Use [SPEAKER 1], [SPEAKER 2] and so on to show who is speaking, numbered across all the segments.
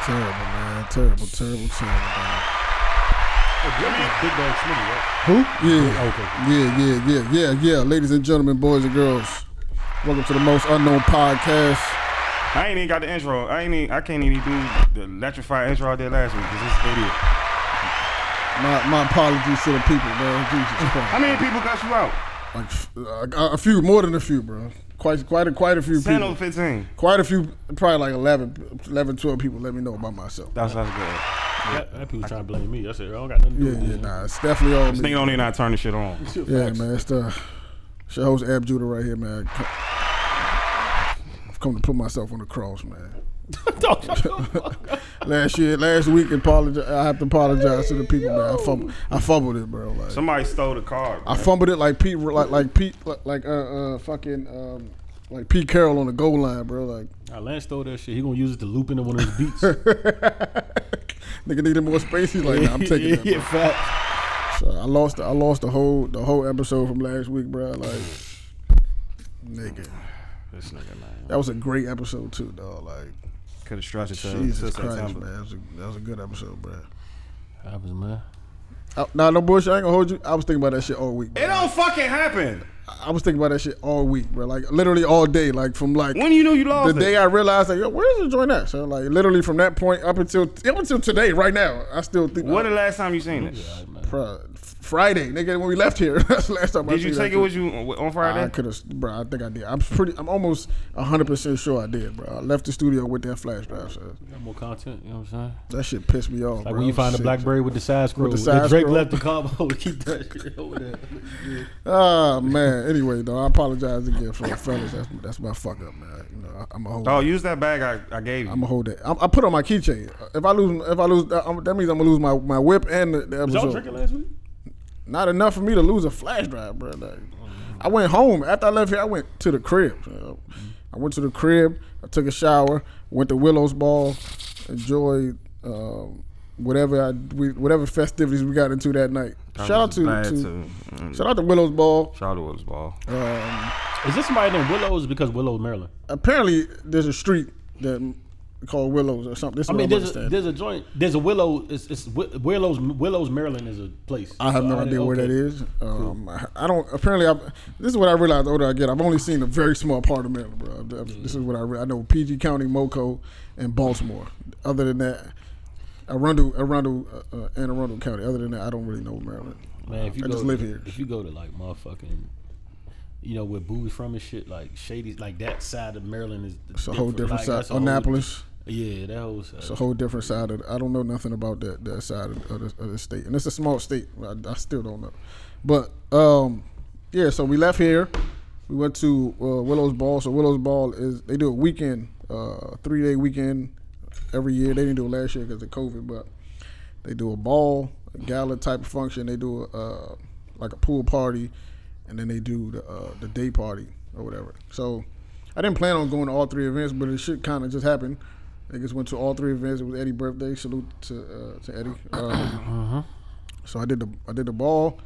[SPEAKER 1] Terrible, man. Terrible, terrible, terrible. Man.
[SPEAKER 2] Big Bang Smitty, right?
[SPEAKER 1] Who? Yeah.
[SPEAKER 2] Okay.
[SPEAKER 1] Yeah, yeah, yeah, yeah, yeah. Ladies and gentlemen, boys and girls, welcome to the most unknown podcast.
[SPEAKER 2] I ain't even got the intro. I ain't. Even, I can't even do the electrified intro I did last week because this idiot.
[SPEAKER 1] My, my apologies to the people, man. Jesus Christ.
[SPEAKER 2] How many people got you out?
[SPEAKER 1] Like, f- a, a few, more than a few, bro. Quite, quite, a, quite a few
[SPEAKER 2] Ten or
[SPEAKER 1] people.
[SPEAKER 2] fifteen?
[SPEAKER 1] Quite a few, probably like 11, 11, 12 people. Let me know about myself.
[SPEAKER 2] That's that's good.
[SPEAKER 3] That, that people trying to blame me. I said, I don't got nothing to do
[SPEAKER 1] Yeah,
[SPEAKER 3] with
[SPEAKER 1] yeah,
[SPEAKER 3] this.
[SPEAKER 1] nah, it's definitely all
[SPEAKER 2] This nigga
[SPEAKER 1] me.
[SPEAKER 2] don't even know how to turn this shit on.
[SPEAKER 1] Yeah, man, it's the it's your host Ab Judah right here, man. Co- I've come to put myself on the cross, man. last year, last week, apologi- I have to apologize to the people, man. I fumbled, I fumbled it, bro. Like,
[SPEAKER 2] Somebody stole the card.
[SPEAKER 1] I fumbled it like Pete, like like Pete, like, like uh, uh fucking um, like Pete Carroll on the goal line, bro. Like,
[SPEAKER 3] Nah, Lance stole that shit. He gonna use it to loop into one of his beats.
[SPEAKER 1] nigga needed more space. He's like, nah, I'm taking that.
[SPEAKER 3] yeah,
[SPEAKER 1] Bro.
[SPEAKER 3] fact.
[SPEAKER 1] So I lost, I lost the whole the whole episode from last week, bro. Like, nigga,
[SPEAKER 3] This nigga, man.
[SPEAKER 1] that was a great episode too, dog. Like.
[SPEAKER 2] Could have stretched it to,
[SPEAKER 1] Jesus
[SPEAKER 2] to
[SPEAKER 1] Christ,
[SPEAKER 2] September.
[SPEAKER 1] man. That was, a, that was a good episode, bro.
[SPEAKER 3] Happens, man.
[SPEAKER 1] I, nah, no bullshit. I ain't gonna hold you. I was thinking about that shit all week.
[SPEAKER 2] It
[SPEAKER 1] Bro.
[SPEAKER 2] don't fucking happen.
[SPEAKER 1] I was thinking about that shit all week, bro. Like literally all day. Like from like
[SPEAKER 2] When you know you
[SPEAKER 1] the
[SPEAKER 2] lost
[SPEAKER 1] day
[SPEAKER 2] it.
[SPEAKER 1] I realized, like, yo, where's the joint at? So like literally from that point up until up until today, right now, I still think. uh,
[SPEAKER 2] When the last time you seen it?
[SPEAKER 3] All right, man.
[SPEAKER 1] Bro, Friday, nigga, when we left here, that's the last time I
[SPEAKER 2] Did you
[SPEAKER 1] seen
[SPEAKER 2] take
[SPEAKER 1] that
[SPEAKER 2] it with
[SPEAKER 1] shit.
[SPEAKER 2] you on
[SPEAKER 1] I
[SPEAKER 2] Friday?
[SPEAKER 1] could have, bro. I think I did. I'm pretty. I'm almost 100 percent sure I did, bro. I left the studio with that flash drive. So
[SPEAKER 3] Got more content. You know what I'm saying?
[SPEAKER 1] that shit pissed me off. bro.
[SPEAKER 3] Like when you
[SPEAKER 1] I was
[SPEAKER 3] find a
[SPEAKER 1] sick.
[SPEAKER 3] BlackBerry with the side scroll.
[SPEAKER 1] the side
[SPEAKER 3] if Drake
[SPEAKER 1] scroll.
[SPEAKER 3] left the combo, keep that shit over there.
[SPEAKER 1] Ah man. Anyway, though, I apologize again for the fellas. That's that's my fuck up, man. You know, I, I'm a hold.
[SPEAKER 2] Oh, use that bag I, I gave you.
[SPEAKER 1] I'm a hold that. I'm, I put on my keychain. If I lose, if I lose, that, I'm- that means I'm gonna lose my, my whip and the, the
[SPEAKER 3] Was y'all
[SPEAKER 1] episode.
[SPEAKER 3] drinking last week?
[SPEAKER 1] Not enough for me to lose a flash drive, bro. Like, I went home after I left here. I went to the crib. so I went to the crib. I took a shower. Went to Willow's Ball. Enjoyed um, whatever I we, whatever festivities we got into that night.
[SPEAKER 2] That
[SPEAKER 1] shout out
[SPEAKER 2] was
[SPEAKER 1] to,
[SPEAKER 2] bad,
[SPEAKER 1] to
[SPEAKER 2] too. Mm.
[SPEAKER 1] shout out to Willow's Ball.
[SPEAKER 2] Shout out to Willis Ball.
[SPEAKER 1] Um,
[SPEAKER 3] Is this somebody named Willow? Is it because Willow, Maryland?
[SPEAKER 1] apparently there's a street that called Willows or something. This is
[SPEAKER 3] I
[SPEAKER 1] what
[SPEAKER 3] mean,
[SPEAKER 1] I'm
[SPEAKER 3] there's a,
[SPEAKER 1] understanding.
[SPEAKER 3] there's a joint. There's a Willow. It's, it's Wi- Willow's Willow's Maryland is a place.
[SPEAKER 1] I have
[SPEAKER 3] So
[SPEAKER 1] no
[SPEAKER 3] didn't-
[SPEAKER 1] idea where
[SPEAKER 3] okay.
[SPEAKER 1] that is. Um, I, I don't. Apparently, I've, this is what I realized. The older I get, I've only seen a very small part of Maryland, bro. I've- I've- This is what I re- I know: PG County, Moco, and Baltimore. Other than that, Arundel, Arundel, uh, uh, and Arundel County. Other than that, I don't really know Maryland.
[SPEAKER 3] Man, if you
[SPEAKER 1] I
[SPEAKER 3] go
[SPEAKER 1] just
[SPEAKER 3] to,
[SPEAKER 1] live here.
[SPEAKER 3] If you go to like motherfucking, you know where Boo's from and shit, like shady, like that side of Maryland is
[SPEAKER 1] It's a whole different
[SPEAKER 3] that's
[SPEAKER 1] side.
[SPEAKER 3] a whole-
[SPEAKER 1] Annapolis.
[SPEAKER 3] yeah, that whole side.
[SPEAKER 1] It's a whole different side of. I don't know nothing about that that side of, of, the, of the state, and it's a small state. I, I still don't know, but um, yeah. So we left here. We went to uh, Willow's Ball. So Willow's Ball is they do a weekend, uh, three day weekend every year. They didn't do it last year because of COVID, but they do a ball, a gala type of function. They do a, uh, like a pool party, and then they do the uh, the day party or whatever. So I didn't plan on going to all three events, but it shit kind of just happened. I just went to all three events. It was Eddie's birthday. Salute to uh, to Eddie. Um, so I did the I did the ball.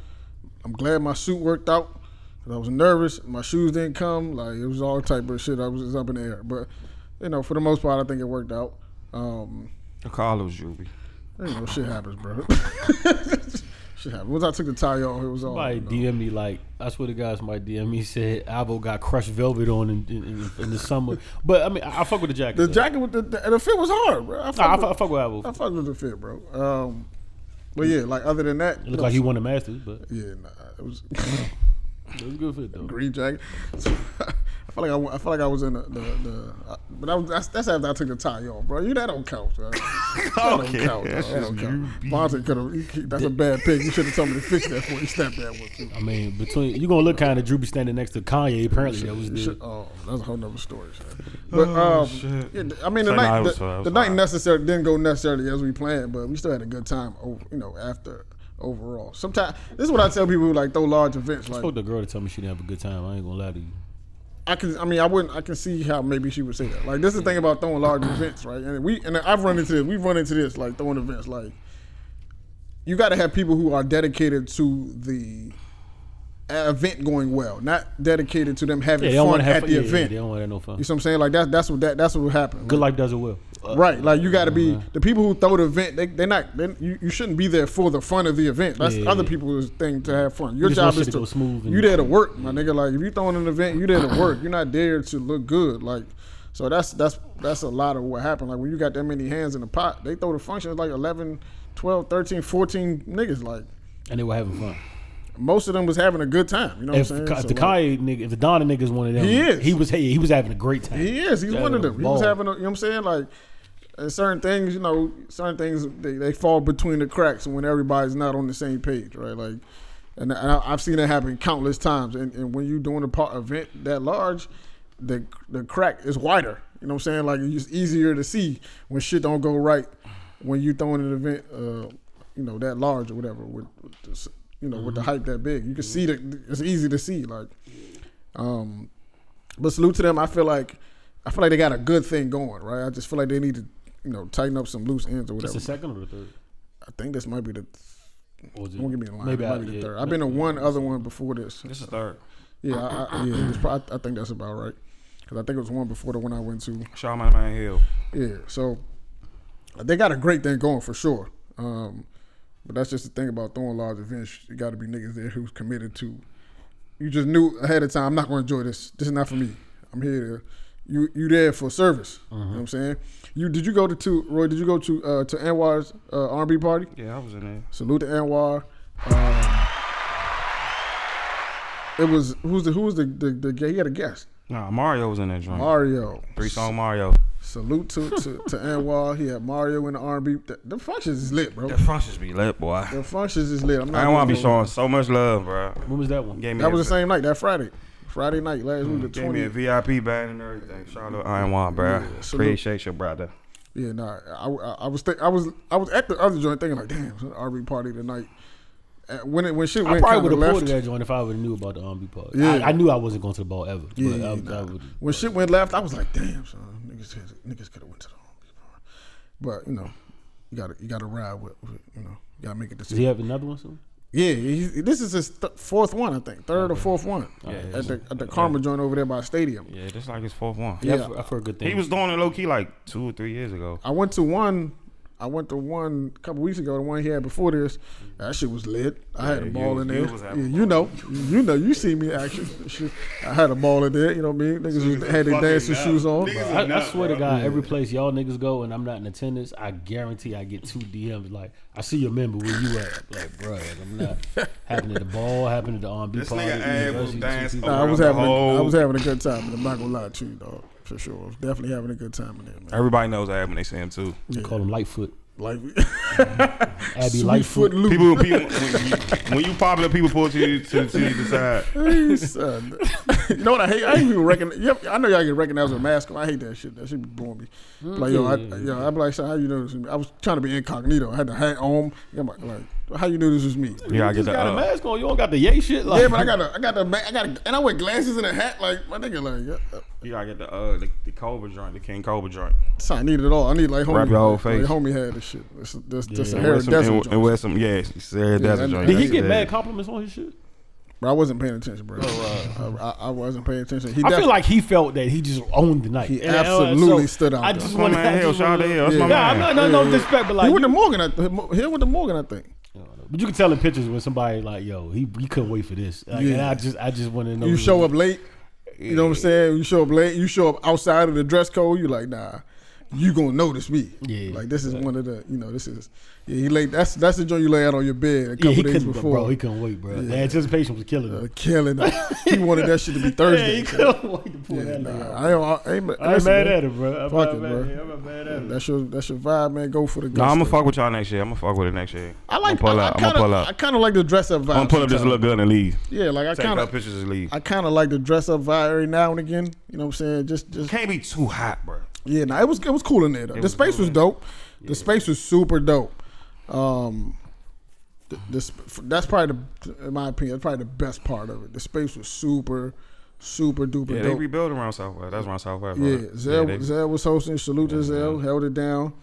[SPEAKER 1] I'm glad my suit worked out. 'cause I was nervous. My shoes didn't come. Like it was all type of shit. I was just up in the air. But you know, for the most part, I think it worked out. Um,
[SPEAKER 2] Carlos Juby.
[SPEAKER 1] you know, shit happens, bro. shit happens. Once I took the tie off, it was all.
[SPEAKER 3] Somebody
[SPEAKER 1] you know.
[SPEAKER 3] DM me like I swear to God, somebody DM me said Alvo got crushed velvet on in, in, in, in the summer. But I mean, I, I fuck with the jacket.
[SPEAKER 1] The
[SPEAKER 3] though.
[SPEAKER 1] jacket with the, the and the fit was hard, bro. I
[SPEAKER 3] Nah, I,
[SPEAKER 1] fuck
[SPEAKER 3] fu- I
[SPEAKER 1] with,
[SPEAKER 3] fuck with Alvo.
[SPEAKER 1] I fuck with the fit, bro. Um, but yeah, like other than that,
[SPEAKER 3] It looked like he won the Masters, but
[SPEAKER 1] yeah, nah, it was
[SPEAKER 3] it was a good fit though.
[SPEAKER 1] green jacket. So, I feel like I, wa- I feel like I was in the the, the I, but I was that's, that's after I took the tie off, bro. You that don't count, bro. That don't
[SPEAKER 2] Okay.
[SPEAKER 1] count, bro. That don't count. Bonte could have. That's a bad pick. You should have told me to fix that before you snapped that one. Too.
[SPEAKER 3] I mean, between you gonna look kind of droopy standing next to Kanye. Apparently, that was
[SPEAKER 1] Shit,
[SPEAKER 3] the
[SPEAKER 1] Oh, that's a whole nother story. son. But um, yeah, th- I mean, the
[SPEAKER 2] So, nah,
[SPEAKER 1] night
[SPEAKER 2] it was-
[SPEAKER 1] the,
[SPEAKER 2] so that was
[SPEAKER 1] the night
[SPEAKER 2] fine.
[SPEAKER 1] necessarily didn't go necessarily as we planned, but we still had a good time. Over, you know, after overall. Sometimes this is what I tell people who like throw large events. Like
[SPEAKER 3] spoke to the girl to tell me she didn't have a good time. I ain't gonna lie to you.
[SPEAKER 1] I can, I mean, I wouldn't, I can see how maybe she would say that. Like this is the thing about throwing large events, right? And we and I've run into this. We've run into this like throwing events. Like you got to have people who are dedicated to the uh, event going well, not dedicated to them having
[SPEAKER 3] Yeah, they don't
[SPEAKER 1] fun
[SPEAKER 3] want to have
[SPEAKER 1] at
[SPEAKER 3] fun.
[SPEAKER 1] the
[SPEAKER 3] yeah, yeah,
[SPEAKER 1] event.
[SPEAKER 3] they don't want to have no fun.
[SPEAKER 1] You see what I'm saying? Like that's that's what that that's what happened.
[SPEAKER 3] Good Uh-huh. life does it well.
[SPEAKER 1] right. Like you got to be the people who throw the event. They they're not. They, you, you shouldn't be there for the fun of the event. That's
[SPEAKER 3] Yeah.
[SPEAKER 1] other people's thing to have fun. Your
[SPEAKER 3] just want
[SPEAKER 1] job
[SPEAKER 3] shit
[SPEAKER 1] is
[SPEAKER 3] to
[SPEAKER 1] to,
[SPEAKER 3] go smooth and-
[SPEAKER 1] You there to work, my nigga. Like if you throwing an event, you there to work. You're not there to look good. Like so that's that's that's a lot of what happened. Like when you got that many hands in the pot, they throw the function it's like 11, 12, 13, 14 niggas. Like
[SPEAKER 3] and they were having fun.
[SPEAKER 1] most of them was having a good time. You know
[SPEAKER 3] If,
[SPEAKER 1] what I'm
[SPEAKER 3] if
[SPEAKER 1] saying? So,
[SPEAKER 3] the
[SPEAKER 1] like,
[SPEAKER 3] Kanye nigga, if the Donna niggas wanted them,
[SPEAKER 1] He is.
[SPEAKER 3] He was hey, he was having a great time.
[SPEAKER 1] He is. He's
[SPEAKER 3] Yeah,
[SPEAKER 1] one of them. He was
[SPEAKER 3] ball.
[SPEAKER 1] having a, you know what I'm saying? Like, and certain things, you know, certain things, they, they fall between the cracks when everybody's not on the same page, right? Like, and, I- and I, I've seen that happen countless times. And, and when you're doing a part event that large, the the crack is wider. You know what I'm saying? Like, it's easier to see when shit don't go right when you throwing an event, uh, you know, that large or whatever, with, with this, you know, with the hype that big. You can see that it's easy to see. Like, um, but salute to them. I feel like I feel like they got a good thing going, right? I just feel like they need to, you know, tighten up some loose ends or
[SPEAKER 3] That's
[SPEAKER 1] whatever.
[SPEAKER 3] the second or the third.
[SPEAKER 1] I think this might be the
[SPEAKER 3] Or was it-
[SPEAKER 1] don't give me the line.
[SPEAKER 3] Maybe
[SPEAKER 1] it
[SPEAKER 3] I-
[SPEAKER 1] might be the
[SPEAKER 3] yeah.
[SPEAKER 1] third. I've been to one other one before this.
[SPEAKER 2] This is third.
[SPEAKER 1] Yeah, I, I, yeah. It's probably, I think that's about right. Cause I think it was one before the one I went to.
[SPEAKER 2] Charlamagne Hill.
[SPEAKER 1] Yeah, so they got a great thing going for sure. Um, but that's just the thing about throwing large events. You got to be niggas there who's committed to. You just knew ahead of time. I'm not going to enjoy this. This is not for me. I'm here to. You you there for service? You know what I'm saying. You did you go to, to Roy? Did you go to uh, to Anwar's uh, R&B party?
[SPEAKER 2] Yeah, I was in there.
[SPEAKER 1] Salute to Anwar. Um, it was who's the who was the the, the guy? He had a guest.
[SPEAKER 2] Nah, Mario was in that
[SPEAKER 4] Um,
[SPEAKER 2] joint.
[SPEAKER 1] Mario.
[SPEAKER 2] Three song Mario.
[SPEAKER 1] Salute to, to, to Anwar. He had Mario in the R&B. The, the functions is lit, bro.
[SPEAKER 2] That front should be lit, boy.
[SPEAKER 1] The functions is lit. I'm not
[SPEAKER 2] I don't want to be
[SPEAKER 1] gonna lie.
[SPEAKER 2] showing so much love, bro.
[SPEAKER 3] When was that one?
[SPEAKER 2] Gave me
[SPEAKER 1] That was
[SPEAKER 2] a,
[SPEAKER 1] the same night, that Friday. Friday night, last week, the
[SPEAKER 2] Gave me a
[SPEAKER 1] 20th.
[SPEAKER 2] VIP band and everything. Shout out Iron One, bro.
[SPEAKER 1] Yeah, salute.
[SPEAKER 2] Appreciate your brother.
[SPEAKER 1] Yeah, nah. I, I, I was think, I was I was at the other joint thinking like, damn, it's an R&B party tonight. Uh, When it when shit
[SPEAKER 3] I
[SPEAKER 1] went
[SPEAKER 3] probably
[SPEAKER 1] kind
[SPEAKER 3] would
[SPEAKER 1] of
[SPEAKER 3] have pulled to
[SPEAKER 1] left,
[SPEAKER 3] that joint if I would have knew about the R&B part.
[SPEAKER 1] Yeah.
[SPEAKER 3] I, I knew I wasn't going to the ball ever.
[SPEAKER 1] Yeah,
[SPEAKER 3] but I,
[SPEAKER 1] nah.
[SPEAKER 3] I would,
[SPEAKER 1] when shit went left, I was like, damn, son, niggas coulda- niggas could have went to the R&B party. But you know, you gotta you gotta ride with, with you know, you gotta make a
[SPEAKER 3] does he
[SPEAKER 1] decision.
[SPEAKER 3] have another one soon?
[SPEAKER 1] Yeah, he, this is his th- fourth one, I think, third or fourth one
[SPEAKER 2] Oh, Yeah,
[SPEAKER 1] at the at the Karma joint over there by Stadium.
[SPEAKER 2] Yeah, this like his fourth one.
[SPEAKER 1] Yeah.
[SPEAKER 3] Yeah, I've, I've heard good things.
[SPEAKER 2] He was doing it low key like two or three years ago.
[SPEAKER 1] I went to one. I went to one a couple weeks ago. The one he had before this, that shit was lit. I had
[SPEAKER 2] Yeah,
[SPEAKER 1] a ball
[SPEAKER 2] you-
[SPEAKER 1] in
[SPEAKER 2] you
[SPEAKER 1] there.
[SPEAKER 2] was
[SPEAKER 1] yeah,
[SPEAKER 2] having a
[SPEAKER 1] you know, you know, you see me actually. Shit, I had a ball in there. You know what I mean? Niggas was, had their dancing shoes on.
[SPEAKER 3] I, I swear to God, every place y'all niggas go and I'm not in attendance, I guarantee I get two DMs like, "I see your member, where you at?" I'm Like, bro, like, I'm not happening at the ball, happening at the R&B
[SPEAKER 2] This
[SPEAKER 3] party.
[SPEAKER 2] nigga Ab was
[SPEAKER 3] university,
[SPEAKER 2] dancing.
[SPEAKER 3] two
[SPEAKER 1] Nah, I was
[SPEAKER 2] around the
[SPEAKER 1] having, a, I
[SPEAKER 2] whole-
[SPEAKER 1] was having a good time. I'm not gonna lie to you, dog. For sure, I was definitely having a good time in there, man.
[SPEAKER 2] Everybody knows Ab when they see him too.
[SPEAKER 3] people. Call him Lightfoot,
[SPEAKER 1] Like
[SPEAKER 3] Abby
[SPEAKER 1] sweet foot
[SPEAKER 3] Lightfoot.
[SPEAKER 1] loop.
[SPEAKER 2] People, people, when you, when you popular, people pull to you to, to you decide. Mm.
[SPEAKER 1] Hey, son. you know what I hate? I hate people recognize. Yep, I know y'all get recognized with a mask. on. I hate that shit. That shit be blowing me. Like yo, I,
[SPEAKER 2] Mm-hmm.
[SPEAKER 3] Yeah.
[SPEAKER 1] yo, I'm like, son, how you know this is me? I was trying to be incognito. I had the hat on. I'm like, like, how you knew this was me?
[SPEAKER 2] Yeah, I
[SPEAKER 3] You
[SPEAKER 2] get
[SPEAKER 3] just
[SPEAKER 2] the
[SPEAKER 3] got a
[SPEAKER 2] uh,
[SPEAKER 3] mask on. You don't got the yay shit. Like,
[SPEAKER 1] Yeah, but I got a, I got a, ma- I got, a, and I wear glasses and a hat. Like my nigga, like, yeah, uh,
[SPEAKER 2] you gotta get the uh the, the Cobra joint, the King Cobra joint.
[SPEAKER 1] son, I need it all. I need like homie,
[SPEAKER 2] Wrap your whole
[SPEAKER 1] like,
[SPEAKER 2] face.
[SPEAKER 1] homie had this shit. This, this, this a
[SPEAKER 3] Yeah.
[SPEAKER 2] And
[SPEAKER 1] Harry
[SPEAKER 2] wear some,
[SPEAKER 1] Desert.
[SPEAKER 2] and,
[SPEAKER 1] joint.
[SPEAKER 2] and wear some, yeah, it's Sarah Desert
[SPEAKER 1] that-
[SPEAKER 2] joint.
[SPEAKER 3] Did he
[SPEAKER 2] That's
[SPEAKER 3] get
[SPEAKER 2] it.
[SPEAKER 3] mad compliments on his shit?
[SPEAKER 1] Bro, I wasn't paying attention, bro.
[SPEAKER 2] Oh,
[SPEAKER 1] I, I, I wasn't paying attention. He
[SPEAKER 3] I
[SPEAKER 1] def-
[SPEAKER 3] feel like he felt that he just owned the night.
[SPEAKER 1] He
[SPEAKER 3] And, uh,
[SPEAKER 1] absolutely stood out
[SPEAKER 3] I
[SPEAKER 1] there.
[SPEAKER 2] That's
[SPEAKER 3] just
[SPEAKER 2] my
[SPEAKER 3] want to.
[SPEAKER 2] man. Hell, shout out to Hell. That's my
[SPEAKER 1] Yeah.
[SPEAKER 3] Nah,
[SPEAKER 2] man.
[SPEAKER 3] no, no, no disrespect, but
[SPEAKER 1] he
[SPEAKER 3] like,
[SPEAKER 1] went to Morgan. I, he went to Morgan. I think.
[SPEAKER 3] but you can tell in pictures when somebody like, yo, he, he couldn't wait for this. Like, And
[SPEAKER 1] Yeah.
[SPEAKER 3] I just, I just want to know.
[SPEAKER 1] You show up late. You know what I'm saying? You show up late. You show up outside of the dress code. You like, nah, you gonna notice me.
[SPEAKER 3] Yeah.
[SPEAKER 1] Like this is one of the, you know, this is, yeah. He laid. That's that's the joint you lay out on your bed a couple
[SPEAKER 3] Yeah, he
[SPEAKER 1] days
[SPEAKER 3] couldn't,
[SPEAKER 1] before.
[SPEAKER 3] bro. He couldn't wait, bro. The anticipation was killing
[SPEAKER 1] uh,
[SPEAKER 3] him.
[SPEAKER 1] killing. It. he wanted that shit to be
[SPEAKER 3] yeah,
[SPEAKER 1] Thursday.
[SPEAKER 3] he couldn't wait to pull
[SPEAKER 1] Yeah,
[SPEAKER 3] that nigga.
[SPEAKER 1] nah, I ain't, I ain't,
[SPEAKER 3] I ain't
[SPEAKER 1] listen, man.
[SPEAKER 3] mad at him, bro. I'm
[SPEAKER 1] Fuck
[SPEAKER 3] not
[SPEAKER 1] it,
[SPEAKER 3] mad
[SPEAKER 1] bro.
[SPEAKER 3] at him. I'm not mad at him.
[SPEAKER 1] That's your that's your vibe, man. Go for the.
[SPEAKER 2] No, I'm gonna
[SPEAKER 1] gusto.
[SPEAKER 2] fuck with y'all next year. I'm gonna fuck with it next year.
[SPEAKER 1] I like.
[SPEAKER 2] I'm gonna pull
[SPEAKER 1] I,
[SPEAKER 2] up.
[SPEAKER 1] I
[SPEAKER 2] I'm gonna
[SPEAKER 1] kinda,
[SPEAKER 2] pull up.
[SPEAKER 1] I kind of like the dress up vibe.
[SPEAKER 2] I'm gonna pull up this
[SPEAKER 1] sometimes.
[SPEAKER 2] little gun and leave.
[SPEAKER 1] Yeah, like I
[SPEAKER 2] Take
[SPEAKER 1] kind
[SPEAKER 2] our
[SPEAKER 1] of
[SPEAKER 2] pictures and leave.
[SPEAKER 1] I kind of like the dress up vibe every now and again. You know what I'm saying? Just, just
[SPEAKER 2] Can't be too hot, bro.
[SPEAKER 1] yeah. Nah, it was it was cool in there though. the
[SPEAKER 2] was
[SPEAKER 1] space
[SPEAKER 2] cool
[SPEAKER 1] was
[SPEAKER 2] in there.
[SPEAKER 1] dope. The space was super dope. Um, th- this that's probably the, in my opinion, that's probably the best part of it. The space was super, super duper
[SPEAKER 2] Yeah, they
[SPEAKER 1] dope.
[SPEAKER 2] rebuild around Southwest. That's around Southwest.
[SPEAKER 1] yeah,
[SPEAKER 2] bro.
[SPEAKER 1] Zell,
[SPEAKER 2] they-
[SPEAKER 1] Zell was hosting. Salute to Zell, held it down.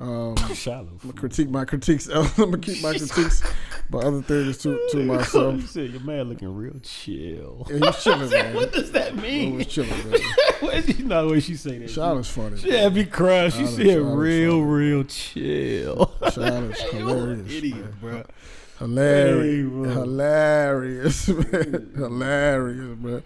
[SPEAKER 1] Um,
[SPEAKER 3] Shallow.
[SPEAKER 1] I'ma critique my critiques. I'm gonna keep my critiques, but other things to to
[SPEAKER 3] you
[SPEAKER 1] myself.
[SPEAKER 3] said your man looking real chill.
[SPEAKER 1] Yeah, he's chilling, man.
[SPEAKER 3] what does that
[SPEAKER 1] He
[SPEAKER 3] mean?
[SPEAKER 1] was chilling, man.
[SPEAKER 3] you know the way she say that.
[SPEAKER 1] Charlotte's funny.
[SPEAKER 3] She had me crying. She
[SPEAKER 1] Charlotte-
[SPEAKER 3] said
[SPEAKER 1] Charlotte's
[SPEAKER 3] real,
[SPEAKER 1] funny.
[SPEAKER 3] real chill.
[SPEAKER 1] Charlotte's
[SPEAKER 3] you an
[SPEAKER 1] hilarious. man.
[SPEAKER 3] idiot, bro. Hey,
[SPEAKER 1] Hilarious,
[SPEAKER 3] bro.
[SPEAKER 1] hilarious, man. hilarious, man.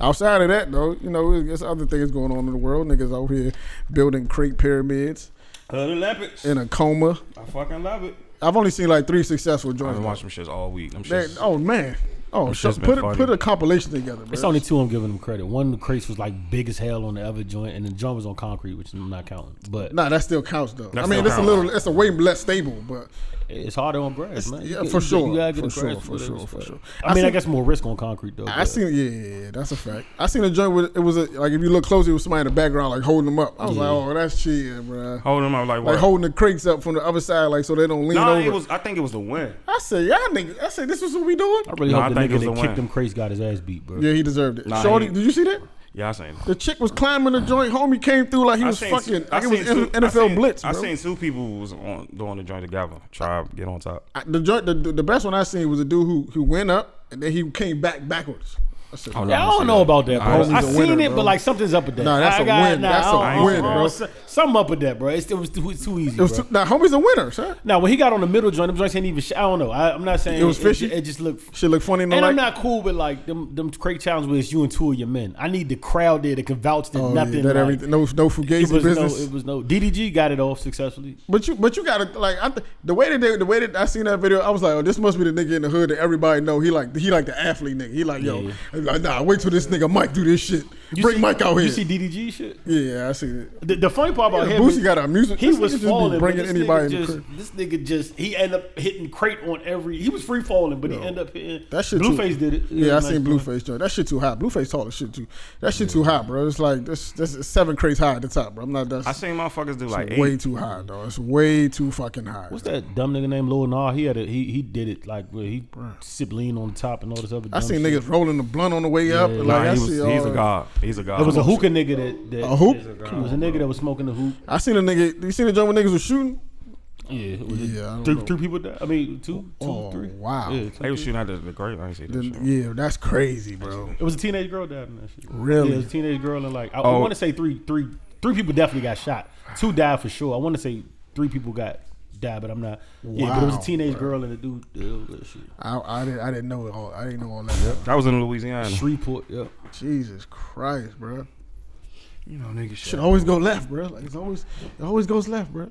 [SPEAKER 1] Outside of that, though, you know, there's other things going on in the world. Niggas out here building crate pyramids
[SPEAKER 2] Hood and Leopards.
[SPEAKER 1] in a coma.
[SPEAKER 2] I fucking love it.
[SPEAKER 1] I've only seen like three successful
[SPEAKER 2] I've
[SPEAKER 1] joints.
[SPEAKER 2] been
[SPEAKER 1] though.
[SPEAKER 2] watching them shits all week. Them
[SPEAKER 1] They-
[SPEAKER 2] shits.
[SPEAKER 1] oh man, oh
[SPEAKER 2] It's
[SPEAKER 1] so
[SPEAKER 2] just been
[SPEAKER 1] put a,
[SPEAKER 2] funny.
[SPEAKER 1] put a compilation together.
[SPEAKER 3] It's
[SPEAKER 1] bro.
[SPEAKER 3] only two I'm giving them credit. One the crates was like big as hell on the other joint, and the joint was on concrete, which I'm not counting. But
[SPEAKER 1] Nah, that still counts though.
[SPEAKER 2] That
[SPEAKER 1] I mean,
[SPEAKER 2] still
[SPEAKER 1] it's a
[SPEAKER 2] counts.
[SPEAKER 1] little, it's a way less stable, but
[SPEAKER 3] it's harder on grass, man.
[SPEAKER 1] yeah,
[SPEAKER 3] You-
[SPEAKER 1] for
[SPEAKER 3] you-
[SPEAKER 1] sure,
[SPEAKER 3] you gotta get
[SPEAKER 1] for
[SPEAKER 3] a
[SPEAKER 1] sure,
[SPEAKER 3] grass
[SPEAKER 1] for
[SPEAKER 3] with it.
[SPEAKER 1] sure, for sure.
[SPEAKER 3] I,
[SPEAKER 1] I
[SPEAKER 3] mean, I
[SPEAKER 1] seen-
[SPEAKER 3] guess more risk on concrete though.
[SPEAKER 1] I
[SPEAKER 3] but-
[SPEAKER 1] seen, yeah, yeah, yeah, that's a fact. I seen a joint with it was a like if you look closely, it was somebody in the background like holding them up. I was
[SPEAKER 3] Yeah.
[SPEAKER 1] like, oh, that's chill, bro.
[SPEAKER 2] Hold them up like
[SPEAKER 1] Like
[SPEAKER 2] what?
[SPEAKER 1] holding the crates up from the other side, like so they don't lean
[SPEAKER 2] no,
[SPEAKER 1] over.
[SPEAKER 2] it was. I think it was the win.
[SPEAKER 1] I said, y'all niggas. I said, this is what we doing.
[SPEAKER 3] I really
[SPEAKER 2] No, I
[SPEAKER 3] hope the
[SPEAKER 2] think it
[SPEAKER 3] nigga
[SPEAKER 2] was
[SPEAKER 3] that
[SPEAKER 2] the
[SPEAKER 3] kicked
[SPEAKER 2] win.
[SPEAKER 3] them crates got his ass beat, bro.
[SPEAKER 1] Yeah, he deserved it.
[SPEAKER 2] Nah,
[SPEAKER 1] Shorty,
[SPEAKER 2] he-
[SPEAKER 1] did you see that?
[SPEAKER 2] Yeah, I seen.
[SPEAKER 1] The chick was climbing the joint. Homie came through like he
[SPEAKER 2] I
[SPEAKER 1] was
[SPEAKER 2] seen-
[SPEAKER 1] fucking.
[SPEAKER 2] I
[SPEAKER 1] Like it was
[SPEAKER 2] seen two- I
[SPEAKER 1] NFL
[SPEAKER 2] seen-
[SPEAKER 1] blitz. Bro.
[SPEAKER 2] I seen two people was on doing the joint together. Tribe get on top.
[SPEAKER 1] I- the joint. The, the best one I seen was a dude who who went up and then he came back backwards. I said,
[SPEAKER 2] Oh, no.
[SPEAKER 1] nah,
[SPEAKER 3] I don't know about that, bro.
[SPEAKER 1] Nah, he's a
[SPEAKER 3] I seen
[SPEAKER 1] winner,
[SPEAKER 3] it,
[SPEAKER 1] bro.
[SPEAKER 3] but like something's up with that.
[SPEAKER 1] Nah, that's
[SPEAKER 3] I
[SPEAKER 1] a win.
[SPEAKER 3] nah,
[SPEAKER 1] That's
[SPEAKER 3] I
[SPEAKER 1] a
[SPEAKER 3] don't- I don't-
[SPEAKER 2] win, bro.
[SPEAKER 3] s- Something up with that, bro. It's, it was too, too easy,
[SPEAKER 1] it was
[SPEAKER 3] bro.
[SPEAKER 1] too, nah, homie's a winner, sir.
[SPEAKER 3] now when he got on the middle joint, them joints ain't even. Sh- I don't know. I, I'm not saying
[SPEAKER 1] It was fishy?
[SPEAKER 3] It, ju- it just looked.
[SPEAKER 1] Shit look funny in the
[SPEAKER 3] And I'm
[SPEAKER 1] light.
[SPEAKER 3] not cool with like them them crate challenges where it's you and two of your men. I need the crowd there that can vouch that
[SPEAKER 1] Oh, yeah,
[SPEAKER 3] nothing.
[SPEAKER 1] that
[SPEAKER 3] like,
[SPEAKER 1] everything. No, no
[SPEAKER 3] it
[SPEAKER 1] fugazi
[SPEAKER 3] was
[SPEAKER 1] business.
[SPEAKER 3] no. It was no. DDG got it off successfully.
[SPEAKER 1] But you, but you gotta like I th- the way that they, the way that I seen that video, I was like, oh, this must be the nigga in the hood that everybody know. He like, he like the athlete nigga. He like, yo,
[SPEAKER 3] Yeah.
[SPEAKER 1] like, nah, wait till this nigga Mike do this shit. Bring
[SPEAKER 3] see,
[SPEAKER 1] Mike out here.
[SPEAKER 3] You see DDG shit.
[SPEAKER 1] yeah, I see it.
[SPEAKER 3] The, the funny part about
[SPEAKER 1] Yeah,
[SPEAKER 3] him,
[SPEAKER 1] Boosie
[SPEAKER 3] is
[SPEAKER 1] got a music-
[SPEAKER 3] He
[SPEAKER 1] this nigga
[SPEAKER 3] was
[SPEAKER 1] just be
[SPEAKER 3] falling,
[SPEAKER 1] bringing
[SPEAKER 3] but this
[SPEAKER 1] anybody
[SPEAKER 3] nigga
[SPEAKER 1] in the
[SPEAKER 3] just,
[SPEAKER 1] crib.
[SPEAKER 3] This nigga just he ended up hitting crate on every. He was free falling, but he ended up hitting.
[SPEAKER 1] That shit.
[SPEAKER 3] Blueface
[SPEAKER 1] too,
[SPEAKER 3] did it.
[SPEAKER 1] Yeah, I
[SPEAKER 3] Nice
[SPEAKER 1] seen
[SPEAKER 3] one.
[SPEAKER 1] Blueface joint. That shit too high. Blueface tall as shit too. That shit too high, bro. It's like this, this is seven crates high at the top, bro. I'm not. That's
[SPEAKER 2] I seen motherfuckers do like
[SPEAKER 1] way
[SPEAKER 2] eight.
[SPEAKER 1] too high, though. It's way too fucking high.
[SPEAKER 3] What's that dumb nigga named Lil Nas? He had a, he he did it like where he sip lean on the top and all this other.
[SPEAKER 1] I
[SPEAKER 3] dumb
[SPEAKER 1] seen
[SPEAKER 3] shit.
[SPEAKER 1] niggas rolling the blunt on the way up.
[SPEAKER 3] yeah.
[SPEAKER 1] Like
[SPEAKER 2] Nah,
[SPEAKER 1] I
[SPEAKER 2] he was,
[SPEAKER 1] see
[SPEAKER 2] he's
[SPEAKER 1] all
[SPEAKER 2] a
[SPEAKER 1] that.
[SPEAKER 2] god. He's a god.
[SPEAKER 3] It was a hookah nigga that, that
[SPEAKER 1] A hoop?
[SPEAKER 3] It was a nigga that was smoking the hoop.
[SPEAKER 1] I seen a nigga. You seen the joint when niggas was shooting?
[SPEAKER 3] Yeah, it was
[SPEAKER 1] Yeah, I don't
[SPEAKER 3] three,
[SPEAKER 1] know.
[SPEAKER 3] three people died. I mean, two, two, three.
[SPEAKER 1] Oh, wow.
[SPEAKER 3] Yeah, two,
[SPEAKER 2] They was
[SPEAKER 3] three.
[SPEAKER 2] shooting at the, the grave. I ain't see that
[SPEAKER 1] Then-
[SPEAKER 2] shit.
[SPEAKER 1] yeah, that's crazy, bro.
[SPEAKER 3] It was a teenage girl died in that shit.
[SPEAKER 1] Really?
[SPEAKER 3] Yeah, it was a teenage girl and like I,
[SPEAKER 2] Oh.
[SPEAKER 3] want to say three, three, three people definitely got shot. Two died for sure. I want to say three people got died, but I'm not. Yeah, but it was a
[SPEAKER 1] Wow,
[SPEAKER 3] teenage girl and a dude. Yeah, it was that shit.
[SPEAKER 1] I, I didn't I didn't know it all. I didn't know all that.
[SPEAKER 2] That was in Louisiana.
[SPEAKER 3] Shreveport. Yeah.
[SPEAKER 1] Jesus Christ, bro.
[SPEAKER 2] You know, nigga shit.
[SPEAKER 1] Should always go left, bro. Like it's always it always goes left, bro.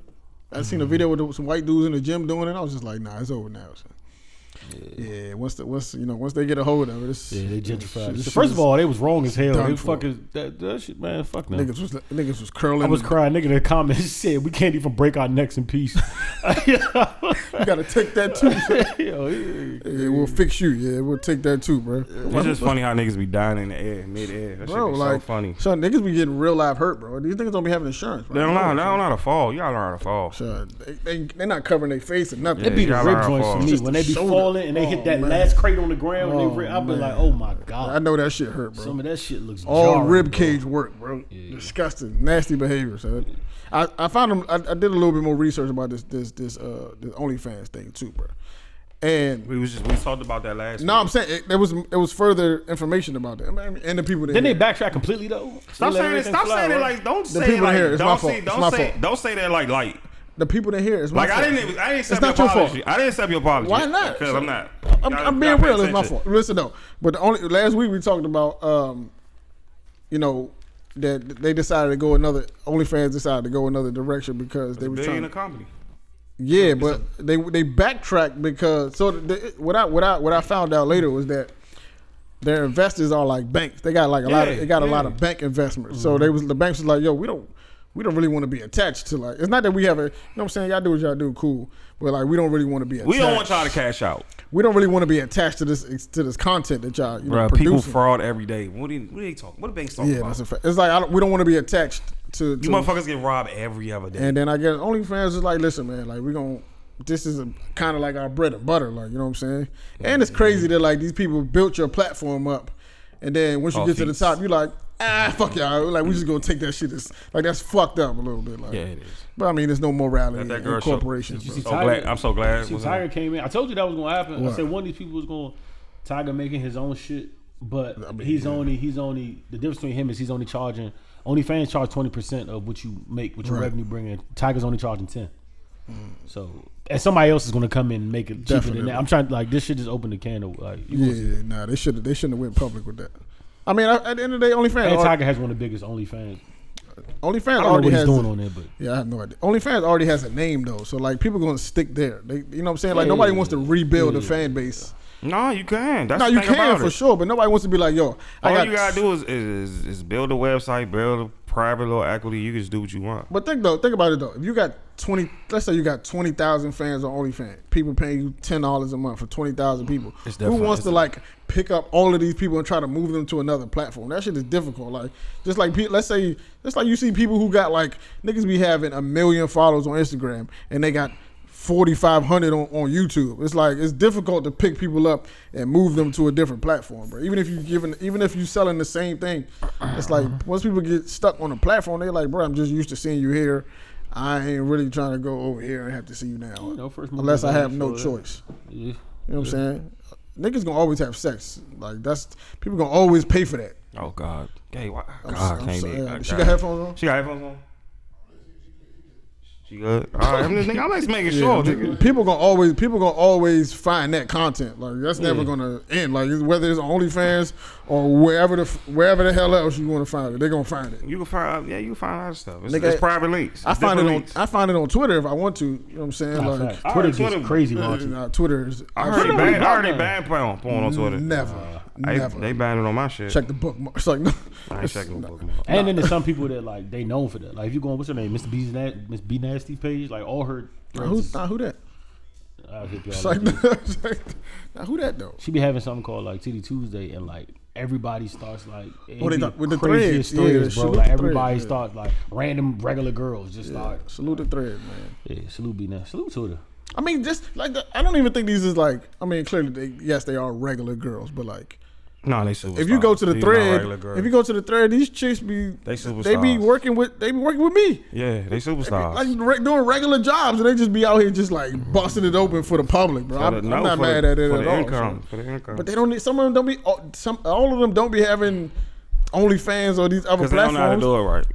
[SPEAKER 1] I seen a video with some white dudes in the gym doing it. I was just like, nah, it's over now. son. Yeah. once the once you know once they get a hold of it, it's,
[SPEAKER 3] Yeah, they gentrified.
[SPEAKER 1] this shit
[SPEAKER 3] First
[SPEAKER 1] is-
[SPEAKER 3] of all, they was wrong as hell.
[SPEAKER 1] done
[SPEAKER 3] They
[SPEAKER 1] for.
[SPEAKER 3] fucking that, that shit, man. Fuck them.
[SPEAKER 1] niggas was niggas was curling.
[SPEAKER 3] I was
[SPEAKER 1] and-
[SPEAKER 3] crying, nigga. in The comments said we can't even break our necks in peace.
[SPEAKER 1] You gotta take that too.
[SPEAKER 3] Yo, yeah.
[SPEAKER 1] yeah, we'll fix you. Yeah, we'll take that too, bro.
[SPEAKER 2] It's just funny how niggas be dying in the air, mid air. That
[SPEAKER 1] Bro,
[SPEAKER 2] shit be
[SPEAKER 1] like,
[SPEAKER 2] so funny.
[SPEAKER 1] son, niggas be getting real life hurt, bro. These niggas don't be having insurance. Bro.
[SPEAKER 2] They don't know. They don't know how to fall. Y'all learn how to fall.
[SPEAKER 1] Son, they, they, they're not covering their face or nothing.
[SPEAKER 3] It be the
[SPEAKER 2] Yeah,
[SPEAKER 3] rib
[SPEAKER 2] y'all
[SPEAKER 3] joints
[SPEAKER 2] are
[SPEAKER 3] for
[SPEAKER 2] falling.
[SPEAKER 3] me
[SPEAKER 1] Just
[SPEAKER 3] when
[SPEAKER 1] the
[SPEAKER 3] they be
[SPEAKER 1] shoulder.
[SPEAKER 3] falling and they
[SPEAKER 1] Oh,
[SPEAKER 3] hit that
[SPEAKER 1] man.
[SPEAKER 3] last crate on the ground. and
[SPEAKER 1] Oh,
[SPEAKER 3] they rib, I be
[SPEAKER 1] man.
[SPEAKER 3] like, oh my god.
[SPEAKER 1] I know that shit hurt, bro.
[SPEAKER 3] Some of that shit looks
[SPEAKER 1] All
[SPEAKER 3] jarring,
[SPEAKER 1] rib
[SPEAKER 3] bro.
[SPEAKER 1] cage work, bro. Disgusting, nasty behavior. So I, I found them. I, I did a little bit more research about this this this uh this OnlyFans thing too, bro. And
[SPEAKER 2] We was just we talked about that last.
[SPEAKER 1] no, I'm saying it, there was it was further information about that. I mean, and the people that
[SPEAKER 3] Then they backtrack completely though.
[SPEAKER 2] Stop saying
[SPEAKER 3] They let
[SPEAKER 2] it.
[SPEAKER 3] everything
[SPEAKER 2] Stop
[SPEAKER 3] fly,
[SPEAKER 2] saying it
[SPEAKER 3] right?
[SPEAKER 2] like don't say it
[SPEAKER 1] people
[SPEAKER 2] like
[SPEAKER 1] here, it's my
[SPEAKER 2] don't
[SPEAKER 1] fault.
[SPEAKER 2] say
[SPEAKER 1] It's
[SPEAKER 2] don't
[SPEAKER 1] my
[SPEAKER 2] say
[SPEAKER 1] fault.
[SPEAKER 2] don't say that like like
[SPEAKER 1] the people that hear is my
[SPEAKER 2] like I
[SPEAKER 1] fault.
[SPEAKER 2] didn't even- I didn't accept
[SPEAKER 1] not
[SPEAKER 2] your
[SPEAKER 1] your fault.
[SPEAKER 2] apology. I didn't accept your apology.
[SPEAKER 1] Why not?
[SPEAKER 2] Because I'm not.
[SPEAKER 1] I'm,
[SPEAKER 2] Y'all-
[SPEAKER 1] I'm
[SPEAKER 2] y'all
[SPEAKER 1] being
[SPEAKER 2] pay
[SPEAKER 1] real. It's my
[SPEAKER 2] attention.
[SPEAKER 1] fault. Listen though, but the only last week we talked about, um, you know, that they decided to go another. OnlyFans decided to go another direction because they were trying.
[SPEAKER 2] Billionaire
[SPEAKER 1] to
[SPEAKER 2] company.
[SPEAKER 1] Yeah, but they they backtracked because so the, what I what I what I found out later was that their investors are like banks. They got like a lot. Of,
[SPEAKER 2] Yeah,
[SPEAKER 1] they got a lot
[SPEAKER 2] yeah. Mm-hmm.
[SPEAKER 1] of bank investments. So they was the banks was like, yo, we don't we don't really want to be attached to like. It's not that we have a. You know what I'm saying? Y'all do what y'all do, cool. But like, we don't really want to be. Attached.
[SPEAKER 2] We don't want y'all to cash out.
[SPEAKER 1] We don't really want to be attached to this to this content that y'all you know
[SPEAKER 2] Bruh, people
[SPEAKER 1] producing.
[SPEAKER 2] fraud every day. What do what do they talk? What do banks talk
[SPEAKER 1] yeah,
[SPEAKER 2] about?
[SPEAKER 1] that's a fact. It's like I don't, we don't want to be attached to.
[SPEAKER 2] you
[SPEAKER 1] to-
[SPEAKER 2] motherfuckers get robbed every other day.
[SPEAKER 1] And then I guess OnlyFans is like, listen, man, like we gon' this is kind of like our bread and butter, like you know what I'm saying. And it's crazy that like these people built your platform up, and then once you
[SPEAKER 2] All
[SPEAKER 1] get to the
[SPEAKER 2] feats.
[SPEAKER 1] top, you like, ah, fuck y'all. Like we just gonna take that shit as like that's fucked up a little bit. Like,
[SPEAKER 4] Yeah, it is.
[SPEAKER 1] but I mean, there's no morality
[SPEAKER 4] Let that
[SPEAKER 1] in
[SPEAKER 4] girl show-
[SPEAKER 1] corporations.
[SPEAKER 3] Did you
[SPEAKER 1] bro.
[SPEAKER 3] see
[SPEAKER 4] So glad, I'm so glad.
[SPEAKER 3] See,
[SPEAKER 4] was
[SPEAKER 3] Tiger came in. I told you that was gonna happen.
[SPEAKER 1] What?
[SPEAKER 3] I said one of these people was gonna Tiger making his own shit, but
[SPEAKER 1] I mean,
[SPEAKER 3] he's
[SPEAKER 1] yeah.
[SPEAKER 3] only he's only the difference between him is he's only charging. Only fans charge twenty percent of what you make, what your
[SPEAKER 1] Right. Mm.
[SPEAKER 3] revenue bring in. Tiger's only charging ten. So and somebody else is gonna come in and make it cheaper than
[SPEAKER 1] Definitely.
[SPEAKER 3] that. I'm trying like this shit just opened the can of like you
[SPEAKER 1] Yeah,
[SPEAKER 3] gonna see-
[SPEAKER 1] yeah, nah, they should they shouldn't have went public with that. I mean, I- at the end of the day, OnlyFans,
[SPEAKER 3] And
[SPEAKER 1] already,
[SPEAKER 3] Tiger has one of the biggest OnlyFans.
[SPEAKER 1] OnlyFans
[SPEAKER 3] I don't know
[SPEAKER 1] already
[SPEAKER 3] what he's
[SPEAKER 1] has
[SPEAKER 3] doing
[SPEAKER 1] the-
[SPEAKER 3] on there, but
[SPEAKER 1] Yeah, I have no idea. OnlyFans already has a name though, so like people gonna stick there. They, you know what I'm saying? Like
[SPEAKER 3] Yeah,
[SPEAKER 1] nobody
[SPEAKER 3] yeah,
[SPEAKER 1] wants to
[SPEAKER 3] yeah.
[SPEAKER 1] rebuild
[SPEAKER 3] Yeah.
[SPEAKER 1] the fan base.
[SPEAKER 4] No, you can. That's
[SPEAKER 1] No,
[SPEAKER 4] the
[SPEAKER 1] you
[SPEAKER 4] thing about
[SPEAKER 1] can for
[SPEAKER 4] it.
[SPEAKER 1] sure, but nobody wants to be like, yo, I
[SPEAKER 4] All
[SPEAKER 1] got.
[SPEAKER 4] you gotta do is, is is is build a website, build a private little equity. You can just do what you want.
[SPEAKER 1] But think though, think about it though. If you got twenty, let's say you got twenty thousand fans on OnlyFans, people paying you ten dollars a month for twenty thousand people.
[SPEAKER 5] It's
[SPEAKER 1] Who
[SPEAKER 5] different.
[SPEAKER 1] wants
[SPEAKER 5] It's
[SPEAKER 1] to like pick up all of these people and try to move them to another platform? That shit is difficult. Like just like pe- let's say, just like you see people who got like niggas be having a million followers on Instagram and they got. 4500 on, on youtube it's like it's difficult to pick people up and move them to a different platform bro even if you giving even if you selling the same thing it's like once people get stuck on a platform they're like bro i'm just used to seeing you here i ain't really trying to go over here and have to see you now
[SPEAKER 3] know, first mover
[SPEAKER 1] unless i have
[SPEAKER 3] advantage
[SPEAKER 1] no
[SPEAKER 3] for that.
[SPEAKER 1] choice you
[SPEAKER 3] yeah.
[SPEAKER 1] know what i'm saying niggas gonna always have sex like that's people gonna always pay for that
[SPEAKER 4] Oh God, hey, why?
[SPEAKER 1] I'm,
[SPEAKER 4] God,
[SPEAKER 1] I'm
[SPEAKER 4] Ah, can't
[SPEAKER 1] so-
[SPEAKER 4] be.
[SPEAKER 1] yeah.
[SPEAKER 4] God.
[SPEAKER 1] she got headphones on
[SPEAKER 4] She got headphones on. She good. All right, I'm just nigga. I'm just making
[SPEAKER 1] Yeah,
[SPEAKER 4] sure,
[SPEAKER 1] th-
[SPEAKER 4] nigga.
[SPEAKER 1] Oh, people gonna always people gonna always find that content. Like that's never
[SPEAKER 3] Yeah.
[SPEAKER 1] gonna end. Like it's- whether it's on OnlyFans or wherever the f- wherever the hell else you want to find it, they're gonna find it.
[SPEAKER 4] You can find out. Yeah, you can find out stuff. It's,
[SPEAKER 1] Nigga,
[SPEAKER 4] it's private links.
[SPEAKER 1] I
[SPEAKER 4] It's
[SPEAKER 1] find it
[SPEAKER 4] different
[SPEAKER 1] on
[SPEAKER 4] links.
[SPEAKER 1] I find it on Twitter if I want to. You know what I'm saying?
[SPEAKER 3] Nah,
[SPEAKER 1] like
[SPEAKER 3] facts.
[SPEAKER 4] I
[SPEAKER 3] Twitter
[SPEAKER 4] heard
[SPEAKER 3] gets
[SPEAKER 4] Twitter-
[SPEAKER 3] crazy
[SPEAKER 1] uh,
[SPEAKER 3] raunchy.
[SPEAKER 1] nah, Twitter is
[SPEAKER 4] I heard
[SPEAKER 3] Twitter
[SPEAKER 4] they banned,
[SPEAKER 3] blocked
[SPEAKER 4] I already
[SPEAKER 3] that.
[SPEAKER 4] banned porn on porn on Twitter.
[SPEAKER 1] never
[SPEAKER 4] I-
[SPEAKER 1] never
[SPEAKER 4] They banned it on my shit.
[SPEAKER 1] check the bookmark. It's like no,
[SPEAKER 4] I ain't checking the book.
[SPEAKER 3] And then there's some people that like they known for that. Like if you go on what's her name, Mr. B's Na- Miss B Nasty page, like all her
[SPEAKER 1] who
[SPEAKER 3] threads.
[SPEAKER 1] nah, who that?
[SPEAKER 3] I'll hit
[SPEAKER 1] It's
[SPEAKER 3] y'all.
[SPEAKER 1] like,
[SPEAKER 3] up there.
[SPEAKER 1] it's like nah, who that though?
[SPEAKER 3] She be having something called like Titty Tuesday, and like everybody starts like it
[SPEAKER 1] Oh, they
[SPEAKER 3] be
[SPEAKER 1] got- with the
[SPEAKER 3] craziest
[SPEAKER 1] threads. Yeah,
[SPEAKER 3] stories, bro.
[SPEAKER 1] salute
[SPEAKER 3] Like
[SPEAKER 1] the
[SPEAKER 3] everybody
[SPEAKER 1] threads, yeah.
[SPEAKER 3] starts like random regular girls just start.
[SPEAKER 1] Salute the thread, man.
[SPEAKER 3] Yeah, salute B Nasty, salute Twitter.
[SPEAKER 1] I mean, just like the, I don't even think these is like. I mean, clearly, they, yes, they are regular girls, but like
[SPEAKER 4] No, they superstars.
[SPEAKER 1] if you go to the
[SPEAKER 4] These not regular
[SPEAKER 1] thread,
[SPEAKER 4] girls.
[SPEAKER 1] if you go to the thread, these chicks be they,
[SPEAKER 4] They
[SPEAKER 1] be
[SPEAKER 4] superstars.
[SPEAKER 1] working with they be working with me,
[SPEAKER 4] yeah, they superstars.
[SPEAKER 1] like re- doing regular jobs, and they just be out here just like busting it open for the public, bro.
[SPEAKER 4] For
[SPEAKER 1] I'm,
[SPEAKER 4] the-
[SPEAKER 1] I'm
[SPEAKER 4] no,
[SPEAKER 1] not
[SPEAKER 4] for the-
[SPEAKER 1] mad at it
[SPEAKER 4] for
[SPEAKER 1] at
[SPEAKER 4] the
[SPEAKER 1] all.
[SPEAKER 4] Income,
[SPEAKER 1] so.
[SPEAKER 4] for the income.
[SPEAKER 1] But they don't need some of them don't be all- some all of them don't be having OnlyFans or these other
[SPEAKER 4] because they
[SPEAKER 1] platforms.
[SPEAKER 4] don't know how to do it right.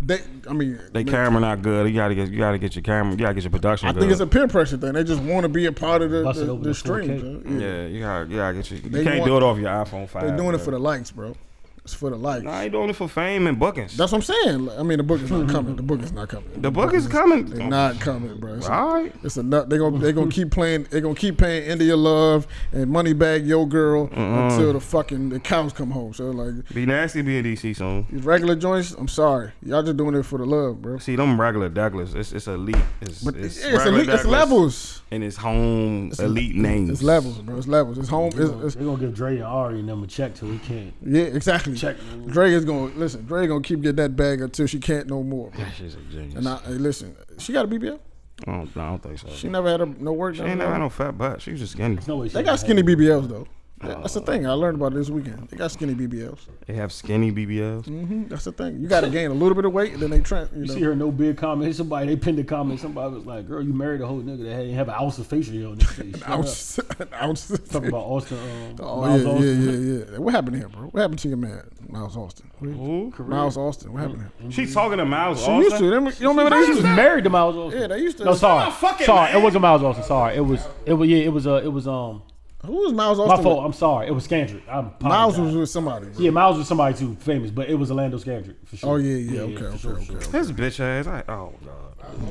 [SPEAKER 1] They, I mean,
[SPEAKER 4] They
[SPEAKER 1] man,
[SPEAKER 4] camera not good. You gotta get you gotta get your camera. You gotta get your production.
[SPEAKER 1] I
[SPEAKER 4] good.
[SPEAKER 1] think it's a peer pressure thing. They just want to be a part of the,
[SPEAKER 3] Bust it
[SPEAKER 1] the,
[SPEAKER 3] open
[SPEAKER 1] the
[SPEAKER 3] to 4K.
[SPEAKER 1] stream. bro.
[SPEAKER 4] Yeah, you gotta, you gotta get your. You
[SPEAKER 1] They
[SPEAKER 4] can't
[SPEAKER 1] want-
[SPEAKER 4] do it off your iPhone five.
[SPEAKER 1] They're doing it
[SPEAKER 4] bro.
[SPEAKER 1] for the likes, bro. It's for the likes.
[SPEAKER 4] Nah, they doing it for fame and bookings.
[SPEAKER 1] That's what I'm saying. Like, I mean, the book is not coming. The book is not coming.
[SPEAKER 4] the book is coming.
[SPEAKER 1] They're not coming, bro. It's,
[SPEAKER 4] All right.
[SPEAKER 1] it's enough. They gonna they gonna keep playing. They gonna keep paying India Love and Money Bag Yo Girl until the fucking the cows come home. So like
[SPEAKER 4] Be nasty. Be in DC soon.
[SPEAKER 1] these regular joints, I'm sorry, y'all just doing it for the love, bro.
[SPEAKER 4] See them regular Douglas. It's it's elite. It's
[SPEAKER 1] But
[SPEAKER 4] it's,
[SPEAKER 1] it's, it's,
[SPEAKER 4] regular
[SPEAKER 1] elite, it's
[SPEAKER 4] Douglas
[SPEAKER 1] levels.
[SPEAKER 4] And it's home elite names.
[SPEAKER 1] It's levels, bro. It's levels. It's home.
[SPEAKER 3] They're gonna,
[SPEAKER 1] It's, it's,
[SPEAKER 3] they gonna give Dre and Ari and them a check till he can't.
[SPEAKER 1] yeah, exactly.
[SPEAKER 3] Check.
[SPEAKER 1] Dre is gonna listen. Dre gonna keep getting that bag until she can't no more. Bro.
[SPEAKER 4] That shit's a genius.
[SPEAKER 1] And I, hey, listen, she got a BBL.
[SPEAKER 4] I, don't, I don't think so.
[SPEAKER 1] She
[SPEAKER 4] She,
[SPEAKER 1] never had a, no work. done.
[SPEAKER 4] ain't never had no fat butt. She was just skinny.
[SPEAKER 3] No way. she
[SPEAKER 1] They
[SPEAKER 3] had
[SPEAKER 1] got skinny
[SPEAKER 3] it.
[SPEAKER 1] BBLs though. That's
[SPEAKER 4] Uh,
[SPEAKER 1] the thing I learned about it this weekend. They got skinny BBLs.
[SPEAKER 4] They have skinny BBLs.
[SPEAKER 1] hmm That's the thing. You got to gain a little bit of weight, and then they trans. You
[SPEAKER 3] You
[SPEAKER 1] know.
[SPEAKER 3] see her no big comment. Somebody they pinned a comment. Somebody was like, "Girl, you married a whole nigga that didn't have an ounce of facial hair on this face." Shut up.
[SPEAKER 1] Ounce, an ounce.
[SPEAKER 3] Talking about Austin. Um,
[SPEAKER 1] Oh
[SPEAKER 3] Miles
[SPEAKER 1] yeah,
[SPEAKER 3] Austin. Oh,
[SPEAKER 1] yeah, yeah, yeah. What happened to him, bro? What happened to your man, Miles Austin?
[SPEAKER 4] Who?
[SPEAKER 1] Miles Austin. What happened to him?
[SPEAKER 4] She's talking to Miles
[SPEAKER 1] She used to.
[SPEAKER 4] Austin.
[SPEAKER 1] Them, you don't remember
[SPEAKER 3] She
[SPEAKER 1] they
[SPEAKER 3] was
[SPEAKER 1] used to.
[SPEAKER 3] married to Mm-hmm. Miles Austin.
[SPEAKER 1] Yeah, they used to.
[SPEAKER 3] No, sorry,
[SPEAKER 4] fucking
[SPEAKER 3] sorry,
[SPEAKER 4] man.
[SPEAKER 3] it wasn't Miles Austin. Sorry, it was, it was, yeah, it was, uh, it was, um,
[SPEAKER 1] Who was Miles
[SPEAKER 3] my
[SPEAKER 1] Austin?
[SPEAKER 3] fault.
[SPEAKER 1] with?
[SPEAKER 3] I'm sorry, it was Scandrick. I'm
[SPEAKER 1] Miles was with somebody. Bro.
[SPEAKER 3] yeah, Miles was somebody too famous, but it was Orlando Scandrick for sure.
[SPEAKER 1] Oh yeah, yeah. Okay,
[SPEAKER 3] for
[SPEAKER 1] okay,
[SPEAKER 3] sure, for
[SPEAKER 1] okay.
[SPEAKER 3] sure.
[SPEAKER 1] okay.
[SPEAKER 4] His bitch ass. I, oh god.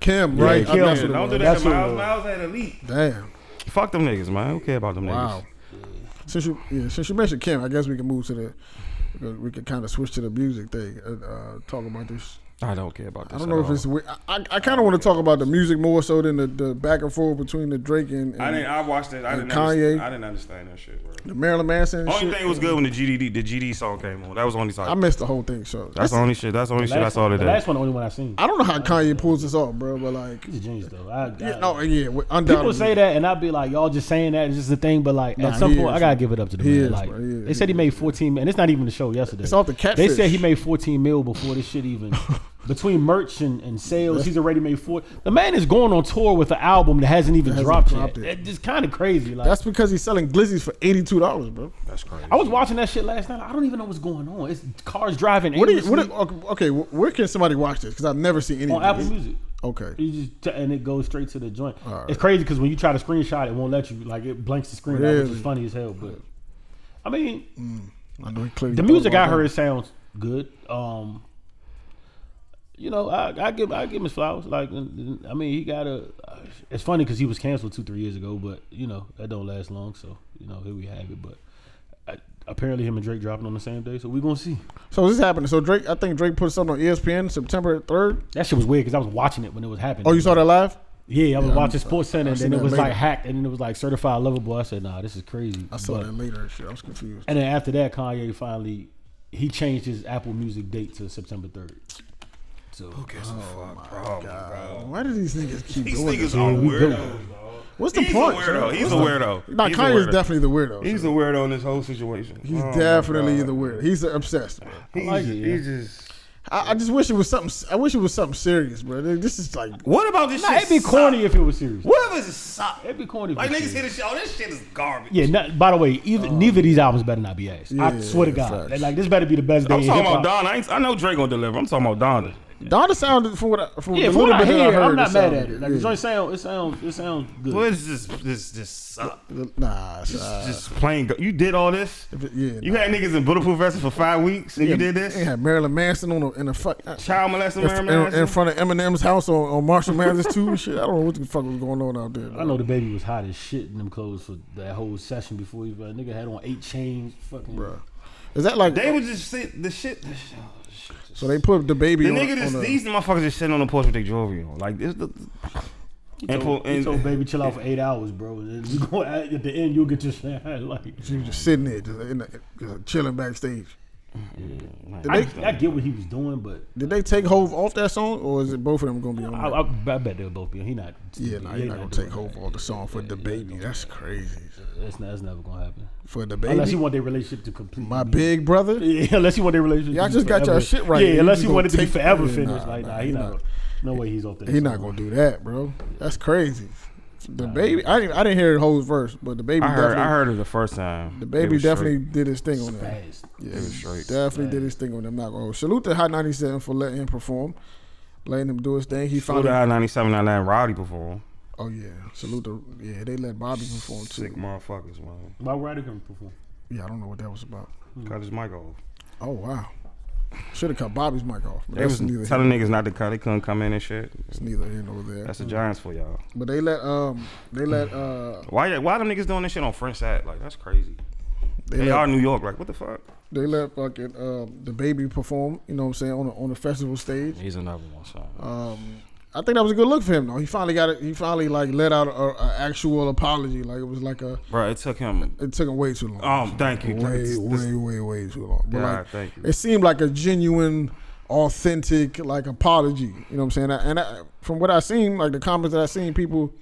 [SPEAKER 1] Kim, right?
[SPEAKER 3] Kim.
[SPEAKER 1] I- that's
[SPEAKER 3] Yeah,
[SPEAKER 1] what it
[SPEAKER 4] Don't do
[SPEAKER 1] was.
[SPEAKER 4] that
[SPEAKER 3] That's
[SPEAKER 4] to
[SPEAKER 3] what it
[SPEAKER 4] Miles.
[SPEAKER 3] was.
[SPEAKER 4] Miles had elite.
[SPEAKER 1] Damn.
[SPEAKER 4] Fuck them niggas, man. Who care about them
[SPEAKER 1] Wow.
[SPEAKER 4] niggas?
[SPEAKER 1] Since you yeah, since you mentioned Kim, I guess we can move to the we could, we could kind of switch to the music thing. and uh, talk about this
[SPEAKER 4] I don't care about this.
[SPEAKER 1] I don't
[SPEAKER 4] at
[SPEAKER 1] know if
[SPEAKER 4] all.
[SPEAKER 1] it's. Weird. I, I, I kind of want to talk about the music more so than the, the back and forth between the Drake and, and
[SPEAKER 2] I didn't. I watched it. I
[SPEAKER 1] And
[SPEAKER 2] didn't.
[SPEAKER 1] Kanye.
[SPEAKER 2] Kanye. I didn't understand that shit, bro.
[SPEAKER 1] the Marilyn Manson. and
[SPEAKER 2] Only
[SPEAKER 1] shit.
[SPEAKER 2] thing was good when the GDD the GD song came on. That was the only
[SPEAKER 1] I
[SPEAKER 2] song.
[SPEAKER 1] missed the whole thing. So
[SPEAKER 2] That's the only shit. That's the only shit I
[SPEAKER 3] Last-
[SPEAKER 2] saw
[SPEAKER 3] the
[SPEAKER 2] today.
[SPEAKER 3] last one, the only one I seen.
[SPEAKER 1] I don't know how Kanye pulls this off, bro. But like,
[SPEAKER 3] He's a genius though. I,
[SPEAKER 1] yeah,
[SPEAKER 3] I-
[SPEAKER 1] no, yeah, we- undoubtedly.
[SPEAKER 3] People say that, and I'd be like, "Y'all just saying that. It's just a thing." But like,
[SPEAKER 1] Nah,
[SPEAKER 3] at some
[SPEAKER 1] he
[SPEAKER 3] point,
[SPEAKER 1] is,
[SPEAKER 3] I gotta give it up to the
[SPEAKER 1] He
[SPEAKER 3] man.
[SPEAKER 1] is,
[SPEAKER 3] like,
[SPEAKER 1] bro. He is.
[SPEAKER 3] they said he made 14, mil- and it's not even the show yesterday.
[SPEAKER 1] It's off the
[SPEAKER 3] They
[SPEAKER 1] catfish.
[SPEAKER 3] said he made 14 mil before this shit even. Between merch and, and sales, he's already made four. The man is going on tour with an album that hasn't even
[SPEAKER 1] hasn't
[SPEAKER 3] dropped,
[SPEAKER 1] dropped
[SPEAKER 3] yet.
[SPEAKER 1] it.
[SPEAKER 3] It's kind of crazy. Like,
[SPEAKER 1] that's because he's selling glizzies for eighty two dollars, bro.
[SPEAKER 2] That's crazy.
[SPEAKER 3] I was watching that shit last night. I don't even know what's going on. It's cars driving.
[SPEAKER 1] What do you?
[SPEAKER 3] aimlessly
[SPEAKER 1] What? do- Okay, wh- where can somebody watch this? Because I've never seen any.
[SPEAKER 3] on
[SPEAKER 1] of
[SPEAKER 3] Apple
[SPEAKER 1] this.
[SPEAKER 3] Music.
[SPEAKER 1] Okay.
[SPEAKER 3] You just t- and it goes straight to the joint.
[SPEAKER 1] Alright.
[SPEAKER 3] It's crazy because when you try to screenshot, it won't let you. Like it blanks the screen, out, which
[SPEAKER 1] Really?
[SPEAKER 3] is funny as hell. But I mean,
[SPEAKER 1] I know he clearly
[SPEAKER 3] the
[SPEAKER 1] thought
[SPEAKER 3] music
[SPEAKER 1] about
[SPEAKER 3] I
[SPEAKER 1] that.
[SPEAKER 3] heard sounds good. Um, you know, I, I give I give him his flowers. Like, and- and- I mean, he got a. It's funny because he was canceled two three years ago, but you know that don't last long. So you know here we have it. But I, apparently, him and Drake dropping on the same day, so we gonna see.
[SPEAKER 1] So this happened. So Drake, I think Drake put something on E ESPN September third.
[SPEAKER 3] That shit was weird because I was watching it when it was happening.
[SPEAKER 1] Oh, you saw that live?
[SPEAKER 3] Yeah, I was
[SPEAKER 1] Yeah,
[SPEAKER 3] watching
[SPEAKER 1] I'm-
[SPEAKER 3] Sports Center,
[SPEAKER 1] I
[SPEAKER 3] and
[SPEAKER 1] seen
[SPEAKER 3] then it
[SPEAKER 1] that
[SPEAKER 3] was
[SPEAKER 1] later.
[SPEAKER 3] like hacked, and then it was like certified lover boy. I said, "Nah, this is crazy."
[SPEAKER 1] I saw
[SPEAKER 3] But-
[SPEAKER 1] that later. Shit, I was confused.
[SPEAKER 3] And then after that, Kanye finally he changed his Apple Music date to September third. So
[SPEAKER 1] Oh God, why do these niggas keep
[SPEAKER 2] These
[SPEAKER 1] doing this?
[SPEAKER 2] niggas are
[SPEAKER 3] we good.
[SPEAKER 2] weirdos.
[SPEAKER 1] What's the
[SPEAKER 2] He's a
[SPEAKER 1] point?
[SPEAKER 2] weirdo. He's a
[SPEAKER 1] What's the-
[SPEAKER 2] weirdo.
[SPEAKER 1] Nah,
[SPEAKER 2] He's a
[SPEAKER 1] Kanye's
[SPEAKER 2] weirdo.
[SPEAKER 1] definitely the weirdo.
[SPEAKER 2] He's the weirdo in this whole situation.
[SPEAKER 1] He's
[SPEAKER 2] Oh my
[SPEAKER 1] definitely
[SPEAKER 2] God.
[SPEAKER 1] the weirdo. He's obsessed. Bro.
[SPEAKER 2] He's,
[SPEAKER 3] like it, yeah.
[SPEAKER 2] he's just.
[SPEAKER 1] I, I just wish it was something. s- I wish it was something serious, bro. This is like
[SPEAKER 2] What about this
[SPEAKER 3] nah, it'd be corny if it was serious.
[SPEAKER 2] What if it's suck?
[SPEAKER 3] It'd be corny. If
[SPEAKER 2] Like
[SPEAKER 3] it was
[SPEAKER 2] niggas
[SPEAKER 3] serious. Um,
[SPEAKER 2] hear this shit. Oh, this shit is garbage.
[SPEAKER 3] Yeah. Not, by the way, either, neither of these albums better not be ass. I
[SPEAKER 1] Yeah,
[SPEAKER 3] swear to God,
[SPEAKER 1] facts.
[SPEAKER 3] They like this better be the best day.
[SPEAKER 2] I'm
[SPEAKER 3] in
[SPEAKER 2] talking about
[SPEAKER 3] hip-hop.
[SPEAKER 2] Don. I, ain't, I know Drake gonna deliver. I'm talking about Don.
[SPEAKER 1] Donna sounded from what I, from
[SPEAKER 3] Yeah,
[SPEAKER 1] the
[SPEAKER 3] from
[SPEAKER 1] little
[SPEAKER 3] what I
[SPEAKER 1] bit that
[SPEAKER 3] hear,
[SPEAKER 1] I heard.
[SPEAKER 3] I'm not mad
[SPEAKER 1] sounded
[SPEAKER 3] at it. Like the
[SPEAKER 1] good.
[SPEAKER 3] joint sound, it sounds, it sounds good.
[SPEAKER 2] What is this? This this suck.
[SPEAKER 1] Nah, it's, uh,
[SPEAKER 2] Just plain. go- You did all this.
[SPEAKER 1] if it- yeah.
[SPEAKER 2] You
[SPEAKER 1] nah.
[SPEAKER 2] had niggas in bulletproof vests for five weeks, and you did
[SPEAKER 1] They
[SPEAKER 2] this.
[SPEAKER 1] had Marilyn Manson on a, in a fuck.
[SPEAKER 2] Child molesting
[SPEAKER 1] in,
[SPEAKER 2] Marilyn
[SPEAKER 1] in, in
[SPEAKER 2] Manson?
[SPEAKER 1] front of Eminem's house on, on Marshall Mathers too. and Shit, I don't know what the fuck was going on out there.
[SPEAKER 3] I know the baby was hot as shit in them clothes for that whole session before he. But nigga had on eight chains, fucking.
[SPEAKER 1] bro. Is that like
[SPEAKER 2] They would just sit the shit. The, shit, oh, shit.
[SPEAKER 1] so? They put the baby.
[SPEAKER 2] The
[SPEAKER 1] on,
[SPEAKER 2] nigga
[SPEAKER 1] on
[SPEAKER 2] just
[SPEAKER 1] a-
[SPEAKER 2] these motherfuckers just sitting on the porch with their jewelry on. Like this. The,
[SPEAKER 3] He
[SPEAKER 2] and
[SPEAKER 3] told,
[SPEAKER 2] pull-
[SPEAKER 3] he
[SPEAKER 2] and-
[SPEAKER 3] told baby chill out for eight hours, bro. And then you go at, at the end, you'll get your shit. Like,
[SPEAKER 1] she was just sitting there, just, in the, just chilling backstage. Did
[SPEAKER 3] I,
[SPEAKER 1] they
[SPEAKER 3] I get what he was doing, but
[SPEAKER 1] did they take Hove off that song, or is it both of them gonna be on?
[SPEAKER 3] I,
[SPEAKER 1] that?
[SPEAKER 3] I, I bet they'll both be. He not.
[SPEAKER 1] yeah, nah,
[SPEAKER 3] he
[SPEAKER 1] you're not gonna
[SPEAKER 3] doing
[SPEAKER 1] take
[SPEAKER 3] that.
[SPEAKER 1] Hove off the song for the baby. That's crazy.
[SPEAKER 3] That's, not, that's never gonna happen.
[SPEAKER 1] For the
[SPEAKER 3] Unless you
[SPEAKER 1] baby,
[SPEAKER 3] want their relationship to complete.
[SPEAKER 1] my big brother.
[SPEAKER 3] Yeah, unless you want their relationship.
[SPEAKER 1] Y'all
[SPEAKER 3] to be
[SPEAKER 1] just got
[SPEAKER 3] forever.
[SPEAKER 1] y'all shit right.
[SPEAKER 3] Yeah,
[SPEAKER 1] You
[SPEAKER 3] unless
[SPEAKER 1] just
[SPEAKER 3] you want it to
[SPEAKER 1] gonna
[SPEAKER 3] be
[SPEAKER 1] take-
[SPEAKER 3] forever
[SPEAKER 1] yeah,
[SPEAKER 3] finished.
[SPEAKER 1] nah,
[SPEAKER 3] Like, nah,
[SPEAKER 1] nah,
[SPEAKER 3] he,
[SPEAKER 1] he
[SPEAKER 3] not.
[SPEAKER 1] not.
[SPEAKER 3] No way, he's off there.
[SPEAKER 1] He not gonna do that, bro. That's crazy. The baby, I didn't, I didn't hear Ho's verse, but the baby
[SPEAKER 2] I heard.
[SPEAKER 1] definitely,
[SPEAKER 2] I heard it the first time.
[SPEAKER 1] the baby definitely did his thing on that.
[SPEAKER 3] Fast.
[SPEAKER 1] Yeah,
[SPEAKER 2] was straight.
[SPEAKER 1] definitely did his thing on them. Not gonna hold. Salute to Hot 97 for letting him perform, letting him do his thing. He
[SPEAKER 2] Flew
[SPEAKER 1] finally.
[SPEAKER 2] to I ninety seven. I let Rowdy perform.
[SPEAKER 1] Oh yeah, salute to yeah. They let Bobby perform too.
[SPEAKER 2] Sick motherfuckers, man.
[SPEAKER 3] My rider can perform.
[SPEAKER 1] Yeah, I don't know what that was about.
[SPEAKER 2] Cut his mic off.
[SPEAKER 1] Oh wow, should have cut Bobby's mic off. But
[SPEAKER 2] They
[SPEAKER 1] that's
[SPEAKER 2] was
[SPEAKER 1] neither, here-
[SPEAKER 2] telling niggas not to cut. They couldn't come in and shit.
[SPEAKER 1] that's neither here nor there.
[SPEAKER 2] That's the Giants for y'all.
[SPEAKER 1] But they let um they let uh
[SPEAKER 2] Why? Why them niggas doing this shit on French side? Like that's crazy.
[SPEAKER 1] they,
[SPEAKER 2] They,
[SPEAKER 1] let,
[SPEAKER 2] are New York. Like what the fuck?
[SPEAKER 1] they let fucking um the baby perform. You know what I'm saying on a, on the festival stage.
[SPEAKER 2] He's another one. Son.
[SPEAKER 1] Um, I think that was a good look for him though. He finally got it. He finally like let out a, a actual apology. Like it was like a
[SPEAKER 2] Bro, it took him.
[SPEAKER 1] it took him way too long.
[SPEAKER 2] Um, thank you.
[SPEAKER 1] way
[SPEAKER 2] This-
[SPEAKER 1] way
[SPEAKER 2] this-
[SPEAKER 1] way way too long. But
[SPEAKER 2] God,
[SPEAKER 1] like
[SPEAKER 2] thank you.
[SPEAKER 1] it seemed like a genuine, authentic like apology. You know what I'm saying? And I, from what I seen, like the comments that I seen, people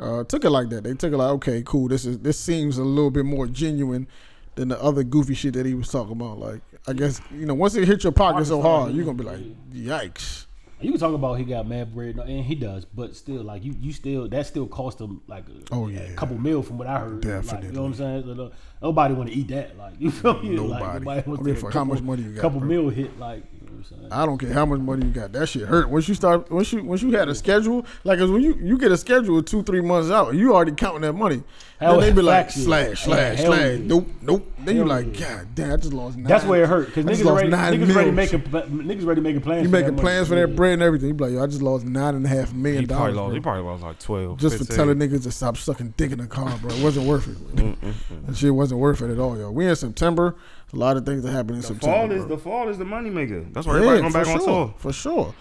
[SPEAKER 1] uh, took it like that. They took it like, okay, cool. This is this seems a little bit more genuine than the other goofy shit that he was talking about. Like I guess you know once it hit your pocket so hard, you're gonna be like, yikes.
[SPEAKER 3] You can talk about he got mad bread, no, and he does, but still, like you, you still that still cost him like a,
[SPEAKER 1] Oh,
[SPEAKER 3] a
[SPEAKER 1] yeah.
[SPEAKER 3] couple mil from what I heard. Like, you know what I'm
[SPEAKER 1] Definitely.
[SPEAKER 3] saying? Like, no- nobody want to eat that. Like you feel me? Like,
[SPEAKER 1] Nobody.
[SPEAKER 3] wants
[SPEAKER 1] I
[SPEAKER 3] to
[SPEAKER 1] give a
[SPEAKER 3] get
[SPEAKER 1] fuck how
[SPEAKER 3] a
[SPEAKER 1] much
[SPEAKER 3] couple-
[SPEAKER 1] money you got,
[SPEAKER 3] Couple
[SPEAKER 1] bro.
[SPEAKER 3] meal hit, like you know what I'm saying?
[SPEAKER 1] I don't care how much money you got. That shit hurt. Once you start, once you once you had a schedule, like 'cause when you you get a schedule two three months out, you already counting that money.
[SPEAKER 3] Hell,
[SPEAKER 1] then they be like
[SPEAKER 3] facts, yeah.
[SPEAKER 1] slash slash
[SPEAKER 3] Hell
[SPEAKER 1] slash.
[SPEAKER 3] yeah.
[SPEAKER 1] Nope nope. Then you
[SPEAKER 3] Hell
[SPEAKER 1] like God damn, I just lost. Nine,
[SPEAKER 3] That's where it hurt because
[SPEAKER 1] I just
[SPEAKER 3] niggas
[SPEAKER 1] lost
[SPEAKER 3] already
[SPEAKER 1] nine
[SPEAKER 3] niggas already
[SPEAKER 1] mils.
[SPEAKER 3] making pla- niggas already making plans.
[SPEAKER 1] You
[SPEAKER 3] for that
[SPEAKER 1] making
[SPEAKER 3] money.
[SPEAKER 1] plans for that
[SPEAKER 3] Yeah.
[SPEAKER 1] bread and everything. You be like, yo, I just lost nine and a half million
[SPEAKER 2] He probably
[SPEAKER 1] dollars
[SPEAKER 2] lost. He
[SPEAKER 1] bro,
[SPEAKER 2] probably lost like twelve.
[SPEAKER 1] just for
[SPEAKER 2] 15.
[SPEAKER 1] telling niggas to stop sucking dick in the car, bro. It wasn't worth it. that shit wasn't worth it at all, yo. We in September. a lot of things that happen in
[SPEAKER 2] The
[SPEAKER 1] September.
[SPEAKER 2] fall is
[SPEAKER 1] bro.
[SPEAKER 2] the fall is the money maker. That's why
[SPEAKER 1] Yeah,
[SPEAKER 2] everybody going
[SPEAKER 1] for
[SPEAKER 2] back
[SPEAKER 1] sure,
[SPEAKER 2] on tour.
[SPEAKER 1] for sure.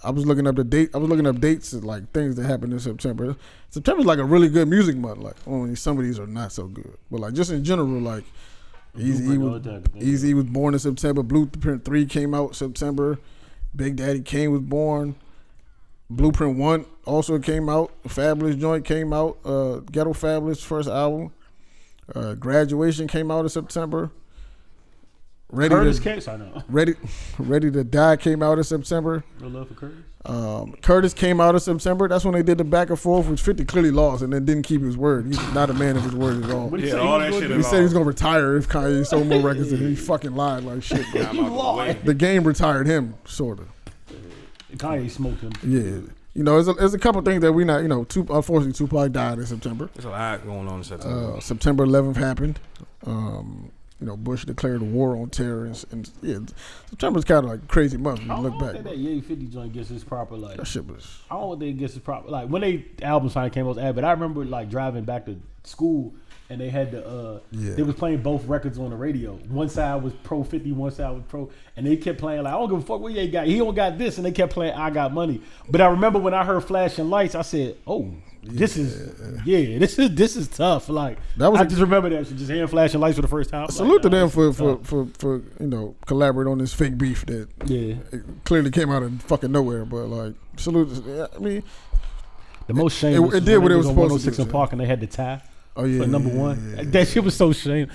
[SPEAKER 1] I was looking up the date. I was looking up dates of like things that happened in September. September's like a really good music month. Like only some of these are not so good, but like just in general, like Easy
[SPEAKER 3] Blueprint all
[SPEAKER 1] was
[SPEAKER 3] the time, thank you.
[SPEAKER 1] Easy was born in September. Blueprint three came out September. Big Daddy Kane was born. Blueprint one also came out. Fabulous joint came out. Uh, Ghetto Fabulous first album. Uh, graduation came out in September. Ready
[SPEAKER 3] Curtis
[SPEAKER 1] to
[SPEAKER 3] Case, I know.
[SPEAKER 1] Ready, Ready to Die came out in September.
[SPEAKER 3] No love for Curtis.
[SPEAKER 1] Um, Curtis came out in September. That's when they did the back and forth, which 50 clearly lost and then didn't keep his word. He's not a man of his word at all.
[SPEAKER 3] What
[SPEAKER 1] He
[SPEAKER 3] did
[SPEAKER 2] Yeah,
[SPEAKER 3] he say
[SPEAKER 2] all
[SPEAKER 3] he
[SPEAKER 2] that
[SPEAKER 3] was
[SPEAKER 2] shit
[SPEAKER 3] gonna
[SPEAKER 2] is
[SPEAKER 1] said he's going to retire if Kanye sold more records than he fucking lied like shit. bro.
[SPEAKER 2] I'm out the way.
[SPEAKER 1] The game retired him, sort of.
[SPEAKER 3] do? Kanye smoked him.
[SPEAKER 1] Yeah. You know, there's a, there's a couple things that we not, you know, Tup- unfortunately, Tupac died in September.
[SPEAKER 2] There's a lot going on in September.
[SPEAKER 1] Uh, September 11th happened. Um, you know, Bush declared war on terror. And, and yeah, September's kind of like a crazy month when
[SPEAKER 3] I
[SPEAKER 1] you
[SPEAKER 3] don't
[SPEAKER 1] look back.
[SPEAKER 3] think
[SPEAKER 1] bro.
[SPEAKER 3] that Ye 50 joint gets his proper like.
[SPEAKER 1] That shit was.
[SPEAKER 3] I don't think it gets his proper like when they albums finally came out. it was ad, But I remember like driving back to school and they had the uh
[SPEAKER 1] Yeah.
[SPEAKER 3] they was playing both records on the radio. One side was pro 50, one side was pro, and they kept playing like I don't give a fuck what Ye got. He don't got this, and they kept playing I got money. But I remember when I heard flashing lights, I said, oh. This is yeah. This is this is tough. Like
[SPEAKER 1] That was
[SPEAKER 3] I
[SPEAKER 1] a-
[SPEAKER 3] just remember that shit, just hearing flashing lights for the first time.
[SPEAKER 1] Salute to
[SPEAKER 3] like, nah,
[SPEAKER 1] them for
[SPEAKER 3] this is
[SPEAKER 1] for,
[SPEAKER 3] tough.
[SPEAKER 1] for for you know collaborate on this fake beef that
[SPEAKER 3] yeah.
[SPEAKER 1] clearly came out of fucking nowhere. But like salute, I mean,
[SPEAKER 3] The most shameless.
[SPEAKER 1] it
[SPEAKER 3] was
[SPEAKER 1] did
[SPEAKER 3] when
[SPEAKER 1] what
[SPEAKER 3] they
[SPEAKER 1] it was
[SPEAKER 3] on
[SPEAKER 1] supposed to
[SPEAKER 3] 106
[SPEAKER 1] do,
[SPEAKER 3] and
[SPEAKER 1] yeah.
[SPEAKER 3] Park and they had the tie.
[SPEAKER 1] oh yeah,
[SPEAKER 3] for number
[SPEAKER 1] yeah,
[SPEAKER 3] one.
[SPEAKER 1] yeah, yeah.
[SPEAKER 3] That shit was so shame.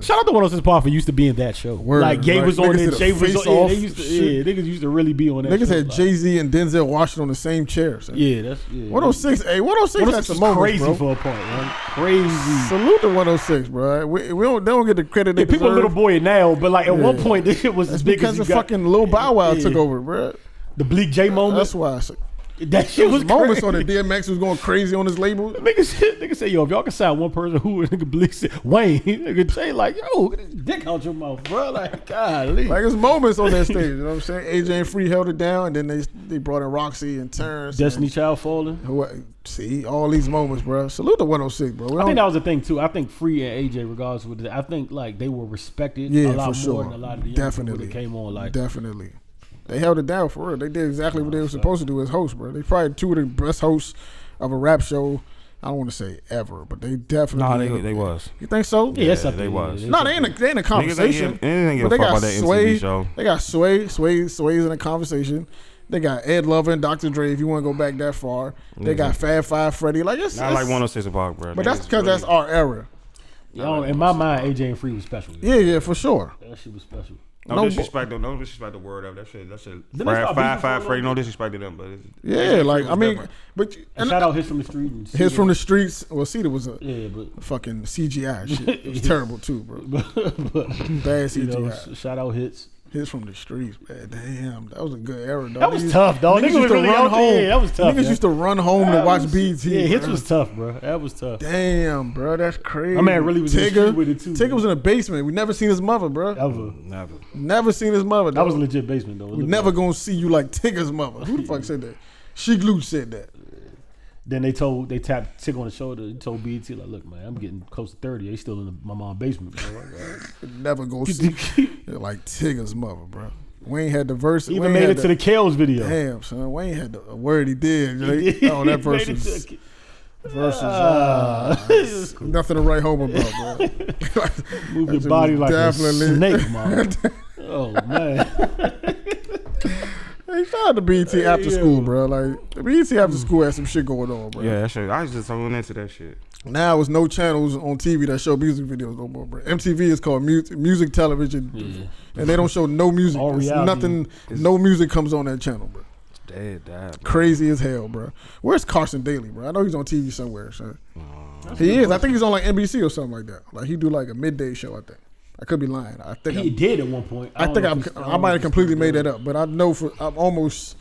[SPEAKER 3] Shout out to 106 Park for used to being that show.
[SPEAKER 1] Word,
[SPEAKER 3] like Jay
[SPEAKER 1] right.
[SPEAKER 3] was on
[SPEAKER 1] Niggas
[SPEAKER 3] it.
[SPEAKER 1] did a
[SPEAKER 3] Jay was on. Yeah,
[SPEAKER 1] face-off
[SPEAKER 3] they used to, yeah,
[SPEAKER 1] shit.
[SPEAKER 3] niggas used to really be on that.
[SPEAKER 1] Niggas
[SPEAKER 3] show,
[SPEAKER 1] had
[SPEAKER 3] like-
[SPEAKER 1] Jay Z and Denzel Washington on the same chair. Son.
[SPEAKER 3] Yeah, that's yeah.
[SPEAKER 1] 106, hey, 106 had
[SPEAKER 3] 106
[SPEAKER 1] some
[SPEAKER 3] was
[SPEAKER 1] moments,
[SPEAKER 3] crazy
[SPEAKER 1] bro.
[SPEAKER 3] for a point. Right? Crazy.
[SPEAKER 1] Salute to 106, bro. We, we don't they don't get the credit they
[SPEAKER 3] Yeah, people
[SPEAKER 1] deserve.
[SPEAKER 3] little boy it now, but like at one
[SPEAKER 1] Yeah.
[SPEAKER 3] point this shit was
[SPEAKER 1] That's
[SPEAKER 3] as big as
[SPEAKER 1] because
[SPEAKER 3] you
[SPEAKER 1] of
[SPEAKER 3] got.
[SPEAKER 1] fucking Lil Bow Wow
[SPEAKER 3] Yeah.
[SPEAKER 1] took over, bro.
[SPEAKER 3] the bleak J moment.
[SPEAKER 1] That's why. I said-
[SPEAKER 3] That
[SPEAKER 1] There
[SPEAKER 3] shit
[SPEAKER 1] was
[SPEAKER 3] was
[SPEAKER 1] moments
[SPEAKER 3] crazy.
[SPEAKER 1] on it. DMX was going crazy on his label.
[SPEAKER 3] Niggas, niggas say, yo, if y'all can sign one person who nigga bleak said, Wayne, nigga Jay like, yo, get his dick out your mouth, bro. Like, golly.
[SPEAKER 1] Like it's moments on that stage, you know what I'm saying? AJ and Free held it down, and then they they brought in Roxy and Terrence.
[SPEAKER 3] Destiny Child falling.
[SPEAKER 1] and who- see all these moments, bro. Salute to 106, bro. We
[SPEAKER 3] I
[SPEAKER 1] don't-
[SPEAKER 3] think that was the thing too. I think Free and AJ, regardless with I think like they were respected
[SPEAKER 1] yeah,
[SPEAKER 3] a lot
[SPEAKER 1] for
[SPEAKER 3] more
[SPEAKER 1] sure.
[SPEAKER 3] than a lot of the young
[SPEAKER 1] Definitely
[SPEAKER 3] people that came on. Like
[SPEAKER 1] definitely, they held it down for real. They did exactly what they were supposed to do as hosts, bro. They probably two of the best hosts of a rap show. I don't want to say ever, but they definitely.
[SPEAKER 2] Nah, they they was.
[SPEAKER 1] you think so?
[SPEAKER 3] yeah, that's
[SPEAKER 2] Yeah,
[SPEAKER 3] up
[SPEAKER 2] they
[SPEAKER 3] there.
[SPEAKER 2] was.
[SPEAKER 3] Yeah,
[SPEAKER 1] No, they ain't a, they ain't a conversation.
[SPEAKER 2] give- they didn't give
[SPEAKER 1] but
[SPEAKER 2] a
[SPEAKER 1] they
[SPEAKER 2] fuck
[SPEAKER 1] got
[SPEAKER 2] about that MTV
[SPEAKER 1] Sway.
[SPEAKER 2] show.
[SPEAKER 1] They got Sway, Sway, Sway's in a conversation. They got Ed Lover and Dr. Dre. If you want to go back that far, they got Fab Five Freddy. Like it's,
[SPEAKER 2] Not
[SPEAKER 1] it's-
[SPEAKER 2] like 106 o'clock, bro.
[SPEAKER 1] But that's because that's our era.
[SPEAKER 3] You know, in my mind, AJ and Free was special.
[SPEAKER 1] Yeah, yeah, for sure.
[SPEAKER 3] That shit was special.
[SPEAKER 2] No,
[SPEAKER 1] No,
[SPEAKER 2] disrespect, no disrespect the word of that shit. That shit.
[SPEAKER 3] they
[SPEAKER 2] Fried-
[SPEAKER 3] start
[SPEAKER 2] fried-
[SPEAKER 3] beefing for a
[SPEAKER 2] fried
[SPEAKER 3] little
[SPEAKER 2] Freddy, no disrespect to them, but it's-
[SPEAKER 1] Yeah, like
[SPEAKER 2] was
[SPEAKER 1] I mean,
[SPEAKER 2] different.
[SPEAKER 1] but you-
[SPEAKER 3] And
[SPEAKER 1] and
[SPEAKER 3] shout out his from the street. And
[SPEAKER 1] his from the streets. Well, Cedar was a
[SPEAKER 3] yeah, but,
[SPEAKER 1] fucking CGI shit. It was terrible too, bro.
[SPEAKER 3] but
[SPEAKER 1] Bad
[SPEAKER 3] you know,
[SPEAKER 1] CGI.
[SPEAKER 3] sh- shout out hits.
[SPEAKER 1] His from the streets, man. Damn, that was a good era, dog.
[SPEAKER 3] That was tough, dog. Niggas was really out there.
[SPEAKER 1] home.
[SPEAKER 3] Yeah, that was tough,
[SPEAKER 1] Niggas
[SPEAKER 3] yeah.
[SPEAKER 1] used to run home to
[SPEAKER 3] That
[SPEAKER 1] watch
[SPEAKER 3] was-
[SPEAKER 1] BT.
[SPEAKER 3] Yeah, hits
[SPEAKER 1] bro.
[SPEAKER 3] was tough, bro. That was tough.
[SPEAKER 1] Damn, bro, that's crazy.
[SPEAKER 3] My man really was in the street with it, too,
[SPEAKER 1] Tigger
[SPEAKER 3] bro.
[SPEAKER 1] was in the basement. We never seen his mother, bro.
[SPEAKER 3] That was
[SPEAKER 2] never.
[SPEAKER 1] Never seen his mother.
[SPEAKER 3] that was
[SPEAKER 1] dog.
[SPEAKER 3] legit basement though.
[SPEAKER 1] We
[SPEAKER 3] Look
[SPEAKER 1] never
[SPEAKER 3] at
[SPEAKER 1] gonna see you like Tigger's mother. Who the fuck said that? She Glue said that.
[SPEAKER 3] it. Then they told they tapped Tick on the shoulder. and Told BET like, look, man, I'm getting close to thirty. They still in the, my mom's basement. Bro.
[SPEAKER 1] Never gonna see you like Tigger's mother, bro. Wayne had the verse.
[SPEAKER 3] Even
[SPEAKER 1] Wayne
[SPEAKER 3] made
[SPEAKER 1] had
[SPEAKER 3] it to the Kales video.
[SPEAKER 1] Damn, son. Wayne had the, a word he did.
[SPEAKER 3] He
[SPEAKER 1] Jay. Oh, that
[SPEAKER 3] made
[SPEAKER 1] verse
[SPEAKER 3] it
[SPEAKER 1] is,
[SPEAKER 3] to-
[SPEAKER 1] verse is,
[SPEAKER 3] Ah.
[SPEAKER 1] ah, it's nothing to write home about, bro.
[SPEAKER 3] Move your
[SPEAKER 1] That's
[SPEAKER 3] body like
[SPEAKER 1] definitely-
[SPEAKER 3] a snake, man. oh man,
[SPEAKER 1] Hey, shout out to BT after
[SPEAKER 3] Yeah.
[SPEAKER 1] school, bro. Like the BT after
[SPEAKER 3] Mm.
[SPEAKER 1] school had some shit going on, bro.
[SPEAKER 2] Yeah, that shit. I was just on into that shit.
[SPEAKER 1] Now it's no channels on TV that show music videos no more, bro. MTV is called music, music television, and they don't show no music.
[SPEAKER 3] All
[SPEAKER 1] It's
[SPEAKER 3] reality
[SPEAKER 1] nothing, no music comes on that channel, bro.
[SPEAKER 2] It's dead, dad.
[SPEAKER 1] Crazy as hell, bro. Where's Carson Daly, bro? I know he's on TV somewhere, son. He is. I think he's on like NBC or something like that. Like he do like a midday show. I think. I could be lying. I think.
[SPEAKER 3] he
[SPEAKER 1] I'm-
[SPEAKER 3] did at one point.
[SPEAKER 1] I,
[SPEAKER 3] don't
[SPEAKER 1] think
[SPEAKER 3] know if
[SPEAKER 1] I'm,
[SPEAKER 3] he's still-
[SPEAKER 1] I might have
[SPEAKER 3] don't know if
[SPEAKER 1] completely
[SPEAKER 3] he's
[SPEAKER 1] made
[SPEAKER 3] still
[SPEAKER 1] that up, but I know for I'm almost.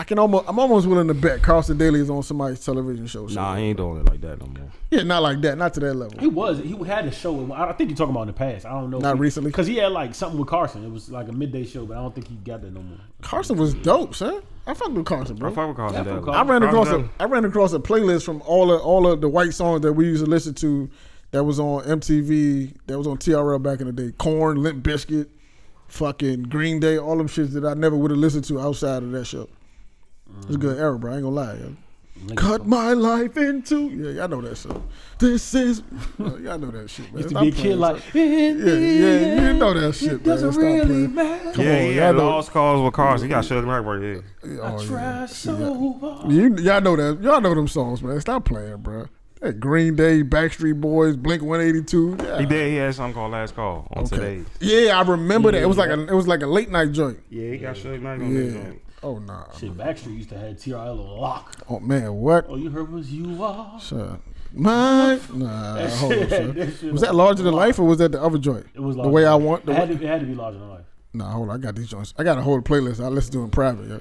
[SPEAKER 1] I can almost. I'm almost willing to bet Carson Daly is on somebody's television show.
[SPEAKER 2] Nah,
[SPEAKER 1] somewhere.
[SPEAKER 2] I ain't doing it like that no more.
[SPEAKER 1] yeah, not like that. Not to that level.
[SPEAKER 3] He was. He had a show. and I I think you're talking about in the past. I don't know.
[SPEAKER 1] Not recently?
[SPEAKER 3] because he had like something with Carson. It was like a midday show, but I don't think he got that no more.
[SPEAKER 1] Carson was dope, son. I fucked with Carson,
[SPEAKER 2] I
[SPEAKER 1] bro.
[SPEAKER 2] fuck with Carson
[SPEAKER 3] That fuck
[SPEAKER 2] Daly.
[SPEAKER 3] Carson-
[SPEAKER 1] I ran across
[SPEAKER 2] Carson
[SPEAKER 1] a I ran across a playlist from all of all of the white songs that we used to listen to that was on MTV, that was on TRL back in the day. Corn, Limp Biscuit, fucking Green Day, all them shits that I never would have listened to outside of that show. It's a good era, bro. I ain't gonna lie. yo. Cut my life into yeah, y'all know that song. This is yeah, y'all know that shit, man.
[SPEAKER 3] Used to
[SPEAKER 1] Stop
[SPEAKER 3] be a kid
[SPEAKER 1] playing,
[SPEAKER 3] like,
[SPEAKER 1] son.
[SPEAKER 3] "In
[SPEAKER 1] yeah,
[SPEAKER 3] the
[SPEAKER 1] yeah, you know
[SPEAKER 3] end,
[SPEAKER 1] that shit, man.
[SPEAKER 3] It doesn't
[SPEAKER 1] Stop
[SPEAKER 3] really
[SPEAKER 1] playing.
[SPEAKER 3] matter.
[SPEAKER 2] Yeah,
[SPEAKER 1] on,
[SPEAKER 2] he had
[SPEAKER 1] y'all know-
[SPEAKER 2] lost calls with cars. He got shut down right here.
[SPEAKER 1] Oh,
[SPEAKER 3] I
[SPEAKER 1] yeah.
[SPEAKER 3] try
[SPEAKER 1] See, y'all-
[SPEAKER 3] so hard.
[SPEAKER 1] You y'all know that y'all know them songs, man. Stop playing, bro. That Green Day, Backstreet Boys, Blink One Eighty Two.
[SPEAKER 2] He did. He had something called Last Call on today.
[SPEAKER 1] Yeah, I remember that. It was like a it was like a late night joint.
[SPEAKER 2] Yeah, he got Suge Knight on that
[SPEAKER 1] Yeah.
[SPEAKER 2] joint.
[SPEAKER 1] Oh nah.
[SPEAKER 3] Shit, Backstreet used to have TRL on lock.
[SPEAKER 1] Oh man, what?
[SPEAKER 3] All you heard was you are.
[SPEAKER 1] Sir. My nah.
[SPEAKER 3] That
[SPEAKER 1] Hold on,
[SPEAKER 3] shit-
[SPEAKER 1] sir.
[SPEAKER 3] that shit
[SPEAKER 1] Was
[SPEAKER 3] like-
[SPEAKER 1] that larger than life or was that the other joint?
[SPEAKER 3] It was
[SPEAKER 1] the way I want. The
[SPEAKER 3] it, had
[SPEAKER 1] way,
[SPEAKER 3] to, it had to be larger than life.
[SPEAKER 1] nah, hold on. I got these joints. I got a whole playlist. I listen to in private. Yeah.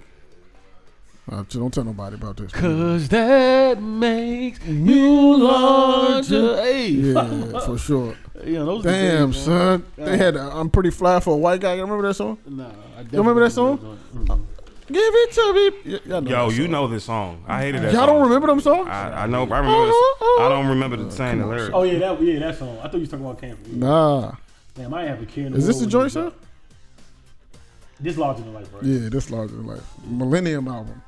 [SPEAKER 1] Uh, so don't tell nobody about this.
[SPEAKER 3] Cause that makes you larger. Hey,
[SPEAKER 1] Yeah, for sure.
[SPEAKER 3] you know, those
[SPEAKER 1] Damn,
[SPEAKER 3] the days, man.
[SPEAKER 1] son. They had i I'm pretty fly for a white guy. You remember that song?
[SPEAKER 3] Nah, I
[SPEAKER 1] You remember that
[SPEAKER 3] definitely don't.
[SPEAKER 1] Give it to me. Y- y'all know
[SPEAKER 2] Yo,
[SPEAKER 1] that
[SPEAKER 2] you
[SPEAKER 1] song.
[SPEAKER 2] know this song. I hated that.
[SPEAKER 1] Y'all don't
[SPEAKER 2] song.
[SPEAKER 1] remember them songs?
[SPEAKER 2] I, I know. I remember. This, I don't remember the saying the lyrics.
[SPEAKER 3] Oh yeah, that yeah that song. I thought you was talking about Camp. Yeah.
[SPEAKER 1] Nah.
[SPEAKER 3] Damn, I ain't have a care in the
[SPEAKER 1] Is this
[SPEAKER 3] world
[SPEAKER 1] the
[SPEAKER 3] when
[SPEAKER 1] joint,
[SPEAKER 3] you-
[SPEAKER 1] sir?
[SPEAKER 3] This larger than life, bro.
[SPEAKER 1] Yeah, this larger than life. Millennium album.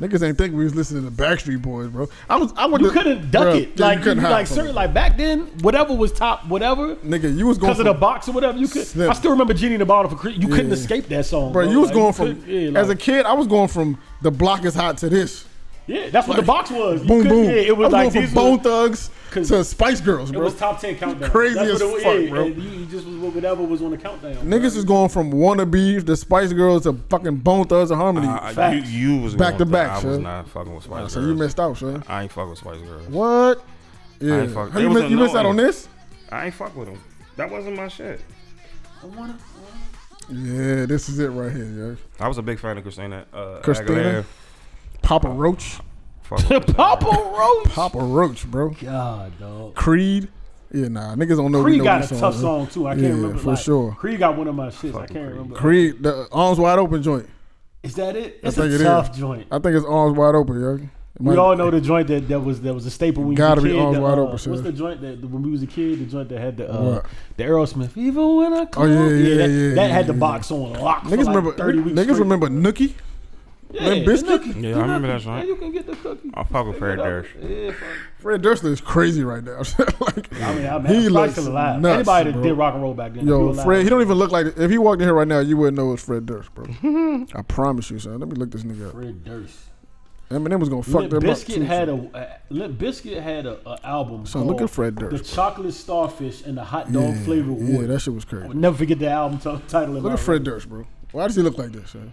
[SPEAKER 1] Niggas ain't think we was listening to Backstreet Boys, bro. I was I went
[SPEAKER 3] You
[SPEAKER 1] to-
[SPEAKER 3] couldn't duck
[SPEAKER 1] Bruh, yeah,
[SPEAKER 3] it. Like, you
[SPEAKER 1] couldn't hide
[SPEAKER 3] like
[SPEAKER 1] from
[SPEAKER 3] certain,
[SPEAKER 1] it.
[SPEAKER 3] like back then, whatever was top, whatever,
[SPEAKER 1] Nigga, you was going
[SPEAKER 3] because of the
[SPEAKER 1] from,
[SPEAKER 3] box or whatever. You could.
[SPEAKER 1] Snip.
[SPEAKER 3] I still remember Genie in the Bottle for Cre- You couldn't
[SPEAKER 1] Yeah.
[SPEAKER 3] escape that song,
[SPEAKER 1] bro, you was
[SPEAKER 3] Like,
[SPEAKER 1] going from
[SPEAKER 3] couldn't- yeah,
[SPEAKER 1] as a
[SPEAKER 3] like-
[SPEAKER 1] kid, I was going from the block is hot to this.
[SPEAKER 3] yeah, that's what the box was. You
[SPEAKER 1] Boom
[SPEAKER 3] couldn't-
[SPEAKER 1] boom.
[SPEAKER 3] Yeah, it was
[SPEAKER 1] I
[SPEAKER 3] like
[SPEAKER 1] was going
[SPEAKER 3] these
[SPEAKER 1] from
[SPEAKER 3] was-
[SPEAKER 1] Bone Thugs to Spice Girls,
[SPEAKER 3] It
[SPEAKER 1] bro.
[SPEAKER 3] was top ten countdown.
[SPEAKER 1] Crazy
[SPEAKER 3] That's
[SPEAKER 1] as
[SPEAKER 3] what it was,
[SPEAKER 1] fuck,
[SPEAKER 3] yeah,
[SPEAKER 1] bro.
[SPEAKER 3] and You you just was whatever was on the countdown.
[SPEAKER 1] Niggas is going from wannabes to Spice Girls to fucking Bone Thugs and Harmony.
[SPEAKER 2] I, I, you,
[SPEAKER 3] Facts.
[SPEAKER 2] you was going
[SPEAKER 1] Back to
[SPEAKER 2] through-
[SPEAKER 1] back,
[SPEAKER 2] I was
[SPEAKER 1] son.
[SPEAKER 2] not fucking with Spice
[SPEAKER 1] so
[SPEAKER 2] Girls.
[SPEAKER 1] you missed out, son.
[SPEAKER 2] I ain't fucking with Spice Girls.
[SPEAKER 1] What? Yeah.
[SPEAKER 2] ain't fuck-
[SPEAKER 1] How
[SPEAKER 2] it
[SPEAKER 1] you
[SPEAKER 2] was
[SPEAKER 1] miss, you miss out on
[SPEAKER 2] annoying.
[SPEAKER 1] this?
[SPEAKER 2] I ain't fuck with them. That wasn't my shit.
[SPEAKER 3] I wanna-
[SPEAKER 1] Yeah, this is it right here, yo.
[SPEAKER 2] I was a big fan of Christina. Uh,
[SPEAKER 1] Christina?
[SPEAKER 2] Christina.
[SPEAKER 1] Papa Roach.
[SPEAKER 2] Fuck with Christina.
[SPEAKER 3] Papa Roach.
[SPEAKER 1] Papa Roach, bro.
[SPEAKER 3] God, dog.
[SPEAKER 1] Creed. Yeah, nah, niggas don't know. we
[SPEAKER 3] Creed
[SPEAKER 1] know
[SPEAKER 3] got
[SPEAKER 1] these
[SPEAKER 3] a
[SPEAKER 1] songs,
[SPEAKER 3] tough
[SPEAKER 1] huh?
[SPEAKER 3] song too. I can't
[SPEAKER 1] Yeah,
[SPEAKER 3] remember.
[SPEAKER 1] for
[SPEAKER 3] like,
[SPEAKER 1] sure.
[SPEAKER 3] Creed got one of my shits. I can't remember.
[SPEAKER 1] Creed, the arms wide open joint.
[SPEAKER 3] Is that it? It's
[SPEAKER 1] think
[SPEAKER 3] a
[SPEAKER 1] it
[SPEAKER 3] tough
[SPEAKER 1] is.
[SPEAKER 3] joint.
[SPEAKER 1] I think it's arms wide open, yo. It
[SPEAKER 3] We
[SPEAKER 1] might-
[SPEAKER 3] all know the joint that, that was that was a staple when
[SPEAKER 1] Gotta
[SPEAKER 3] you
[SPEAKER 1] be
[SPEAKER 3] was a kid.
[SPEAKER 1] arms
[SPEAKER 3] the,
[SPEAKER 1] wide
[SPEAKER 3] uh,
[SPEAKER 1] open,
[SPEAKER 3] What's
[SPEAKER 1] sis.
[SPEAKER 3] the joint that when we was a kid? The joint that had the uh,
[SPEAKER 1] What? Oh,
[SPEAKER 3] the Aerosmith. Even when I come,
[SPEAKER 1] yeah, yeah,
[SPEAKER 3] that,
[SPEAKER 1] yeah,
[SPEAKER 3] that
[SPEAKER 1] yeah,
[SPEAKER 3] had the
[SPEAKER 1] yeah.
[SPEAKER 3] box on lock. for
[SPEAKER 1] Niggas
[SPEAKER 3] like
[SPEAKER 1] remember.
[SPEAKER 3] thirty weeks.
[SPEAKER 1] Niggas
[SPEAKER 3] straight.
[SPEAKER 1] remember Nookie.
[SPEAKER 3] yeah,
[SPEAKER 1] Limp
[SPEAKER 3] the
[SPEAKER 1] Bizkit?
[SPEAKER 3] cookie,
[SPEAKER 2] Yeah,
[SPEAKER 3] the
[SPEAKER 2] I remember
[SPEAKER 3] cookie.
[SPEAKER 2] that joint.
[SPEAKER 3] Yeah, you can get the cookie.
[SPEAKER 2] I fuck with Fred
[SPEAKER 3] Pick it up.
[SPEAKER 2] Durst.
[SPEAKER 3] Yeah, fuck.
[SPEAKER 1] Fred Dursley is crazy right now. like,
[SPEAKER 3] I mean, I'm
[SPEAKER 1] He
[SPEAKER 3] he
[SPEAKER 1] looks
[SPEAKER 3] still alive.
[SPEAKER 1] nuts,
[SPEAKER 3] Anybody that
[SPEAKER 1] bro.
[SPEAKER 3] did rock and roll back then,
[SPEAKER 1] yo,
[SPEAKER 3] still alive.
[SPEAKER 1] Fred, he don't even look like. If he walked in here right now, you wouldn't know it's Fred Durst, bro. I promise you, son. Let me look this nigga up.
[SPEAKER 3] Fred Durst.
[SPEAKER 1] Eminem was gonna fuck
[SPEAKER 3] Limp
[SPEAKER 1] them up.
[SPEAKER 3] Biscuit
[SPEAKER 1] too,
[SPEAKER 3] had
[SPEAKER 1] son.
[SPEAKER 3] a uh, Limp Biscuit had a, a album
[SPEAKER 1] So
[SPEAKER 3] called
[SPEAKER 1] look at Fred Durst,
[SPEAKER 3] The
[SPEAKER 1] bro.
[SPEAKER 3] Chocolate Starfish and the Hot Dog Flavor
[SPEAKER 1] Yeah,
[SPEAKER 3] Water.
[SPEAKER 1] that shit was crazy.
[SPEAKER 3] I'll never forget the album t- title. in
[SPEAKER 1] Look
[SPEAKER 3] my
[SPEAKER 1] at Fred Durst, bro. Why does he look like this? Son?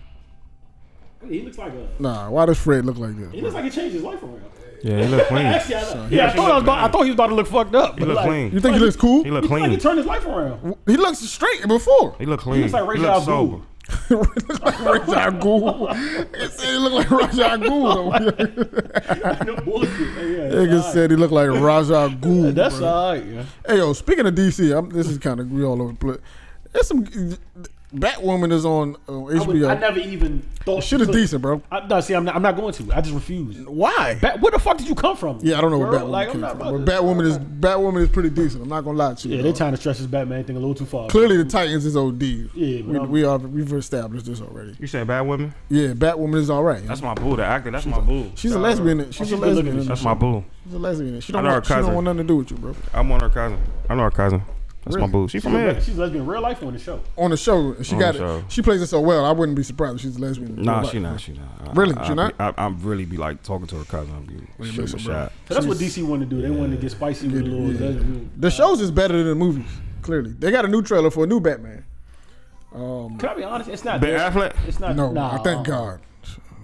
[SPEAKER 3] life. He looks like a.
[SPEAKER 1] Nah, why does Fred look like this?
[SPEAKER 3] He looks like he changed his life around.
[SPEAKER 2] Yeah, he look clean.
[SPEAKER 3] Actually, I, yeah, I
[SPEAKER 2] actually looked
[SPEAKER 3] thought, I, was about, I
[SPEAKER 2] clean.
[SPEAKER 3] thought he was about to look fucked up.
[SPEAKER 2] He
[SPEAKER 3] but
[SPEAKER 2] look
[SPEAKER 3] like,
[SPEAKER 1] You
[SPEAKER 2] clean.
[SPEAKER 1] think he looks cool?
[SPEAKER 2] He look
[SPEAKER 3] He looked like he
[SPEAKER 2] clean.
[SPEAKER 3] turned his life around.
[SPEAKER 1] He looks straight before.
[SPEAKER 2] He look clean.
[SPEAKER 3] looks like
[SPEAKER 2] He
[SPEAKER 3] Rachel
[SPEAKER 2] look
[SPEAKER 3] Abdul.
[SPEAKER 2] sober.
[SPEAKER 1] he looked like Rajah Ghoul. He said he looked like Rajah
[SPEAKER 3] Oh
[SPEAKER 1] Ghoul.
[SPEAKER 3] No bullshit. Yeah, that's
[SPEAKER 1] Nigga
[SPEAKER 3] all right.
[SPEAKER 1] said he looked like Rajah Ghoul.
[SPEAKER 3] That's
[SPEAKER 1] bro.
[SPEAKER 3] all right. Yeah.
[SPEAKER 1] Hey yo, speaking of DC, I'm, this is kind of we all over the place. There's some Batwoman is on uh,
[SPEAKER 3] I, would- I
[SPEAKER 1] HBO.
[SPEAKER 3] never even thought
[SPEAKER 1] Shit
[SPEAKER 3] you
[SPEAKER 1] is
[SPEAKER 3] could-
[SPEAKER 1] decent, bro.
[SPEAKER 3] I, no, see, I'm not, I'm not going to. I just refuse.
[SPEAKER 1] Why?
[SPEAKER 3] Bat, where the fuck did you come from?
[SPEAKER 1] yeah, I don't know where
[SPEAKER 3] girl?
[SPEAKER 1] Batwoman
[SPEAKER 3] Like, I'm
[SPEAKER 1] came
[SPEAKER 3] not
[SPEAKER 1] from, but
[SPEAKER 3] about to-
[SPEAKER 1] Batwoman is Batwoman is pretty decent. I'm not gonna lie to you.
[SPEAKER 3] Yeah,
[SPEAKER 1] bro.
[SPEAKER 3] they're trying to stretch this Batman thing a little too far.
[SPEAKER 1] Clearly, the Titans is OD. Yeah,
[SPEAKER 3] Yeah, but
[SPEAKER 1] we,
[SPEAKER 3] I'm-
[SPEAKER 1] we are we've established this already.
[SPEAKER 2] You said bad women?
[SPEAKER 1] Yeah, Batwoman is all right.
[SPEAKER 2] That's my boo. The actor. That's my boo.
[SPEAKER 1] She's a
[SPEAKER 2] Shout out.
[SPEAKER 1] lesbian. in it. She's
[SPEAKER 3] she's
[SPEAKER 1] a
[SPEAKER 3] good Oh, looking.
[SPEAKER 1] lesbian. in it.
[SPEAKER 2] That's my boo.
[SPEAKER 1] She's a lesbian. in it. She
[SPEAKER 2] I
[SPEAKER 1] don't,
[SPEAKER 2] know her
[SPEAKER 1] want, she don't
[SPEAKER 2] cousin.
[SPEAKER 1] want nothing to do with you, bro.
[SPEAKER 2] I'm on her cousin. I know her cousin. That's
[SPEAKER 1] Really?
[SPEAKER 2] my boo. She from here.
[SPEAKER 3] She's lesbian, real life on the show.
[SPEAKER 1] On the show, she
[SPEAKER 2] On
[SPEAKER 1] got
[SPEAKER 2] the
[SPEAKER 1] it.
[SPEAKER 2] show.
[SPEAKER 1] She plays it so well. I wouldn't be surprised if she's a lesbian. in
[SPEAKER 2] Nah,
[SPEAKER 1] real
[SPEAKER 2] she
[SPEAKER 1] life.
[SPEAKER 2] not. She not. I-
[SPEAKER 1] Really?
[SPEAKER 2] I,
[SPEAKER 1] She
[SPEAKER 2] I,
[SPEAKER 1] not?
[SPEAKER 2] I, I really be like talking to her cousin. I'm be
[SPEAKER 1] a
[SPEAKER 2] shooting
[SPEAKER 1] minute,
[SPEAKER 2] a
[SPEAKER 1] bro.
[SPEAKER 2] shot.
[SPEAKER 3] So that's what DC wanted to do. They wanted to get spicy with a little lesbian.
[SPEAKER 1] The shows is better than the movies. Clearly, they got a new trailer for a new Batman.
[SPEAKER 3] Can I be honest? It's not.
[SPEAKER 2] Ben
[SPEAKER 3] there.
[SPEAKER 2] Affleck.
[SPEAKER 3] It's not.
[SPEAKER 1] No,
[SPEAKER 3] nah.
[SPEAKER 1] I thank God.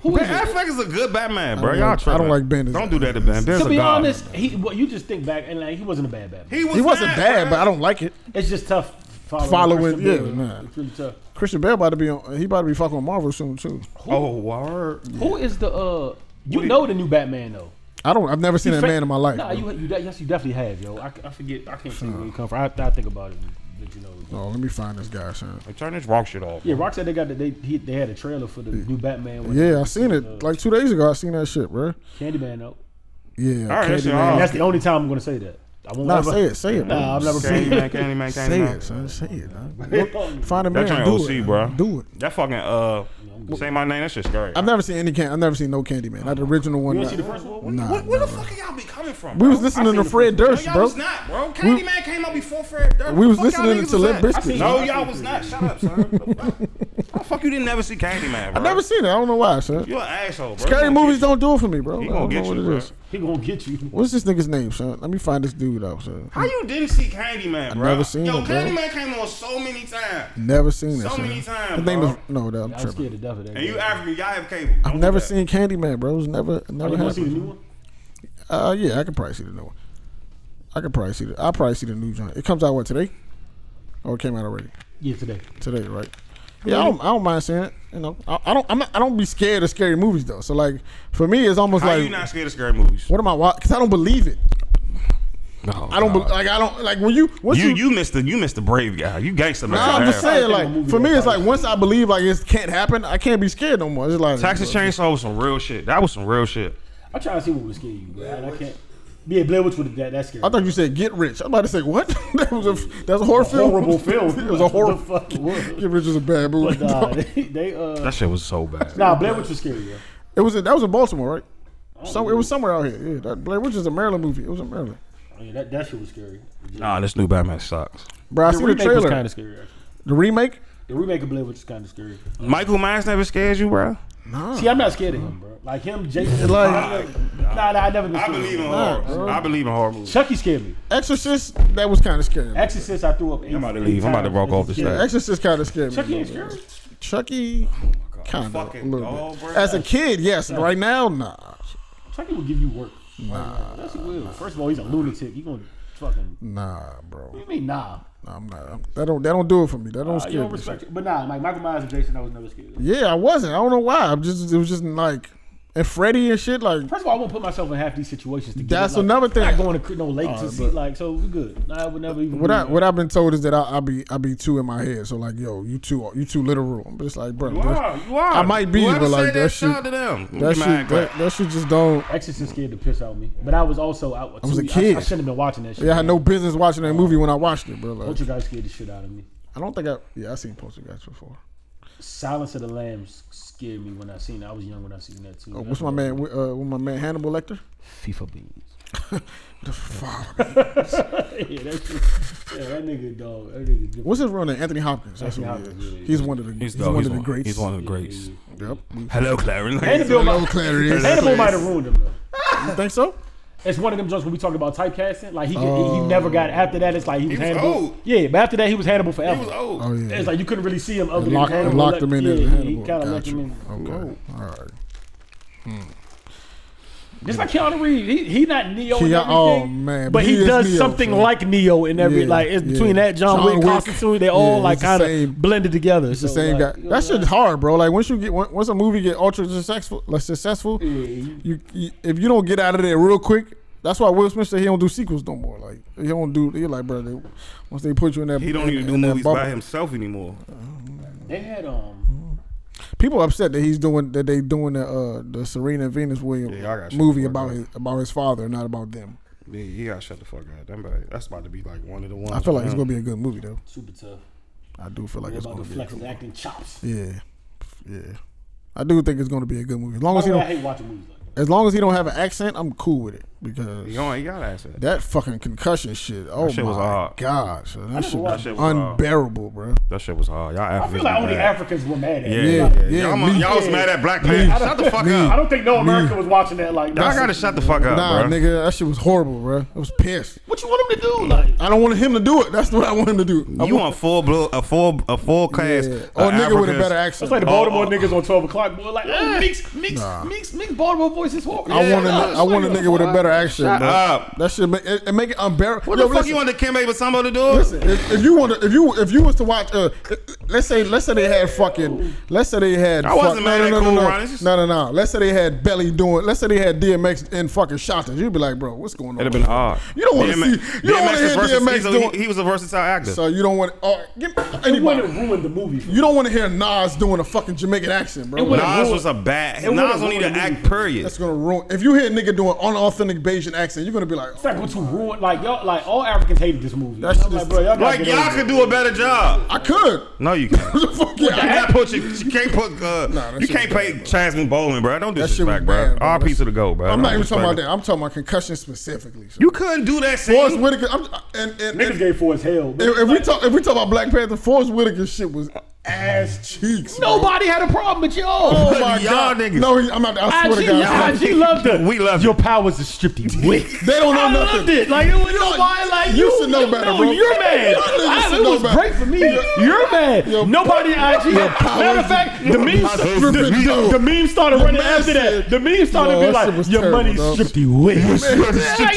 [SPEAKER 3] Who
[SPEAKER 2] Ben
[SPEAKER 3] is it?
[SPEAKER 2] Affleck is a good Batman, bro.
[SPEAKER 1] don't
[SPEAKER 2] Y'all
[SPEAKER 1] like-
[SPEAKER 2] tripping.
[SPEAKER 1] I don't like Ben as-
[SPEAKER 2] Don't do that to Ben. Ben's
[SPEAKER 3] To
[SPEAKER 2] a
[SPEAKER 3] be
[SPEAKER 2] god.
[SPEAKER 3] honest, he what you just think back and like he wasn't a bad Batman.
[SPEAKER 2] he, was
[SPEAKER 1] He wasn't bad,
[SPEAKER 2] bro.
[SPEAKER 1] but I don't like it.
[SPEAKER 3] it's just tough following.
[SPEAKER 1] Following,
[SPEAKER 3] Christian
[SPEAKER 1] yeah,
[SPEAKER 3] Bale.
[SPEAKER 1] nah.
[SPEAKER 3] It's really tough.
[SPEAKER 1] Christian Bale about to be on. He about to be fucking with Marvel soon too.
[SPEAKER 2] Oh, word.
[SPEAKER 3] Who is the uh? You
[SPEAKER 2] What do
[SPEAKER 3] know
[SPEAKER 2] you-
[SPEAKER 3] the new Batman though.
[SPEAKER 1] I don't. I've never seen that man in my life.
[SPEAKER 3] Nah,
[SPEAKER 1] bro.
[SPEAKER 3] you, you yes you definitely have yo. I, I forget. I can't see where you come from. I, I think about it, but you know.
[SPEAKER 1] oh, let me find this guy, son.
[SPEAKER 2] Like, turn this rock shit off.
[SPEAKER 3] Yeah, Rock said they got the, they he, they had a trailer for the new Batman. with
[SPEAKER 1] Yeah, I seen it like two days ago. I seen that shit, bro.
[SPEAKER 3] Candyman though.
[SPEAKER 1] Yeah,
[SPEAKER 2] All right, that's
[SPEAKER 1] Candyman.
[SPEAKER 2] your-
[SPEAKER 3] And that's the only time I'm gonna say that. I won't
[SPEAKER 1] Nah,
[SPEAKER 3] ever.
[SPEAKER 1] say it, say it.
[SPEAKER 3] Nah,
[SPEAKER 1] bro.
[SPEAKER 3] I'm never
[SPEAKER 1] say it.
[SPEAKER 4] Candyman, Candyman,
[SPEAKER 1] Say
[SPEAKER 4] Candyman.
[SPEAKER 1] it, son. Say it. dog. Find a man.
[SPEAKER 4] That
[SPEAKER 1] and
[SPEAKER 4] joint
[SPEAKER 1] do
[SPEAKER 4] OC,
[SPEAKER 1] it.
[SPEAKER 4] bro.
[SPEAKER 1] Do it.
[SPEAKER 4] That fucking uh, say my name. That shit's scary.
[SPEAKER 1] I've never seen any can. I've never seen no Candyman. Not the original one.
[SPEAKER 3] You
[SPEAKER 1] not-
[SPEAKER 3] ain't see the first one?
[SPEAKER 4] Where,
[SPEAKER 1] Nah,
[SPEAKER 4] where, where the
[SPEAKER 1] never.
[SPEAKER 4] fuck y'all be coming from?
[SPEAKER 1] We
[SPEAKER 4] bro?
[SPEAKER 1] was listening
[SPEAKER 4] I seen
[SPEAKER 1] to
[SPEAKER 4] the
[SPEAKER 1] Fred Durst,
[SPEAKER 4] first- no, y'all
[SPEAKER 1] bro.
[SPEAKER 4] Was not, bro. Candyman came out before Fred Durst.
[SPEAKER 1] We was
[SPEAKER 4] The fuck y'all
[SPEAKER 1] listening
[SPEAKER 4] niggas
[SPEAKER 1] to
[SPEAKER 4] was
[SPEAKER 1] Limp
[SPEAKER 4] at?
[SPEAKER 1] Bizkit.
[SPEAKER 4] I seen- No, y'all was not. Shut up, son. How the fuck you didn't never see Candyman, bro?
[SPEAKER 1] I've never seen it. I don't know why, son.
[SPEAKER 4] You an asshole, bro.
[SPEAKER 1] Scary movies don't do it for me, bro.
[SPEAKER 4] He
[SPEAKER 1] I
[SPEAKER 4] gonna
[SPEAKER 1] don't
[SPEAKER 4] get
[SPEAKER 1] know
[SPEAKER 4] you,
[SPEAKER 1] what it
[SPEAKER 4] bro.
[SPEAKER 1] is.
[SPEAKER 3] He gonna get you.
[SPEAKER 1] What's this nigga's name, son? Let me find this dude out, son.
[SPEAKER 4] How you didn't see Candyman, bro?
[SPEAKER 1] never seen
[SPEAKER 4] Yo,
[SPEAKER 1] it, bro.
[SPEAKER 4] Candyman came on so many times.
[SPEAKER 1] Never seen it.
[SPEAKER 4] So
[SPEAKER 1] son.
[SPEAKER 4] many times,
[SPEAKER 1] His name
[SPEAKER 4] bro.
[SPEAKER 1] is no. That, I'm
[SPEAKER 3] I'm
[SPEAKER 1] tripping.
[SPEAKER 3] scared to death of that.
[SPEAKER 4] And you
[SPEAKER 3] guy.
[SPEAKER 4] African, y'all have cable. Don't
[SPEAKER 1] I've
[SPEAKER 4] do
[SPEAKER 1] never
[SPEAKER 4] that.
[SPEAKER 1] seen Candyman, bro. It was never, it
[SPEAKER 3] Oh,
[SPEAKER 1] never
[SPEAKER 3] you want to see the
[SPEAKER 1] happened.
[SPEAKER 3] new one?
[SPEAKER 1] Uh, yeah, I could probably see the new one. I could probably see the. I probably see the new joint. It comes out what today? Oh, it came out already
[SPEAKER 3] Yeah, today.
[SPEAKER 1] today, right? Yeah, I don't, I don't mind seeing it. You know, I, I don't. I'm not, I don't be scared of scary movies though. So like, for me, it's almost
[SPEAKER 4] How
[SPEAKER 1] like
[SPEAKER 4] you not scared of scary movies?
[SPEAKER 1] what am I watching? Because I don't believe it.
[SPEAKER 4] No,
[SPEAKER 1] I don't be, like. I don't like when you once
[SPEAKER 4] You
[SPEAKER 1] you.
[SPEAKER 4] you missed the you missed the brave guy. You gangster man.
[SPEAKER 1] Nah, I'm just saying.
[SPEAKER 3] I think a
[SPEAKER 1] Like
[SPEAKER 3] movie
[SPEAKER 1] for me,
[SPEAKER 3] that
[SPEAKER 1] it's like
[SPEAKER 3] probably-
[SPEAKER 1] once I believe like it can't happen, I can't be scared no more. It's like
[SPEAKER 4] Texas Chainsaw was some real shit. That was some real shit.
[SPEAKER 3] I'm trying to see what was scaring you, man. I can't. Yeah, Blair Witch would that. That's scary.
[SPEAKER 1] I thought you said get rich. I'm about to say what? that was a that's a horror film.
[SPEAKER 3] horrible film.
[SPEAKER 1] it was a horror.
[SPEAKER 3] What the fuck it was?
[SPEAKER 1] Get rich was a bad movie.
[SPEAKER 3] But nah, they, they uh,
[SPEAKER 4] That shit was so bad.
[SPEAKER 3] nah, Blair Witch was scary, bro.
[SPEAKER 1] It was in, that was in Baltimore, right? So it was somewhere out here. Yeah, that Blair Witch is a Maryland movie. It was in Maryland.
[SPEAKER 3] Oh, yeah, that, that shit was scary.
[SPEAKER 4] Nah, this new Batman sucks.
[SPEAKER 1] Bro, I see the
[SPEAKER 3] remake was
[SPEAKER 1] trailer.
[SPEAKER 3] kind of scary. Actually.
[SPEAKER 1] the remake?
[SPEAKER 3] The remake of Blair Witch is kind of scary.
[SPEAKER 4] Michael Myers never scared you, bro.
[SPEAKER 1] Nah.
[SPEAKER 3] See, I'm not scared of him, bro. Like him, Jason.
[SPEAKER 1] Ah. Like-
[SPEAKER 3] I never- nah, nah, I never been
[SPEAKER 4] I
[SPEAKER 3] scared.
[SPEAKER 4] believe
[SPEAKER 3] of
[SPEAKER 4] in
[SPEAKER 3] him.
[SPEAKER 1] Nah,
[SPEAKER 4] horror.
[SPEAKER 1] bro.
[SPEAKER 4] I believe in horror movies.
[SPEAKER 3] Chucky scared me.
[SPEAKER 1] Exorcist, that was kind of scary.
[SPEAKER 3] Exorcist, I threw up. Eight,
[SPEAKER 4] I'm about to leave. I'm about to walk off this
[SPEAKER 3] Yeah.
[SPEAKER 4] thing.
[SPEAKER 1] Exorcist kind of scared me.
[SPEAKER 3] Chucky ain't
[SPEAKER 1] a little
[SPEAKER 3] scary.
[SPEAKER 1] bit. Chucky, kind of a
[SPEAKER 4] Oh Fucking
[SPEAKER 1] little
[SPEAKER 4] dog,
[SPEAKER 1] bit.
[SPEAKER 4] bro.
[SPEAKER 1] As a kid, yes. Right now, nah.
[SPEAKER 3] Chucky will give you work. Nah, that's he will. First of all, he's a lunatic. You gonna fucking. What
[SPEAKER 1] Nah, bro.
[SPEAKER 3] do you mean nah?
[SPEAKER 1] Nah, I'm not. I'm- that don't. That don't do it for me. That don't
[SPEAKER 3] Uh, you
[SPEAKER 1] scare
[SPEAKER 3] don't
[SPEAKER 1] me.
[SPEAKER 3] respect it. But nah, like Michael Myers and Jason, I was never scared. of.
[SPEAKER 1] Yeah, I wasn't. I don't know why. I'm just. It was just like, and Freddy and shit. Like,
[SPEAKER 3] First of all, I won't put mymyself in half these situations. To get
[SPEAKER 1] That's
[SPEAKER 3] it. like,
[SPEAKER 1] another thing.
[SPEAKER 3] I'm Not going to no lake to
[SPEAKER 1] Alright,
[SPEAKER 3] see
[SPEAKER 1] but-
[SPEAKER 3] like so we good. Nah, I would never even.
[SPEAKER 1] What
[SPEAKER 3] do
[SPEAKER 1] I
[SPEAKER 3] that.
[SPEAKER 1] what I've been told is that I, I be I be too in my head. So like, yo, you too you too literal. I'm just like, bro, that,
[SPEAKER 4] you are.
[SPEAKER 1] I might be,
[SPEAKER 4] Whoever
[SPEAKER 1] but like
[SPEAKER 4] said
[SPEAKER 1] that
[SPEAKER 4] shout
[SPEAKER 1] shit-
[SPEAKER 4] to them.
[SPEAKER 1] that
[SPEAKER 4] Get mine,
[SPEAKER 1] shit
[SPEAKER 4] Clay.
[SPEAKER 1] that, that shit just don't.
[SPEAKER 3] Exorcist scared the piss out of me, but I was also I, I
[SPEAKER 1] was a
[SPEAKER 3] I,
[SPEAKER 1] kid.
[SPEAKER 3] shouldn't have been watching that shit.
[SPEAKER 1] Yeah, I had no business watching that movie when I watched it, bro. Like,
[SPEAKER 3] Ultra guys scared the shit out of me.
[SPEAKER 1] I don't think I yeah I seen Poltergeist before.
[SPEAKER 3] Silence of the Lambs scared me when I seen it. I was young when I seen that too.
[SPEAKER 1] Oh, what's my man? wh- Uh, with my man Hannibal Lecter.
[SPEAKER 3] FIFA beans.
[SPEAKER 1] The fuck.
[SPEAKER 3] yeah, that shit, yeah, that nigga dog. That nigga different.
[SPEAKER 1] What's his real name? Anthony Hopkins. That's who he
[SPEAKER 3] Anthony Hopkins,
[SPEAKER 1] is.
[SPEAKER 3] yeah,
[SPEAKER 1] He's one of the he's,
[SPEAKER 4] He's, dog,
[SPEAKER 1] one
[SPEAKER 4] he's,
[SPEAKER 1] of the
[SPEAKER 4] one,
[SPEAKER 1] greats.
[SPEAKER 4] he's one of the greats.
[SPEAKER 1] Yep.
[SPEAKER 4] Hello, Clarence.
[SPEAKER 3] Hannibal
[SPEAKER 1] Hello,
[SPEAKER 3] might-
[SPEAKER 1] Clarence.
[SPEAKER 3] Hannibal might have ruined him though.
[SPEAKER 1] You think so? Oh.
[SPEAKER 3] It's one of them jokes when we talk about typecasting. Like he, he never got after that. It's like he was,
[SPEAKER 4] was
[SPEAKER 3] Hannibal.
[SPEAKER 4] old.
[SPEAKER 3] Yeah, but after that he was Hannibal forever.
[SPEAKER 4] He was old.
[SPEAKER 1] Oh yeah.
[SPEAKER 3] It's like you couldn't really see him other
[SPEAKER 1] They
[SPEAKER 3] than
[SPEAKER 1] locked,
[SPEAKER 3] Hannibal.
[SPEAKER 1] they locked him in
[SPEAKER 3] yeah,
[SPEAKER 1] as Hannibal.
[SPEAKER 3] He kind of
[SPEAKER 1] Got
[SPEAKER 3] locked him
[SPEAKER 1] you.
[SPEAKER 3] in.
[SPEAKER 1] Okay. All right.
[SPEAKER 3] Just like Keanu Reeves, he, he not Neo in
[SPEAKER 1] Kea-
[SPEAKER 3] everything,
[SPEAKER 1] oh, man,
[SPEAKER 3] but
[SPEAKER 1] he
[SPEAKER 3] he,
[SPEAKER 1] is
[SPEAKER 3] does
[SPEAKER 1] Neo,
[SPEAKER 3] something
[SPEAKER 1] so-
[SPEAKER 3] like Neo in every
[SPEAKER 1] Yeah,
[SPEAKER 3] like it's
[SPEAKER 1] yeah.
[SPEAKER 3] between that John,
[SPEAKER 1] John
[SPEAKER 3] Wick,
[SPEAKER 1] Wick.
[SPEAKER 3] Constantine, they
[SPEAKER 1] Yeah,
[SPEAKER 3] all
[SPEAKER 1] it's
[SPEAKER 3] like
[SPEAKER 1] the
[SPEAKER 3] kind
[SPEAKER 1] same-
[SPEAKER 3] of blended together. It's
[SPEAKER 1] the same guy. That shit's hard, bro. Like once you get on- once a movie get ultra successful, like successful, you, you if you don't get out of there real quick, that's why Will Smith said he don't do sequels no more. Like he don't do. He like, bro, they, once they put you in that,
[SPEAKER 4] He don't
[SPEAKER 1] in-
[SPEAKER 4] even
[SPEAKER 1] in
[SPEAKER 4] do
[SPEAKER 1] that
[SPEAKER 4] movies
[SPEAKER 1] bubble.
[SPEAKER 4] by himself anymore.
[SPEAKER 3] They had um,
[SPEAKER 1] People upset that he's doing that they doing the uh, the Serena and Venus Williams
[SPEAKER 4] Yeah, I got you.
[SPEAKER 1] movie
[SPEAKER 4] Fuck
[SPEAKER 1] about
[SPEAKER 4] that.
[SPEAKER 1] his about his father, not about them.
[SPEAKER 4] Yeah, you gotta shut the fuck up. That about- That's about to be like one of the ones.
[SPEAKER 1] I feel like it's
[SPEAKER 4] with him.
[SPEAKER 1] gonna be a good movie though.
[SPEAKER 3] super tough.
[SPEAKER 1] I do feel like
[SPEAKER 3] We're
[SPEAKER 1] it's
[SPEAKER 3] about
[SPEAKER 1] gonna be.
[SPEAKER 3] to
[SPEAKER 1] A
[SPEAKER 3] flex
[SPEAKER 1] good,
[SPEAKER 3] his acting chops.
[SPEAKER 1] yeah, yeah. I do think it's gonna be a good movie as long
[SPEAKER 3] By
[SPEAKER 1] as he
[SPEAKER 3] the way, Oh, I
[SPEAKER 1] don't
[SPEAKER 3] hate watching movies like that.
[SPEAKER 1] as long as he don't have an accent. I'm cool with it because
[SPEAKER 4] You know, you gotta ask that.
[SPEAKER 1] That fucking concussion shit. Oh
[SPEAKER 4] shit
[SPEAKER 1] my
[SPEAKER 4] was hard.
[SPEAKER 1] god, son. that, shit was
[SPEAKER 3] watched
[SPEAKER 4] it. That shit was hard.
[SPEAKER 1] unbearable, bro.
[SPEAKER 4] That shit was hard. Y'all
[SPEAKER 3] I
[SPEAKER 4] Africans
[SPEAKER 3] feel like
[SPEAKER 4] be
[SPEAKER 3] only
[SPEAKER 4] bad.
[SPEAKER 3] Africans were mad at.
[SPEAKER 4] Yeah,
[SPEAKER 3] it.
[SPEAKER 4] yeah,
[SPEAKER 1] Yeah,
[SPEAKER 4] yeah.
[SPEAKER 1] yeah,
[SPEAKER 4] Y'all,
[SPEAKER 1] me-
[SPEAKER 4] y'all was
[SPEAKER 3] yeah.
[SPEAKER 4] mad at Black Panther. Shut the fuck
[SPEAKER 3] I
[SPEAKER 4] up.
[SPEAKER 3] don't think no American was watching that. Like,
[SPEAKER 4] Y'all
[SPEAKER 3] that's-
[SPEAKER 4] gotta shut the fuck up,
[SPEAKER 1] Nah,
[SPEAKER 4] bro.
[SPEAKER 1] nigga, that shit was horrible, bro. I was pissed.
[SPEAKER 3] What you want him to do? Like,
[SPEAKER 1] I don't want him to do it. That's what I want him to do. I
[SPEAKER 4] You want full blow, a full, a full class?
[SPEAKER 1] yeah.
[SPEAKER 4] of
[SPEAKER 1] Oh, nigga with a
[SPEAKER 4] Africans.
[SPEAKER 1] better accent.
[SPEAKER 3] It's like the
[SPEAKER 4] Oh,
[SPEAKER 3] Baltimore
[SPEAKER 4] oh,
[SPEAKER 3] niggas on 12 o'clock, boy. Like, oh, mix, mix,
[SPEAKER 1] Nah.
[SPEAKER 3] mix, mix Baltimore voice is horrible.
[SPEAKER 1] I want a,
[SPEAKER 3] nah,
[SPEAKER 1] I want a nigga with a better accent,
[SPEAKER 4] Shut
[SPEAKER 1] bro.
[SPEAKER 4] up.
[SPEAKER 1] That shit make it, it make it unbearable.
[SPEAKER 4] What the fuck you want the Kimbe with somebody to do?
[SPEAKER 1] Listen, if, if you want to, if you if you was to watch, uh, let's say let's say they had fucking, let's say they had.
[SPEAKER 4] I wasn't mad at
[SPEAKER 1] no, no,
[SPEAKER 4] Cool
[SPEAKER 1] no,
[SPEAKER 4] Ron, it's just-
[SPEAKER 1] no, no, no, no. Let's say they had Belly doing. Let's say they had DMX in fucking shots. You'd be like, bro, what's going on?
[SPEAKER 4] It'd have been hard.
[SPEAKER 1] You don't want to see.
[SPEAKER 4] DMX
[SPEAKER 1] You don't want to
[SPEAKER 4] is
[SPEAKER 1] hear
[SPEAKER 4] versus- E-
[SPEAKER 1] DMX
[SPEAKER 4] he's a-
[SPEAKER 1] doing.
[SPEAKER 4] He, he was a versatile actor.
[SPEAKER 1] so you don't want. Oh, give,
[SPEAKER 3] It wouldn't
[SPEAKER 1] anybody.
[SPEAKER 3] have ruined the movie. For
[SPEAKER 1] You don't want to hear Nas doing a fucking Jamaican accent, bro.
[SPEAKER 3] It would've-
[SPEAKER 4] Nas
[SPEAKER 3] ruined-
[SPEAKER 4] was a bad.
[SPEAKER 3] would've
[SPEAKER 4] Nas don't need to
[SPEAKER 3] ruined the
[SPEAKER 4] act.
[SPEAKER 3] movie.
[SPEAKER 4] Period.
[SPEAKER 1] That's gonna ruin. If you hear a nigga doing unauthentic big Bayesian accent, you're gonna be like, oh,
[SPEAKER 3] Sequel to ruin like y'all like all Africans hated this movie.
[SPEAKER 1] That's
[SPEAKER 3] I'm
[SPEAKER 1] just-
[SPEAKER 3] like, bro, y'all gotta
[SPEAKER 4] Like
[SPEAKER 3] get
[SPEAKER 4] y'all
[SPEAKER 3] over
[SPEAKER 4] could do a better job.
[SPEAKER 1] I could.
[SPEAKER 4] No, you can't.
[SPEAKER 1] What the fuck? Yeah, I
[SPEAKER 4] You
[SPEAKER 1] got-
[SPEAKER 4] gotta put your, you can't put uh,
[SPEAKER 1] Nah, that
[SPEAKER 4] you
[SPEAKER 1] shit
[SPEAKER 4] can't
[SPEAKER 1] was
[SPEAKER 4] pay
[SPEAKER 1] bad,
[SPEAKER 4] Chasmin Bowling, bro. Don't
[SPEAKER 1] shit was
[SPEAKER 4] disrespect, bro.
[SPEAKER 1] bad, bro.
[SPEAKER 4] All
[SPEAKER 1] That's-
[SPEAKER 4] piece of the go, bro.
[SPEAKER 1] I'm not even
[SPEAKER 4] Don't
[SPEAKER 1] talking about
[SPEAKER 4] disrespect
[SPEAKER 1] that. I'm talking about concussion specifically. So.
[SPEAKER 4] it. You couldn't do that
[SPEAKER 1] Forrest
[SPEAKER 4] scene.
[SPEAKER 1] Whitaker. I'm, and, and,
[SPEAKER 3] it. Niggas
[SPEAKER 1] and
[SPEAKER 3] gave for his hell.
[SPEAKER 1] if, if we talk if we talk about Black Panther, Forrest Whitaker shit was ass cheeks. bro.
[SPEAKER 3] Nobody had a problem with y'all.
[SPEAKER 1] Oh my
[SPEAKER 4] Y'all
[SPEAKER 1] god.
[SPEAKER 4] niggas.
[SPEAKER 1] No, he, I'm not. I swear to
[SPEAKER 3] IG,
[SPEAKER 1] God.
[SPEAKER 3] IG loved it.
[SPEAKER 4] We love
[SPEAKER 3] your
[SPEAKER 4] it.
[SPEAKER 3] powers to strip you quick.
[SPEAKER 1] They don't know
[SPEAKER 3] I
[SPEAKER 1] nothing.
[SPEAKER 3] loved it. Like it was nobody like you.
[SPEAKER 1] you should know better,
[SPEAKER 3] no,
[SPEAKER 1] bro.
[SPEAKER 3] You're mad.
[SPEAKER 1] You niggas
[SPEAKER 3] I-
[SPEAKER 1] should
[SPEAKER 3] it
[SPEAKER 1] know
[SPEAKER 3] was
[SPEAKER 1] better.
[SPEAKER 3] great for me. You're mad.
[SPEAKER 1] your-
[SPEAKER 3] Nobody in IG. Matter of fact, the meme,
[SPEAKER 4] powers
[SPEAKER 3] the,
[SPEAKER 4] stripped
[SPEAKER 3] the-
[SPEAKER 4] you.
[SPEAKER 3] the meme started
[SPEAKER 1] Your
[SPEAKER 3] running
[SPEAKER 1] man
[SPEAKER 3] after that.
[SPEAKER 1] said-
[SPEAKER 3] The meme started
[SPEAKER 1] Yo,
[SPEAKER 3] being
[SPEAKER 1] that shit was
[SPEAKER 3] like, your
[SPEAKER 1] terrible,
[SPEAKER 3] money
[SPEAKER 1] dog.
[SPEAKER 3] stripped you quick.
[SPEAKER 4] Strip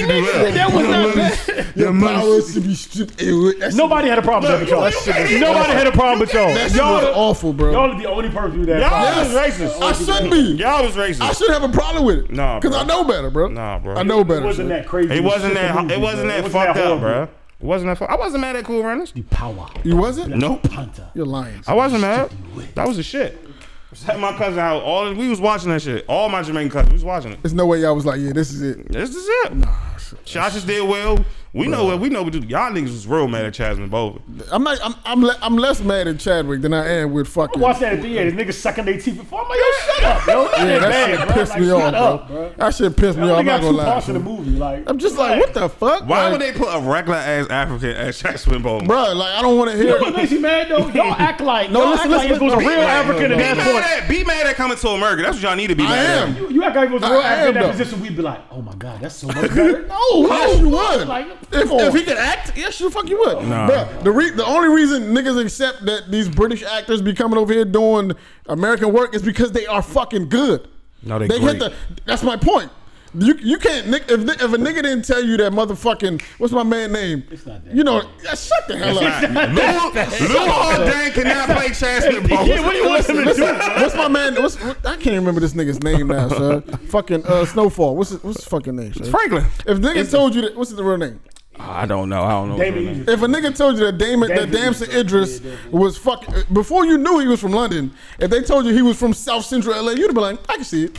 [SPEAKER 4] you left.
[SPEAKER 3] That was not bad.
[SPEAKER 4] Your money.
[SPEAKER 1] Powers to be stripped. It was- that shit-
[SPEAKER 3] Nobody had a problem with y'all.
[SPEAKER 4] you can't-
[SPEAKER 3] Nobody had a problem with y'all.
[SPEAKER 1] That shit was
[SPEAKER 3] Y'all,
[SPEAKER 1] awful, bro.
[SPEAKER 3] y'all are the only person that.
[SPEAKER 4] Y'all was
[SPEAKER 3] problem.
[SPEAKER 4] racist.
[SPEAKER 1] I should be.
[SPEAKER 4] Y'all was
[SPEAKER 1] I
[SPEAKER 4] racist.
[SPEAKER 1] should have a problem with it.
[SPEAKER 4] Nah,
[SPEAKER 1] because
[SPEAKER 4] bro.
[SPEAKER 1] I know better, bro.
[SPEAKER 4] Nah, bro.
[SPEAKER 1] I know better.
[SPEAKER 3] It wasn't
[SPEAKER 1] bro.
[SPEAKER 3] that crazy.
[SPEAKER 4] It wasn't
[SPEAKER 3] just a
[SPEAKER 4] that.
[SPEAKER 3] movie,
[SPEAKER 4] It wasn't
[SPEAKER 3] bro.
[SPEAKER 4] that
[SPEAKER 3] It
[SPEAKER 4] fucked up,
[SPEAKER 3] horrible.
[SPEAKER 4] bro. It wasn't that. fu- I wasn't mad at Cool Runners.
[SPEAKER 3] The power.
[SPEAKER 1] You wasn't?
[SPEAKER 4] Nope.
[SPEAKER 3] Hunter.
[SPEAKER 1] You're lying.
[SPEAKER 4] I wasn't mad. That was the shit. Sat at My cousin, house. all we was watching that shit. All my Jamaican cousins, we was watching it.
[SPEAKER 1] There's no way y'all was like, yeah, this is it.
[SPEAKER 4] This is it. Shots just did well. We know what we know. What to do. y'all niggas was real mad at Chasmin Bowling.
[SPEAKER 1] I'm not. I'm. I'm, le- I'm less mad at Chadwick than I am with fucking.
[SPEAKER 3] Watch that at the end. Niggas sucking their teeth before. I'm like, yo, shut up, yo.
[SPEAKER 1] Yeah, that shit
[SPEAKER 3] bad, bro.
[SPEAKER 1] pissed
[SPEAKER 3] Like,
[SPEAKER 1] me
[SPEAKER 3] shut
[SPEAKER 1] off,
[SPEAKER 3] up,
[SPEAKER 1] bro.
[SPEAKER 3] bro.
[SPEAKER 1] That shit pissed me
[SPEAKER 3] That
[SPEAKER 1] off.
[SPEAKER 3] nigga
[SPEAKER 1] I'm not
[SPEAKER 3] got
[SPEAKER 1] gonna
[SPEAKER 3] two parts of the
[SPEAKER 1] lie.
[SPEAKER 3] movie. Like,
[SPEAKER 1] I'm just like, what the fuck?
[SPEAKER 4] Why
[SPEAKER 1] like,
[SPEAKER 4] would they put a regular ass African at Chasmin Bowling?
[SPEAKER 1] bro? Like, I don't want to
[SPEAKER 3] You
[SPEAKER 1] hear.
[SPEAKER 3] know what makes you mad though? Y'all act like
[SPEAKER 1] No,
[SPEAKER 3] y'all
[SPEAKER 1] listen,
[SPEAKER 3] act like
[SPEAKER 1] listen,
[SPEAKER 3] it was a
[SPEAKER 1] listen.
[SPEAKER 3] real
[SPEAKER 1] Be mad,
[SPEAKER 3] African at
[SPEAKER 1] bro.
[SPEAKER 4] Be
[SPEAKER 3] that
[SPEAKER 4] mad
[SPEAKER 3] point.
[SPEAKER 4] at be mad at coming to America. That's what y'all need to be
[SPEAKER 1] I
[SPEAKER 4] mad
[SPEAKER 1] am.
[SPEAKER 4] at.
[SPEAKER 3] You act like it was a
[SPEAKER 1] I
[SPEAKER 3] real
[SPEAKER 1] am,
[SPEAKER 3] African in that
[SPEAKER 1] though.
[SPEAKER 3] position. We'd be like, oh my god, that's so much better. No,
[SPEAKER 1] Yes, you would.
[SPEAKER 3] Like,
[SPEAKER 1] if, if he could act, yes, you fuck you would.
[SPEAKER 4] Nah.
[SPEAKER 1] Bruh, the re- the only reason niggas accept that these British actors be coming over here doing American work is because they are fucking good.
[SPEAKER 4] No, they
[SPEAKER 1] hit
[SPEAKER 4] great.
[SPEAKER 1] the. That's my point. You you can't nick if if a nigga didn't tell you that motherfucking what's my man name? It's
[SPEAKER 3] not that
[SPEAKER 1] You know, yeah, shut the hell up.
[SPEAKER 4] Lou Lou Hardin cannot play Chasmin
[SPEAKER 3] yeah, what do
[SPEAKER 4] Bowling.
[SPEAKER 3] you want him to
[SPEAKER 1] Listen,
[SPEAKER 3] do?
[SPEAKER 1] what's my man? What's what, I can't remember this nigga's name now, sir. fucking uh, Snowfall. What's his, what's his fucking name? Sir?
[SPEAKER 4] Franklin.
[SPEAKER 1] If niggas told you that, what's his real name?
[SPEAKER 4] I don't know. I don't know.
[SPEAKER 3] Damon
[SPEAKER 4] what's
[SPEAKER 3] Idris.
[SPEAKER 1] If a nigga told you that Damon, that
[SPEAKER 3] Damson
[SPEAKER 1] Damson Idris was fucking before you knew he was from London, if they told you he was from South Central LA, you'd be like, I can see it.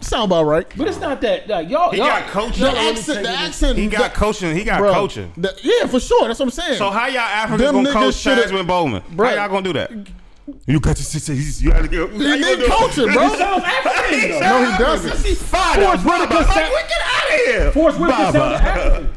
[SPEAKER 1] Sound about right.
[SPEAKER 3] But it's not that. Like, y'all,
[SPEAKER 4] He
[SPEAKER 3] y'all
[SPEAKER 4] got coaching.
[SPEAKER 1] The accent, the accent,
[SPEAKER 4] He got
[SPEAKER 1] the-
[SPEAKER 4] coaching. He got
[SPEAKER 1] bro,
[SPEAKER 4] coaching.
[SPEAKER 1] the- yeah, for sure. That's what I'm saying.
[SPEAKER 4] So how y'all Africans
[SPEAKER 1] Them
[SPEAKER 4] gonna
[SPEAKER 1] niggas
[SPEAKER 4] coach
[SPEAKER 1] shoulda-
[SPEAKER 4] Chasmin Bowling? How
[SPEAKER 1] Bruh.
[SPEAKER 4] y'all gonna do that? You got to say you gotta get. He
[SPEAKER 1] need coaching, bro.
[SPEAKER 3] He sounds African. though.
[SPEAKER 1] No, he doesn't.
[SPEAKER 4] Forrest Whitaker. Like, we get out of here.
[SPEAKER 3] Forrest Whitaker sounds African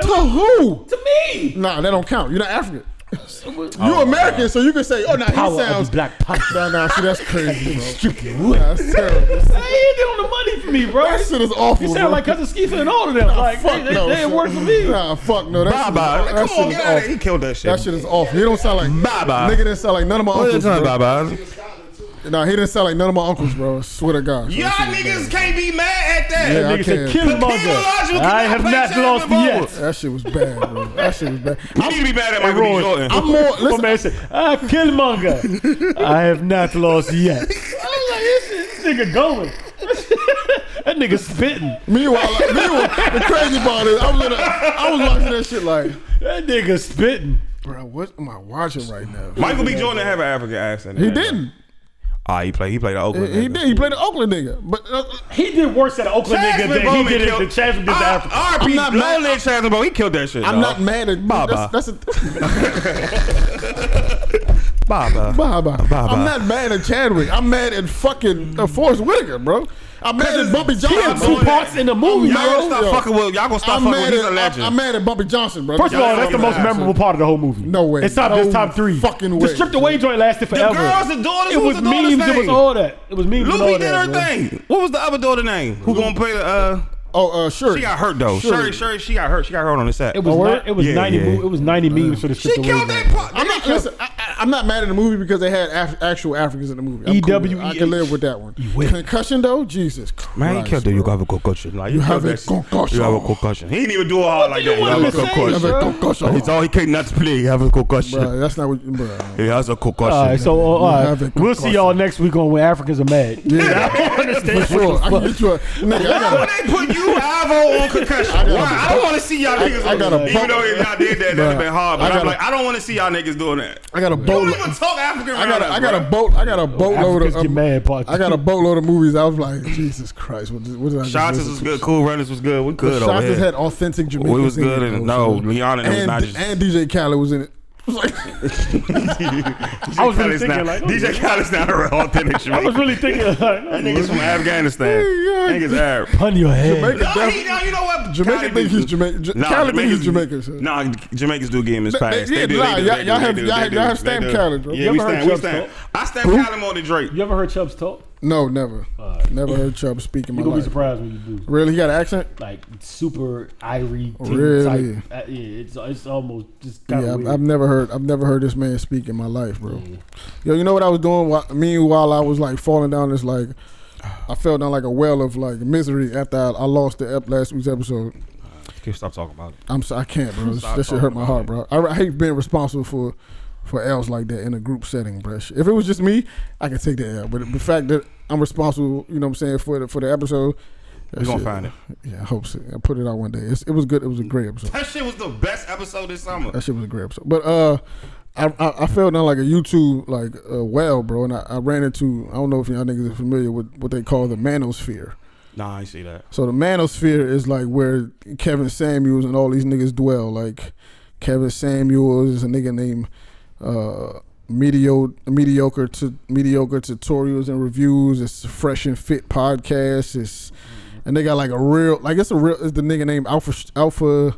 [SPEAKER 1] to who?
[SPEAKER 3] to me.
[SPEAKER 1] Nah, that don't count. You're not African. you
[SPEAKER 4] Oh,
[SPEAKER 1] American, so you can say, oh, nah, he sounds.
[SPEAKER 3] Black Panther.
[SPEAKER 1] Nah, nah, see, that's crazy, bro.
[SPEAKER 3] That
[SPEAKER 1] That's terrible.
[SPEAKER 3] ain't on the money for me, bro.
[SPEAKER 1] That shit is awful.
[SPEAKER 3] You sound
[SPEAKER 1] bro.
[SPEAKER 3] like cousin Skeeter and all of them.
[SPEAKER 1] Nah,
[SPEAKER 3] like
[SPEAKER 1] fuck
[SPEAKER 3] they, they,
[SPEAKER 1] no,
[SPEAKER 3] they ain't
[SPEAKER 1] sir.
[SPEAKER 3] work for me.
[SPEAKER 1] Nah, fuck no. That
[SPEAKER 4] Bye
[SPEAKER 1] shit
[SPEAKER 4] bye.
[SPEAKER 1] is, that
[SPEAKER 4] Like, come on,
[SPEAKER 1] shit is
[SPEAKER 4] get out of
[SPEAKER 1] awful.
[SPEAKER 4] here. He killed that shit.
[SPEAKER 1] That shit is awful. He don't sound like
[SPEAKER 4] Bye-bye.
[SPEAKER 1] Nigga didn't sound like none of my
[SPEAKER 4] Uh, What you
[SPEAKER 1] uncles.
[SPEAKER 4] talking
[SPEAKER 1] bro.
[SPEAKER 4] about, bye
[SPEAKER 1] Nah, he didn't sound like none of my uncles, bro. I swear to God.
[SPEAKER 4] Y'all niggas can't be mad at that.
[SPEAKER 1] Yeah, I
[SPEAKER 3] Nigga said,
[SPEAKER 1] can't.
[SPEAKER 4] Killmonger
[SPEAKER 3] Killmonger. I have
[SPEAKER 4] cannot
[SPEAKER 3] not
[SPEAKER 4] play
[SPEAKER 3] lost
[SPEAKER 4] Chapman
[SPEAKER 3] yet.
[SPEAKER 1] That shit was bad, bro. That shit was bad.
[SPEAKER 4] You need to be mad at Michael B.
[SPEAKER 3] Roy.
[SPEAKER 4] Jordan.
[SPEAKER 1] I'm more.
[SPEAKER 3] My
[SPEAKER 1] Listen,
[SPEAKER 3] man said, ah, Killmonger. I have not lost yet. I was like, this, this nigga going. that nigga spitting.
[SPEAKER 1] meanwhile, like, meanwhile, the crazy part is, I was, in a, I was watching that shit like,
[SPEAKER 3] That nigga spitting.
[SPEAKER 1] bro, what am I watching right now?
[SPEAKER 4] Michael B. Jordan have an African accent.
[SPEAKER 1] He didn't.
[SPEAKER 4] Ah, he played. He played the Oakland.
[SPEAKER 1] He did. He played the Oakland nigga, but uh,
[SPEAKER 3] He did worse at Oakland nigga than he did at the Chasm did to Africa.
[SPEAKER 4] I'm
[SPEAKER 1] not
[SPEAKER 4] not
[SPEAKER 1] mad.
[SPEAKER 4] mad at Chasmin Bowling. He killed that shit.
[SPEAKER 1] I'm not mad at
[SPEAKER 4] Baba.
[SPEAKER 1] That's, that's a,
[SPEAKER 4] Baba.
[SPEAKER 1] Baba.
[SPEAKER 4] Baba.
[SPEAKER 1] I'm not mad at Chadwick. I'm mad at fucking uh, Forrest Whitaker, bro. I'm mad at Bumpy
[SPEAKER 3] He had
[SPEAKER 1] Johnson.
[SPEAKER 3] two parts in the movie,
[SPEAKER 4] Y'all
[SPEAKER 1] Yo,
[SPEAKER 4] gonna
[SPEAKER 3] bro.
[SPEAKER 4] stop
[SPEAKER 1] yo.
[SPEAKER 4] fucking with. Y'all gonna stop
[SPEAKER 1] I'm
[SPEAKER 4] fucking with.
[SPEAKER 1] mad,
[SPEAKER 4] He's a
[SPEAKER 1] at,
[SPEAKER 4] legend.
[SPEAKER 1] I'm, I'm mad at Bumpy Johnson, bro.
[SPEAKER 3] First of all,
[SPEAKER 4] Y'all
[SPEAKER 3] that's the
[SPEAKER 4] fucking
[SPEAKER 3] most
[SPEAKER 4] ass.
[SPEAKER 3] memorable part of the whole movie.
[SPEAKER 1] No way.
[SPEAKER 3] It's top.
[SPEAKER 1] No
[SPEAKER 3] It's top three.
[SPEAKER 1] fucking
[SPEAKER 3] The
[SPEAKER 1] way.
[SPEAKER 3] stripped away joint lasted
[SPEAKER 4] The
[SPEAKER 3] forever.
[SPEAKER 4] girls, the daughters,
[SPEAKER 3] it
[SPEAKER 4] what
[SPEAKER 3] was
[SPEAKER 4] the daughter's
[SPEAKER 3] memes. It was
[SPEAKER 4] name?
[SPEAKER 3] all that. It was memes. and all
[SPEAKER 4] Lupe did
[SPEAKER 3] that,
[SPEAKER 4] her
[SPEAKER 3] bro.
[SPEAKER 4] thing. What was the other daughter name? Who gonna play the? uh
[SPEAKER 1] oh, uh, sure.
[SPEAKER 4] She got hurt though. Shuri, Shuri, she got hurt. She got hurt on the set.
[SPEAKER 3] It was.
[SPEAKER 1] Oh, word?
[SPEAKER 3] ni- it was
[SPEAKER 4] Yeah,
[SPEAKER 3] ninety.
[SPEAKER 4] yeah.
[SPEAKER 3] mo- It was ninety memes for the
[SPEAKER 4] She
[SPEAKER 3] stripped away.
[SPEAKER 4] killed
[SPEAKER 3] joint.
[SPEAKER 4] that part.
[SPEAKER 1] I'm not, listen, I, I- I'm not mad at the movie because they had af- actual Africans in the movie. I'm cool with it. I
[SPEAKER 3] EWEH.
[SPEAKER 1] can live with that one.
[SPEAKER 4] E
[SPEAKER 1] Concussion though, Jesus Christ.
[SPEAKER 4] Man, he killed her. You
[SPEAKER 1] bro.
[SPEAKER 4] have a concussion. Like, you,
[SPEAKER 1] have
[SPEAKER 4] killed
[SPEAKER 1] a
[SPEAKER 4] that shit.
[SPEAKER 1] concussion.
[SPEAKER 4] You have a concussion. He didn't even do it hard like
[SPEAKER 3] do
[SPEAKER 4] that.
[SPEAKER 3] you want
[SPEAKER 4] You
[SPEAKER 3] me
[SPEAKER 4] have a
[SPEAKER 3] to say,
[SPEAKER 4] concussion.
[SPEAKER 1] You have a
[SPEAKER 3] Bro.
[SPEAKER 1] concussion.
[SPEAKER 4] He's all he can't not play. He have a concussion.
[SPEAKER 1] Bruh, that's not what. Bruh.
[SPEAKER 4] He has a concussion.
[SPEAKER 3] All right, so uh, all
[SPEAKER 1] You
[SPEAKER 3] right.
[SPEAKER 1] have a
[SPEAKER 3] we'll see
[SPEAKER 1] concussion.
[SPEAKER 3] y'all next week on When Africans Are Mad.
[SPEAKER 1] Yeah, I don't understand. For sure, I can get you a nigga. I
[SPEAKER 4] Why
[SPEAKER 1] got
[SPEAKER 4] would they put you do Avo on concussion. Why? I don't want to see y'all niggas.
[SPEAKER 1] I
[SPEAKER 4] on
[SPEAKER 1] got a
[SPEAKER 4] that.
[SPEAKER 1] bump.
[SPEAKER 4] even though if y'all did that, that'd have
[SPEAKER 1] Bruh,
[SPEAKER 4] been hard. But
[SPEAKER 1] I
[SPEAKER 4] I
[SPEAKER 1] got
[SPEAKER 4] am
[SPEAKER 1] a-
[SPEAKER 4] like, I don't want to see y'all niggas doing that.
[SPEAKER 1] I got a
[SPEAKER 4] Don't
[SPEAKER 1] boat.
[SPEAKER 4] even talk African.
[SPEAKER 1] I got a, I got a
[SPEAKER 4] bruh.
[SPEAKER 1] boat. I got a boatload
[SPEAKER 3] Africans
[SPEAKER 1] of. um,
[SPEAKER 3] get mad, part
[SPEAKER 1] I got a boatload of movies. I was like, Jesus Christ, what did, what did I? just
[SPEAKER 4] Shots
[SPEAKER 1] listen
[SPEAKER 4] was
[SPEAKER 1] to?
[SPEAKER 4] good. Cool runners was good. We good
[SPEAKER 1] Shots
[SPEAKER 4] over
[SPEAKER 1] has
[SPEAKER 4] here.
[SPEAKER 1] had authentic Jamaican.
[SPEAKER 4] We was
[SPEAKER 1] singing,
[SPEAKER 4] good
[SPEAKER 1] though,
[SPEAKER 4] and no,
[SPEAKER 1] so-
[SPEAKER 4] Leon and it was
[SPEAKER 1] and,
[SPEAKER 4] not
[SPEAKER 1] D-
[SPEAKER 4] just.
[SPEAKER 1] and DJ Khaled was in it. It was like-
[SPEAKER 4] DJ
[SPEAKER 3] I was really
[SPEAKER 4] Khaled's
[SPEAKER 3] thinking,
[SPEAKER 4] not-
[SPEAKER 3] like, oh,
[SPEAKER 4] DJ Khaled's not a real authentic
[SPEAKER 3] I was
[SPEAKER 4] Jamaican.
[SPEAKER 3] really thinking, like,
[SPEAKER 4] That nigga's from Afghanistan.
[SPEAKER 1] Yeah, yeah.
[SPEAKER 4] Nigga's Arab.
[SPEAKER 3] pun your head.
[SPEAKER 1] Jamaica,
[SPEAKER 4] No, he, no, you know what?
[SPEAKER 1] Jamaica think he's Jamaican. J- Khaled think he's Jamaican. sir.
[SPEAKER 4] Nah, Jamaicans do get him his pass.
[SPEAKER 1] yeah,
[SPEAKER 4] They do.
[SPEAKER 1] nah,
[SPEAKER 4] They do.
[SPEAKER 1] y'all-
[SPEAKER 4] They do.
[SPEAKER 1] y'all
[SPEAKER 4] They
[SPEAKER 1] have-
[SPEAKER 4] do.
[SPEAKER 1] y'all-
[SPEAKER 4] They do.
[SPEAKER 1] y'all have stamped
[SPEAKER 4] They do.
[SPEAKER 1] Khaled, bro.
[SPEAKER 4] Yeah,
[SPEAKER 1] Y'all
[SPEAKER 4] we
[SPEAKER 3] ever heard
[SPEAKER 4] stamp. We
[SPEAKER 3] Chubbs
[SPEAKER 4] stamp. I stamp
[SPEAKER 1] Who?
[SPEAKER 4] Khaled more than Drake.
[SPEAKER 3] You ever heard Chubbs talk?
[SPEAKER 1] No, never, never heard Chubb speak in my
[SPEAKER 3] You're gonna be
[SPEAKER 1] life.
[SPEAKER 3] surprised when you do.
[SPEAKER 1] Really, he got an accent.
[SPEAKER 3] Like super irie
[SPEAKER 1] Really?
[SPEAKER 3] type. Uh, yeah, it's it's almost just kind
[SPEAKER 1] Yeah,
[SPEAKER 3] of
[SPEAKER 1] I've, I've never heard. I've never heard this man speak in my life, bro.
[SPEAKER 3] Mm.
[SPEAKER 1] Yo, you know what I was doing? While, meanwhile, I was like falling down this like, I fell down like a well of like misery after I, I lost the ep- last week's episode.
[SPEAKER 4] Stop talking about it.
[SPEAKER 1] I'm so, I can't, bro. This, that shit hurt my heart, bro. I, I hate being responsible for for L's like that in a group setting, bro. Shit. If it was just me, I could take that L. But the fact that I'm responsible, you know what I'm saying, for the, for the episode. that
[SPEAKER 4] We gonna
[SPEAKER 1] shit-
[SPEAKER 4] find it.
[SPEAKER 1] Yeah, I hope so. I put it out one day. It's, it was good. It was a great episode.
[SPEAKER 4] That shit was the best episode this summer.
[SPEAKER 1] That shit was a great episode. But uh, I I, I fell down like a YouTube like uh, well, bro, and I, I ran into I don't know if y'all niggas are familiar with what they call the manosphere.
[SPEAKER 4] Nah, I see that.
[SPEAKER 1] So the manosphere is like where Kevin Samuels and all these niggas dwell. Like Kevin Samuels is a nigga named uh, mediocre, mediocre to mediocre tutorials and reviews. It's a fresh and fit podcast. It's and they got like a real like it's a real it's the nigga named Alpha Alpha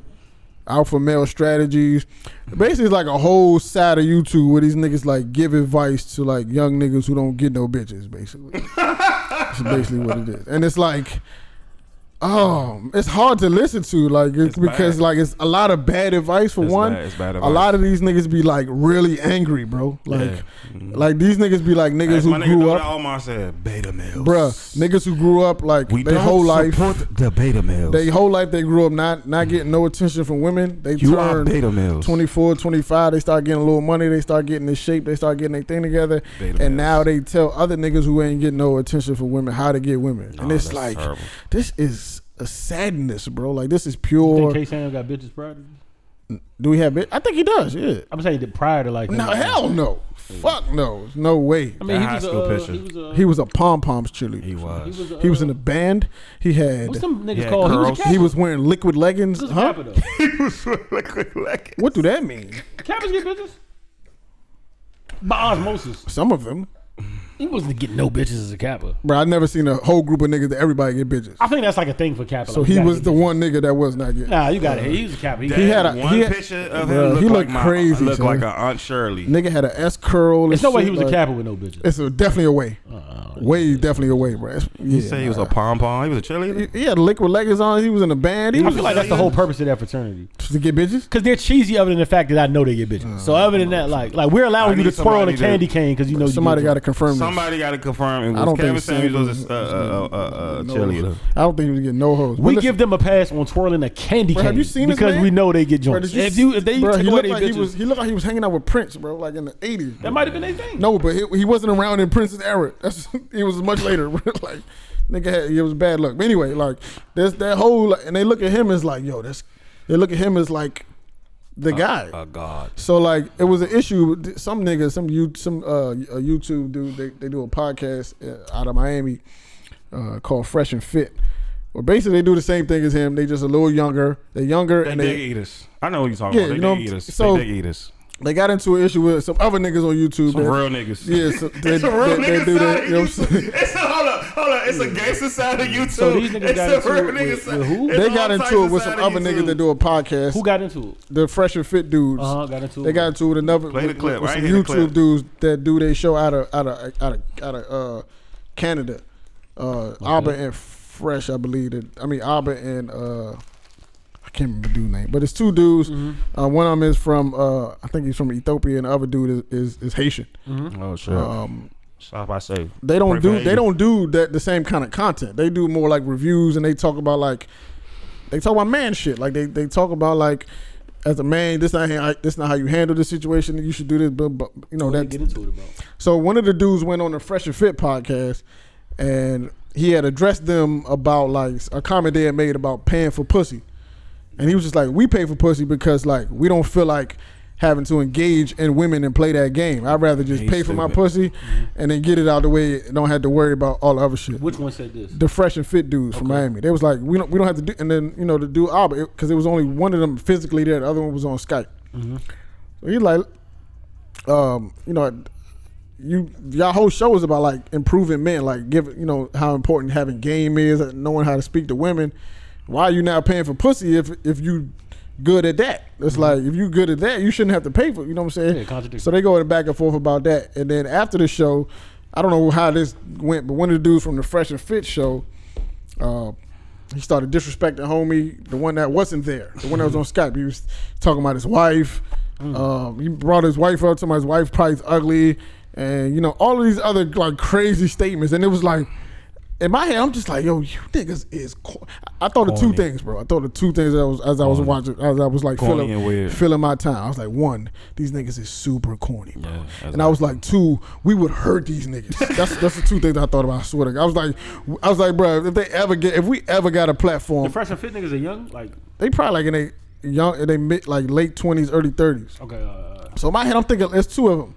[SPEAKER 1] Alpha Male Strategies. Basically, it's like a whole side of YouTube where these niggas like give advice to like young niggas who don't get no bitches. Basically, that's basically what it is. And it's like. Oh, it's hard to listen to, like, it's
[SPEAKER 4] It's
[SPEAKER 1] because
[SPEAKER 4] bad.
[SPEAKER 1] like it's a lot of bad advice for
[SPEAKER 4] It's
[SPEAKER 1] one.
[SPEAKER 4] bad- it's bad
[SPEAKER 1] A
[SPEAKER 4] advice.
[SPEAKER 1] lot of these niggas be like really angry, bro. Like,
[SPEAKER 4] Yeah. Mm-hmm.
[SPEAKER 1] like these niggas be like niggas
[SPEAKER 4] That's
[SPEAKER 1] who
[SPEAKER 4] my nigga
[SPEAKER 1] grew
[SPEAKER 4] Dawda
[SPEAKER 1] up,
[SPEAKER 4] Omar said. Beta males.
[SPEAKER 1] bruh. Niggas who grew up like
[SPEAKER 4] We
[SPEAKER 1] they
[SPEAKER 4] don't
[SPEAKER 1] whole life,
[SPEAKER 4] support the beta males.
[SPEAKER 1] they whole life they grew up not not getting no attention from women. They
[SPEAKER 4] you are
[SPEAKER 1] turn
[SPEAKER 4] beta males.
[SPEAKER 1] 24, 25, they start getting a little money, they start getting in shape, they start getting their thing together,
[SPEAKER 4] Beta
[SPEAKER 1] and
[SPEAKER 4] males.
[SPEAKER 1] now they tell other niggas who ain't getting no attention from women how to get women. and
[SPEAKER 4] Nah,
[SPEAKER 1] it's
[SPEAKER 4] that's
[SPEAKER 1] like
[SPEAKER 4] terrible.
[SPEAKER 1] this is a sadness, bro. Like this is
[SPEAKER 3] Think
[SPEAKER 1] pure.
[SPEAKER 3] K. Samuel got bitches prior. To this?
[SPEAKER 1] Do we have it? I think he does. Yeah.
[SPEAKER 3] I'm saying that prior to like. him.
[SPEAKER 1] No, hell no. Fuck no. No way.
[SPEAKER 3] I mean,
[SPEAKER 4] That
[SPEAKER 3] he
[SPEAKER 4] high
[SPEAKER 3] was, a,
[SPEAKER 4] school
[SPEAKER 3] uh,
[SPEAKER 4] picture.
[SPEAKER 3] he was a.
[SPEAKER 1] He was a pom poms cheerleader.
[SPEAKER 4] He was.
[SPEAKER 3] He was. A,
[SPEAKER 1] He was
[SPEAKER 3] uh,
[SPEAKER 1] in a band. He had.
[SPEAKER 3] What's them niggas
[SPEAKER 4] Yeah,
[SPEAKER 3] called?
[SPEAKER 4] curls.
[SPEAKER 3] He was a
[SPEAKER 1] He
[SPEAKER 3] Kappa.
[SPEAKER 1] was wearing liquid leggings.
[SPEAKER 3] He was a
[SPEAKER 1] Huh?
[SPEAKER 3] Kappa, though.
[SPEAKER 1] What do that mean?
[SPEAKER 3] Kappas get bitches? By osmosis.
[SPEAKER 1] Some of them,
[SPEAKER 3] He wasn't getting no bitches as a Kappa.
[SPEAKER 1] bro. I never seen a whole group of niggas that everybody get bitches.
[SPEAKER 3] I think that's like a thing for Kappa.
[SPEAKER 1] So
[SPEAKER 3] like,
[SPEAKER 1] he
[SPEAKER 3] you
[SPEAKER 1] was
[SPEAKER 3] gotta
[SPEAKER 1] the one nigga that was not
[SPEAKER 3] get-
[SPEAKER 1] getting.
[SPEAKER 3] Nah, you got it. He was a Kappa. He,
[SPEAKER 4] Uh, That
[SPEAKER 1] He had a-
[SPEAKER 4] one
[SPEAKER 1] he had-
[SPEAKER 4] picture of
[SPEAKER 1] Bruh,
[SPEAKER 4] him.
[SPEAKER 1] he
[SPEAKER 4] looked
[SPEAKER 1] looked
[SPEAKER 4] like
[SPEAKER 1] crazy,
[SPEAKER 4] My, looked
[SPEAKER 1] son.
[SPEAKER 4] like an Aunt Shirley.
[SPEAKER 1] Nigga had an S curl.
[SPEAKER 3] there's no way he was a
[SPEAKER 1] cat.
[SPEAKER 3] Kappa with no bitches.
[SPEAKER 1] It's a, definitely a way. way definitely a way, bro. It's-
[SPEAKER 4] You
[SPEAKER 1] yeah,
[SPEAKER 4] say he was
[SPEAKER 1] nah.
[SPEAKER 4] a pom pom. He was a cheerleader.
[SPEAKER 1] He had liquid leggings on. He was in a band. He
[SPEAKER 3] I
[SPEAKER 1] was
[SPEAKER 3] feel like that's the whole purpose of that fraternity.
[SPEAKER 1] to get bitches.
[SPEAKER 3] Because they're cheesy other than the fact that I know they get bitches. so other than that, like, like we're
[SPEAKER 4] I
[SPEAKER 3] allowing you to
[SPEAKER 4] need
[SPEAKER 3] twirl on
[SPEAKER 4] somebody
[SPEAKER 3] a
[SPEAKER 4] to-
[SPEAKER 3] candy cane because you know
[SPEAKER 1] Somebody
[SPEAKER 3] you
[SPEAKER 1] got to confirm. this.
[SPEAKER 4] Somebody got to confirm. It was
[SPEAKER 1] I don't
[SPEAKER 4] Kevin
[SPEAKER 1] think
[SPEAKER 4] Samuels was
[SPEAKER 1] Samuels
[SPEAKER 4] a uh, uh, uh, uh,
[SPEAKER 1] No.
[SPEAKER 4] cheerleader.
[SPEAKER 1] I don't think he was getting no hoes.
[SPEAKER 3] We
[SPEAKER 1] But listen,
[SPEAKER 3] give them a pass on twirling a candy
[SPEAKER 1] Bro,
[SPEAKER 3] cane
[SPEAKER 1] have you seen this
[SPEAKER 3] because
[SPEAKER 1] man?
[SPEAKER 3] we know they get
[SPEAKER 1] Bro,
[SPEAKER 3] joints.
[SPEAKER 1] did you
[SPEAKER 3] if
[SPEAKER 1] see-
[SPEAKER 3] you if they
[SPEAKER 1] bro,
[SPEAKER 3] take
[SPEAKER 1] he
[SPEAKER 3] away
[SPEAKER 1] looked
[SPEAKER 3] their
[SPEAKER 1] like
[SPEAKER 3] bitches,
[SPEAKER 1] he was he looked like he was hanging out with Prince, bro, like in the eighties.
[SPEAKER 3] that might have been their thing.
[SPEAKER 1] No, but he, he wasn't around in Prince's era. That's it was much later. like nigga, had, it was bad luck. But anyway, like there's that whole like, and they look at him as like, yo, this. They look at him as like the guy.
[SPEAKER 4] Oh God.
[SPEAKER 1] So like it was an issue. Some nigga, some you, some uh, a YouTube dude, they, they do a podcast uh, out of Miami uh, called Fresh and Fit. Well, basically they do the same thing as him. They just a little younger. They're younger
[SPEAKER 4] They
[SPEAKER 1] and
[SPEAKER 4] dig
[SPEAKER 1] they
[SPEAKER 4] eaters. I know what you're talking
[SPEAKER 1] Yeah,
[SPEAKER 4] about. They
[SPEAKER 1] you know,
[SPEAKER 4] dig eaters.
[SPEAKER 1] so-
[SPEAKER 4] they dig eaters.
[SPEAKER 1] they got into an issue with some other niggas on YouTube.
[SPEAKER 4] Some
[SPEAKER 1] that-
[SPEAKER 4] real niggas.
[SPEAKER 1] yeah, so they,
[SPEAKER 4] It's a real
[SPEAKER 1] they- they
[SPEAKER 4] nigga
[SPEAKER 1] do
[SPEAKER 4] side
[SPEAKER 1] that.
[SPEAKER 4] of
[SPEAKER 1] You know what I'm saying?
[SPEAKER 4] YouTube. It's a hold up, hold up. It's a gangster side of YouTube.
[SPEAKER 3] So these niggas
[SPEAKER 4] it's
[SPEAKER 3] got
[SPEAKER 4] a
[SPEAKER 3] into
[SPEAKER 4] real
[SPEAKER 3] it
[SPEAKER 4] nigga
[SPEAKER 3] with-
[SPEAKER 4] side-
[SPEAKER 3] with who?
[SPEAKER 4] it's
[SPEAKER 1] They
[SPEAKER 4] all
[SPEAKER 1] got
[SPEAKER 4] types
[SPEAKER 1] into it
[SPEAKER 4] of
[SPEAKER 1] with
[SPEAKER 4] side
[SPEAKER 1] some
[SPEAKER 4] of
[SPEAKER 1] other niggas
[SPEAKER 4] YouTube.
[SPEAKER 1] that do a podcast.
[SPEAKER 3] Who got into it?
[SPEAKER 1] the Fresh and Fit dudes?
[SPEAKER 3] Uh-huh, got into
[SPEAKER 1] They
[SPEAKER 3] it.
[SPEAKER 1] got into it with another
[SPEAKER 4] Play the
[SPEAKER 1] with-
[SPEAKER 4] clip.
[SPEAKER 1] with
[SPEAKER 4] I
[SPEAKER 1] some
[SPEAKER 4] ain't hear the clip.
[SPEAKER 1] YouTube dudes that do they show out of out of out of out of uh, Canada, uh, Abba and Fresh, I believe. That I mean Abba and uh, I can't remember the dude name, but it's two dudes. Uh, one of them is from uh, I think he's from Ethiopia, and the other dude is is, is Haitian.
[SPEAKER 3] mm-hmm.
[SPEAKER 4] Oh shit.
[SPEAKER 1] Um,
[SPEAKER 4] Stop I say.
[SPEAKER 1] they don't
[SPEAKER 4] Pray for
[SPEAKER 1] do they
[SPEAKER 4] Haiti.
[SPEAKER 1] don't do that the same kind of content. They do more like reviews and they talk about like they talk about man shit. Like they, they talk about like as a man, this not how, this not how you handle this situation. You should do this, but, but you know
[SPEAKER 3] What they
[SPEAKER 1] that.
[SPEAKER 3] get into it about?
[SPEAKER 1] So one of the dudes went on the Fresh and Fit podcast, and he had addressed them about like a comment they had made about paying for pussy, and he was just like, "We pay for pussy because like we don't feel like." Having to engage in women and play that game. I'd rather just
[SPEAKER 4] He's
[SPEAKER 1] pay for my
[SPEAKER 4] stupid. Mm-hmm.
[SPEAKER 1] pussy and then get it out the way and don't have to worry about all the other shit
[SPEAKER 3] Which one said this?
[SPEAKER 1] the fresh and fit dudes from Miami. They was like, we don't we don't have to do, and then you know the dude Albert because it was only one of them physically there. The other one was on Skype.
[SPEAKER 4] Mm-hmm.
[SPEAKER 1] So he like, um, you know, you y'all whole show is about like improving men, like giving you know how important having game is, and knowing how to speak to women. Why are you now paying for pussy if if you good at that? It's like if you good at that, you shouldn't have to pay for. it, You know what I'm saying?
[SPEAKER 3] Yeah, contradictory.
[SPEAKER 1] So they go back and forth about that, and then after the show, I don't know how this went, but one of the dudes from the Fresh and Fit show, uh, he started disrespecting homie, the one that wasn't there, the one that was on Skype. He was talking about his wife.
[SPEAKER 4] Mm.
[SPEAKER 1] Um, he brought his wife up to my wife probably's ugly, and you know all of these other like crazy statements. And it was like, in my head, I'm just like, yo, you niggas is. cor- I thought of two
[SPEAKER 4] Corny.
[SPEAKER 1] things, bro. I thought of two things as I was, as I was watching, as I was like
[SPEAKER 4] Corny
[SPEAKER 1] filling,
[SPEAKER 4] and weird.
[SPEAKER 1] filling my time. I was like, one, these niggas is super corny, bro.
[SPEAKER 4] Yeah, that's
[SPEAKER 1] and I was like, two, we would hurt these niggas. that's that's the two things I thought about. I swear to God, I was like, I was like, bro, if they ever get, if we ever got a
[SPEAKER 3] The
[SPEAKER 1] platform,
[SPEAKER 3] fresh and fit niggas are young. Like
[SPEAKER 1] they probably like in they young, in they mid, like late twenties, early thirties.
[SPEAKER 3] okay, uh,
[SPEAKER 1] So in my head, I'm thinking it's two of them.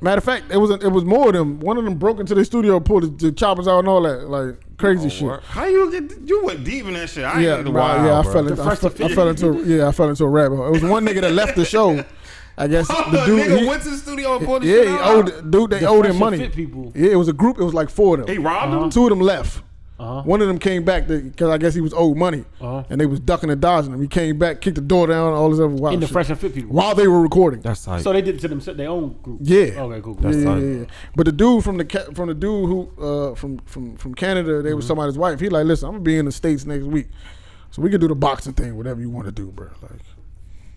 [SPEAKER 1] Matter of fact, it was it was more of them. One of them broke into the studio, pulled the, the choppers out, and all that, like crazy shit.
[SPEAKER 4] How you get you went deep in Oh, that shit? I
[SPEAKER 1] Yeah,
[SPEAKER 4] ain't
[SPEAKER 1] bro,
[SPEAKER 4] even wild,
[SPEAKER 1] yeah, I
[SPEAKER 4] bro.
[SPEAKER 1] fell, in, I,
[SPEAKER 3] first
[SPEAKER 1] fell, I fell into yeah, I fell into a rabbit hole. It was one nigga that left the show. I guess
[SPEAKER 4] Oh,
[SPEAKER 1] the
[SPEAKER 4] the
[SPEAKER 1] dude,
[SPEAKER 4] nigga
[SPEAKER 1] he-
[SPEAKER 4] went to the studio and pulled the
[SPEAKER 1] yeah,
[SPEAKER 4] shit
[SPEAKER 1] he
[SPEAKER 4] out.
[SPEAKER 1] owed dude, they
[SPEAKER 3] The
[SPEAKER 1] owed
[SPEAKER 3] Fresh
[SPEAKER 1] him
[SPEAKER 3] and
[SPEAKER 1] money.
[SPEAKER 3] Fit people.
[SPEAKER 1] Yeah, it was a group. It was like four of them.
[SPEAKER 4] They robbed him.
[SPEAKER 1] Two of them left.
[SPEAKER 3] Uh-huh.
[SPEAKER 1] One of them came back because I guess he was owed money,
[SPEAKER 3] Uh-huh.
[SPEAKER 1] and they was ducking and dodging him. He came back, kicked the door down, all this other wild
[SPEAKER 3] in
[SPEAKER 1] Oh,
[SPEAKER 3] the
[SPEAKER 1] shit.
[SPEAKER 3] fresh and fit people.
[SPEAKER 1] while they were recording.
[SPEAKER 4] That's tight.
[SPEAKER 3] So they did it to themselves, their own group.
[SPEAKER 1] Yeah.
[SPEAKER 3] Okay, cool.
[SPEAKER 1] yeah,
[SPEAKER 3] cool.
[SPEAKER 1] yeah,
[SPEAKER 4] tight.
[SPEAKER 1] yeah, yeah. But the dude from the ca- from the dude who uh, from from from Canada, they
[SPEAKER 3] Mm-hmm.
[SPEAKER 1] was somebody's wife. He like, listen, I'm gonna be in the states next week, so we can do the boxing thing, whatever you want to do, bro. Like,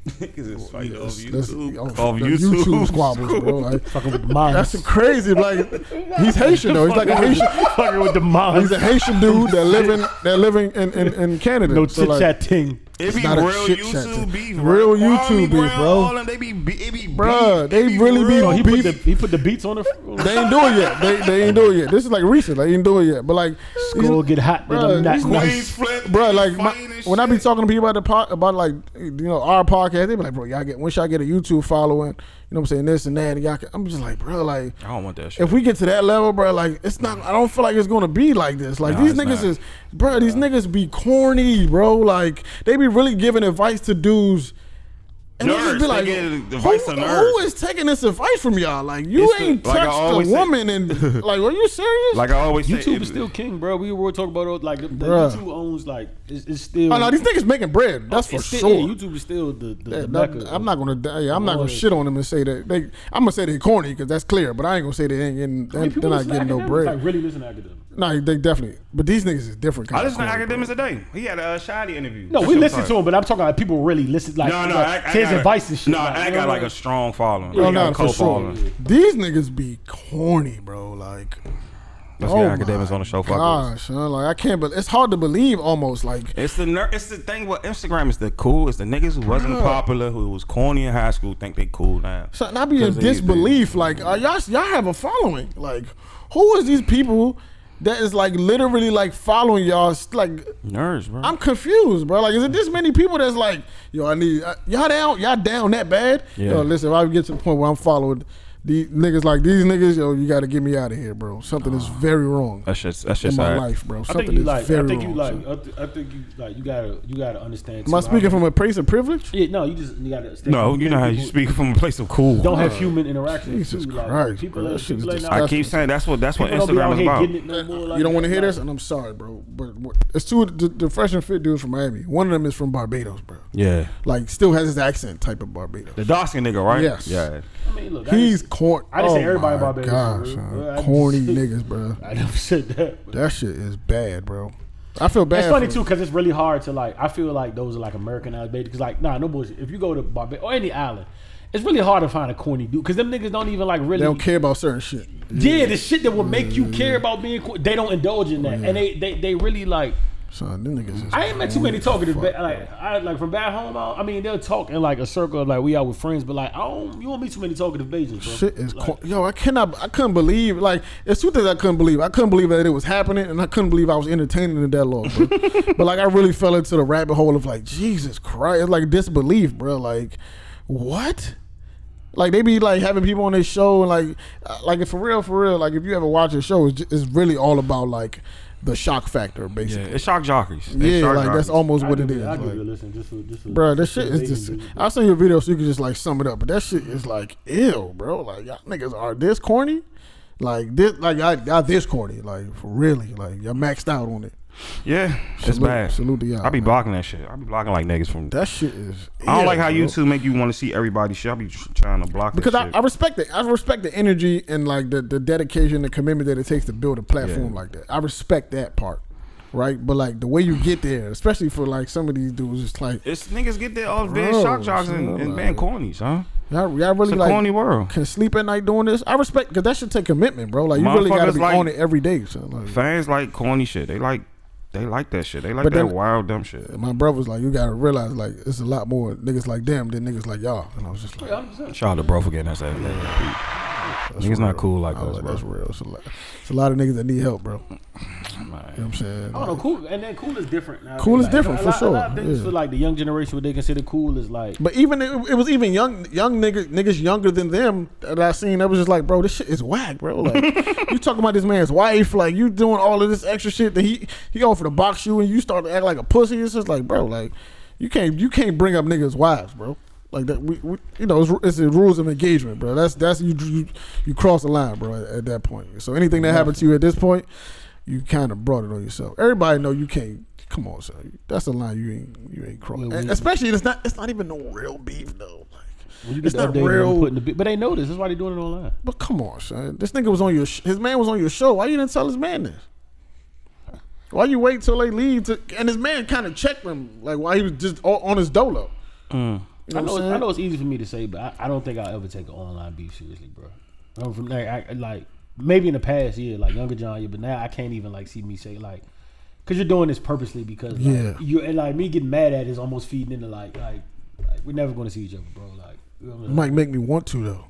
[SPEAKER 4] Niggas is fighting over
[SPEAKER 1] let's- let's-
[SPEAKER 4] YouTube.
[SPEAKER 1] oh,
[SPEAKER 4] Over
[SPEAKER 1] the YouTube
[SPEAKER 4] YouTube.
[SPEAKER 1] squabbles, bro. Like,
[SPEAKER 3] Fucking with the minds.
[SPEAKER 1] that's crazy. Like, he's Haitian though. He's like a Haitian.
[SPEAKER 3] fucking with the
[SPEAKER 1] He's
[SPEAKER 3] minds.
[SPEAKER 1] a Haitian dude that living that living in, in, in Canada.
[SPEAKER 3] No
[SPEAKER 1] So,
[SPEAKER 3] chit
[SPEAKER 1] like,
[SPEAKER 3] chat ting.
[SPEAKER 4] It be
[SPEAKER 1] not a
[SPEAKER 4] real
[SPEAKER 1] chit chat thing.
[SPEAKER 4] YouTube beef.
[SPEAKER 1] Real
[SPEAKER 4] bro. Kwame
[SPEAKER 1] YouTube beef,
[SPEAKER 4] Brown,
[SPEAKER 1] bro.
[SPEAKER 4] all them, They be be- it be
[SPEAKER 1] Bruh,
[SPEAKER 4] beef.
[SPEAKER 1] they really be-
[SPEAKER 3] So he put
[SPEAKER 1] Beef.
[SPEAKER 3] the he put the beats on the.
[SPEAKER 1] They ain't do it yet. They, they ain't do it yet. This is like recent. They ain't do it yet. But like,
[SPEAKER 3] School
[SPEAKER 1] these-
[SPEAKER 3] get hot. Then
[SPEAKER 1] Bruh,
[SPEAKER 3] I'm not
[SPEAKER 1] these
[SPEAKER 3] nice.
[SPEAKER 1] bro, like my, when I be talking to people about the pod, about like you know our podcast, they be like, bro, y'all get once y'all get a YouTube following, you know what I'm saying this and that. And y'all, can, I'm just like, bro, like
[SPEAKER 4] I don't want that shit.
[SPEAKER 1] if we get to that level, bro, like it's not. I don't feel like it's gonna be like this. Like
[SPEAKER 4] Nah,
[SPEAKER 1] these
[SPEAKER 4] it's
[SPEAKER 1] niggas
[SPEAKER 4] not.
[SPEAKER 1] is, bro, these niggas be corny, bro. Like they be really giving advice to dudes. And they just
[SPEAKER 4] Nerds,
[SPEAKER 1] be
[SPEAKER 4] they
[SPEAKER 1] like,
[SPEAKER 4] get
[SPEAKER 1] who,
[SPEAKER 4] advice to
[SPEAKER 1] who
[SPEAKER 4] nerds."
[SPEAKER 1] is taking this advice from y'all? Like you
[SPEAKER 4] It's the-
[SPEAKER 1] ain't
[SPEAKER 4] like I
[SPEAKER 1] touched a
[SPEAKER 4] always say-
[SPEAKER 1] woman, and like, are you serious?
[SPEAKER 4] like I always say,
[SPEAKER 3] YouTube
[SPEAKER 4] it-
[SPEAKER 3] is still king, bro. We were talking about it, like the, the
[SPEAKER 1] Bruh.
[SPEAKER 3] YouTube owns like it's, it's still.
[SPEAKER 1] oh no, these niggas making bread. That's
[SPEAKER 4] Oh,
[SPEAKER 1] for
[SPEAKER 3] it's still,
[SPEAKER 1] sure.
[SPEAKER 3] yeah, YouTube is still the the,
[SPEAKER 1] Yeah,
[SPEAKER 3] the
[SPEAKER 1] that-
[SPEAKER 3] mecca.
[SPEAKER 1] I'm not gonna. Yeah, I'm not gonna
[SPEAKER 3] Lord.
[SPEAKER 1] shit on them and say that they. I'm gonna say they corny because that's clear. But I ain't gonna say they ain't getting.
[SPEAKER 3] I mean,
[SPEAKER 1] They're
[SPEAKER 3] people
[SPEAKER 1] not
[SPEAKER 3] listen to
[SPEAKER 1] getting no
[SPEAKER 3] academics,
[SPEAKER 1] bread.
[SPEAKER 3] Like really listen to academics.
[SPEAKER 1] No, they definitely. But these niggas is different.
[SPEAKER 4] I
[SPEAKER 1] kinda
[SPEAKER 4] listen to
[SPEAKER 1] corny, bro.
[SPEAKER 4] academics today. He had a uh, Shadi interview.
[SPEAKER 3] No, we listen to him, but I'm talking like people really listen. Like
[SPEAKER 4] No, no,
[SPEAKER 3] like,
[SPEAKER 4] I, I
[SPEAKER 3] his
[SPEAKER 4] got a-
[SPEAKER 3] advice and shit.
[SPEAKER 4] No, I got like a strong following.
[SPEAKER 1] Oh,
[SPEAKER 4] I got
[SPEAKER 1] no,
[SPEAKER 4] a
[SPEAKER 1] for
[SPEAKER 4] cult
[SPEAKER 1] sure.
[SPEAKER 4] following.
[SPEAKER 1] These niggas be corny, bro. Like,
[SPEAKER 4] Let's
[SPEAKER 1] oh
[SPEAKER 4] get
[SPEAKER 1] my
[SPEAKER 4] academics on the show. Fuck with us.
[SPEAKER 1] Gosh, huh? like I can't. But it's hard to believe almost. Like,
[SPEAKER 4] It's the ner- it's the thing with Instagram. It's the cool. It's the niggas who wasn't popular, who was corny in high school, think they cool now.
[SPEAKER 1] So I be in
[SPEAKER 4] 'Cause they-
[SPEAKER 1] disbelief. Like uh, y'all, y'all have a following. Like who is these people that is like literally like following y'all? It's Like
[SPEAKER 4] Nerds, bro.
[SPEAKER 1] I'm confused, bro. Like is it this many people that's like, yo, I need uh, y'all down, y'all down that bad?
[SPEAKER 4] Yeah.
[SPEAKER 1] Yo, listen, if I get to the point where I'm following these niggas like these niggas, yo, you got to get me out of here, bro. Something is very wrong
[SPEAKER 4] that shit's that
[SPEAKER 1] in
[SPEAKER 4] shit's
[SPEAKER 1] my
[SPEAKER 4] all right.
[SPEAKER 1] life, bro.
[SPEAKER 3] I
[SPEAKER 1] Something
[SPEAKER 3] think you
[SPEAKER 1] is
[SPEAKER 3] like. I
[SPEAKER 1] very
[SPEAKER 3] think you
[SPEAKER 1] wrong.
[SPEAKER 3] like.
[SPEAKER 1] son.
[SPEAKER 3] I, th- I think you like. You gotta. You gotta understand.
[SPEAKER 1] Am I
[SPEAKER 3] too,
[SPEAKER 1] speaking
[SPEAKER 3] how-
[SPEAKER 1] from a place of privilege?
[SPEAKER 3] Yeah, no, you just you gotta. stay-
[SPEAKER 4] No, you know how you
[SPEAKER 3] people
[SPEAKER 4] speak from a place of cool.
[SPEAKER 3] Don't have human interaction.
[SPEAKER 1] Jesus
[SPEAKER 3] too. Like,
[SPEAKER 1] Christ,
[SPEAKER 3] people
[SPEAKER 1] bro,
[SPEAKER 3] are-
[SPEAKER 1] that shit is
[SPEAKER 3] people are not-
[SPEAKER 4] I keep saying that's what that's what
[SPEAKER 3] people don't be out
[SPEAKER 4] Instagram is
[SPEAKER 3] here
[SPEAKER 4] about.
[SPEAKER 3] getting it no more like
[SPEAKER 1] you don't want to
[SPEAKER 3] that,
[SPEAKER 1] hear
[SPEAKER 3] like-
[SPEAKER 1] this, and I'm sorry, bro. But what- it's two the, the fresh and fit dudes from Miami. One of them is from Barbados, bro.
[SPEAKER 4] Yeah,
[SPEAKER 1] Like, still has his accent type of Barbados.
[SPEAKER 4] the dark skin nigga, right?
[SPEAKER 1] Yes.
[SPEAKER 4] Yeah.
[SPEAKER 3] I mean, look,
[SPEAKER 1] He's
[SPEAKER 3] I,
[SPEAKER 1] corn.
[SPEAKER 3] I didn't say
[SPEAKER 1] oh
[SPEAKER 3] everybody
[SPEAKER 1] my
[SPEAKER 3] Barbados,
[SPEAKER 1] Gosh,
[SPEAKER 3] bro.
[SPEAKER 1] son.
[SPEAKER 3] I just-
[SPEAKER 1] corny niggas, bro.
[SPEAKER 3] I never said that. but-
[SPEAKER 1] That shit is bad, bro. I feel bad.
[SPEAKER 3] It's funny
[SPEAKER 1] for-
[SPEAKER 3] too because it's really hard to like. I feel like those are like Americanized babies. Because like, nah, no bullshit. If you go to Barbados or any island, it's really hard to find a corny dude because them niggas don't even like really.
[SPEAKER 1] They don't care Mm. about certain shit. Oh,
[SPEAKER 3] Yeah, the shit that will make you care about being cool, they don't indulge in that, and they, they they really like
[SPEAKER 1] Son, them niggas. Is
[SPEAKER 3] I ain't met too many
[SPEAKER 1] corny
[SPEAKER 3] talking to
[SPEAKER 1] as
[SPEAKER 3] ba-
[SPEAKER 1] Oh, fuck,
[SPEAKER 3] like I like from back home. I, I mean, they'll talk in like a circle of like we out with friends, but like I don't. You won't meet too many talkative Bajans, bro.
[SPEAKER 1] Shit is cor- yo. I cannot. I couldn't believe. Like it's two things I couldn't believe. I couldn't believe that it was happening, and I couldn't believe I was entertaining the dialogue. Bro. but like I really fell into the rabbit hole of like Jesus Christ, It's like disbelief, bro. Like what? Like they be like having people on their show and like, uh, like if for real, for real. Like if you ever watch a show, it's, ju- it's really all about like the shock factor,
[SPEAKER 4] Yeah,
[SPEAKER 1] basically.
[SPEAKER 4] it's shock jockeys. It's
[SPEAKER 1] Yeah,
[SPEAKER 4] shock
[SPEAKER 1] like that's
[SPEAKER 4] jockeys.
[SPEAKER 1] almost what it
[SPEAKER 3] give
[SPEAKER 1] is.
[SPEAKER 3] I give
[SPEAKER 1] like.
[SPEAKER 3] you a listen just for just for.
[SPEAKER 1] Bro, that shit
[SPEAKER 3] for
[SPEAKER 1] is
[SPEAKER 3] Bajan
[SPEAKER 1] just.
[SPEAKER 3] music.
[SPEAKER 1] I'll send you a video so you can just like sum it up. But that shit is like ill, bro. Like y'all niggas are this corny, like this, like y'all, y'all this corny, like for really, like y'all maxed out on it.
[SPEAKER 4] Yeah, it's
[SPEAKER 1] Salute-
[SPEAKER 4] bad.
[SPEAKER 1] salute to y'all,
[SPEAKER 4] I be
[SPEAKER 1] man.
[SPEAKER 4] blocking that shit. I be blocking like niggas from.
[SPEAKER 1] That shit is.
[SPEAKER 4] I don't
[SPEAKER 1] ill,
[SPEAKER 4] like how
[SPEAKER 1] bro.
[SPEAKER 4] YouTube make you want to see everybody's shit. I be tr- trying to block
[SPEAKER 1] because
[SPEAKER 4] that
[SPEAKER 1] I,
[SPEAKER 4] shit.
[SPEAKER 1] I respect it. I respect the energy and like the, the dedication, the commitment that it takes to build a platform
[SPEAKER 4] Yeah.
[SPEAKER 1] like that. I respect that part, right? But like the way you get there, especially for like some of these dudes, it's like
[SPEAKER 4] it's niggas get there off being
[SPEAKER 1] Bro,
[SPEAKER 4] shock jocks and,
[SPEAKER 1] son,
[SPEAKER 4] and
[SPEAKER 1] like-
[SPEAKER 4] being cornies, huh?
[SPEAKER 1] y'all, y'all really
[SPEAKER 4] It's a
[SPEAKER 1] like
[SPEAKER 4] corny world.
[SPEAKER 1] can sleep at night doing this. I respect because that should take commitment, bro. Like you really got to
[SPEAKER 4] Motherfuckers
[SPEAKER 1] be
[SPEAKER 4] like-
[SPEAKER 1] on it every day. So like,
[SPEAKER 4] Fans like corny shit. They like, they like that shit. They like
[SPEAKER 1] But
[SPEAKER 4] that
[SPEAKER 1] then-
[SPEAKER 4] wild dumb shit.
[SPEAKER 1] my brother's like, you gotta realize like it's a lot more niggas like them than niggas like y'all. And I was just like,
[SPEAKER 3] Yeah, 100%.
[SPEAKER 4] Shout out to bro for getting that ass.
[SPEAKER 1] that's
[SPEAKER 4] Niggas not
[SPEAKER 1] real.
[SPEAKER 4] cool like
[SPEAKER 1] I was
[SPEAKER 4] us,
[SPEAKER 1] like, "Oh, that's
[SPEAKER 4] bro.
[SPEAKER 1] real. It's a, lot, it's a lot of niggas that need help, bro. You know what I'm saying?
[SPEAKER 3] I don't know, cool, and then cool is different. Now.
[SPEAKER 1] Cool is different,
[SPEAKER 3] a
[SPEAKER 1] for
[SPEAKER 3] lot, A lot
[SPEAKER 1] sure.
[SPEAKER 3] of things
[SPEAKER 1] Yeah.
[SPEAKER 3] for like the young generation, what they consider cool is like
[SPEAKER 1] But even it, it was even young young niggas niggas younger than them that I seen that was just like, bro, this shit is whack, bro. Like you talking about this man's wife, like you doing all of this extra shit that he he offered to box you and you start to act like a pussy. It's just like, bro, like you can't you can't bring up niggas' wives, bro. Like that, we, we you know, it's, it's the rules of engagement, bro. That's that's you you, you cross the line, bro. At, at that point, so anything that happened to you at this point, you kind of brought it on yourself. Everybody know you can't. Come on, son. That's a line you ain't you ain't crossing.
[SPEAKER 3] Well, we-
[SPEAKER 1] Especially it's not it's not even no real beef though. Like,
[SPEAKER 3] when you get
[SPEAKER 1] it's
[SPEAKER 3] the
[SPEAKER 1] not
[SPEAKER 3] update on
[SPEAKER 1] real.
[SPEAKER 3] putting the bi- but they know this. That's why they doing it online.
[SPEAKER 1] But come on, son. This nigga was on your sh- his man was on your show. Why you didn't tell his man this? Why you wait till they leave? To, and his man kind of checked him, like why he was just o- on his dolo. You know
[SPEAKER 3] Mm. I know,
[SPEAKER 1] what I'm
[SPEAKER 3] it's, I
[SPEAKER 1] saying?
[SPEAKER 3] know it's easy for me to say, but I, I don't think I'll ever take an online beef seriously, bro. I'm from like, I, I- like maybe in the past, yeah, like younger John, yeah, but now I can't even like see me say like, because you're doing this purposely because like,
[SPEAKER 1] Yeah.
[SPEAKER 3] you and like me getting mad at it is almost feeding into like like, like we're never going to see each other, bro. Like, you know what I
[SPEAKER 1] It
[SPEAKER 3] mean?
[SPEAKER 1] might make me want to though.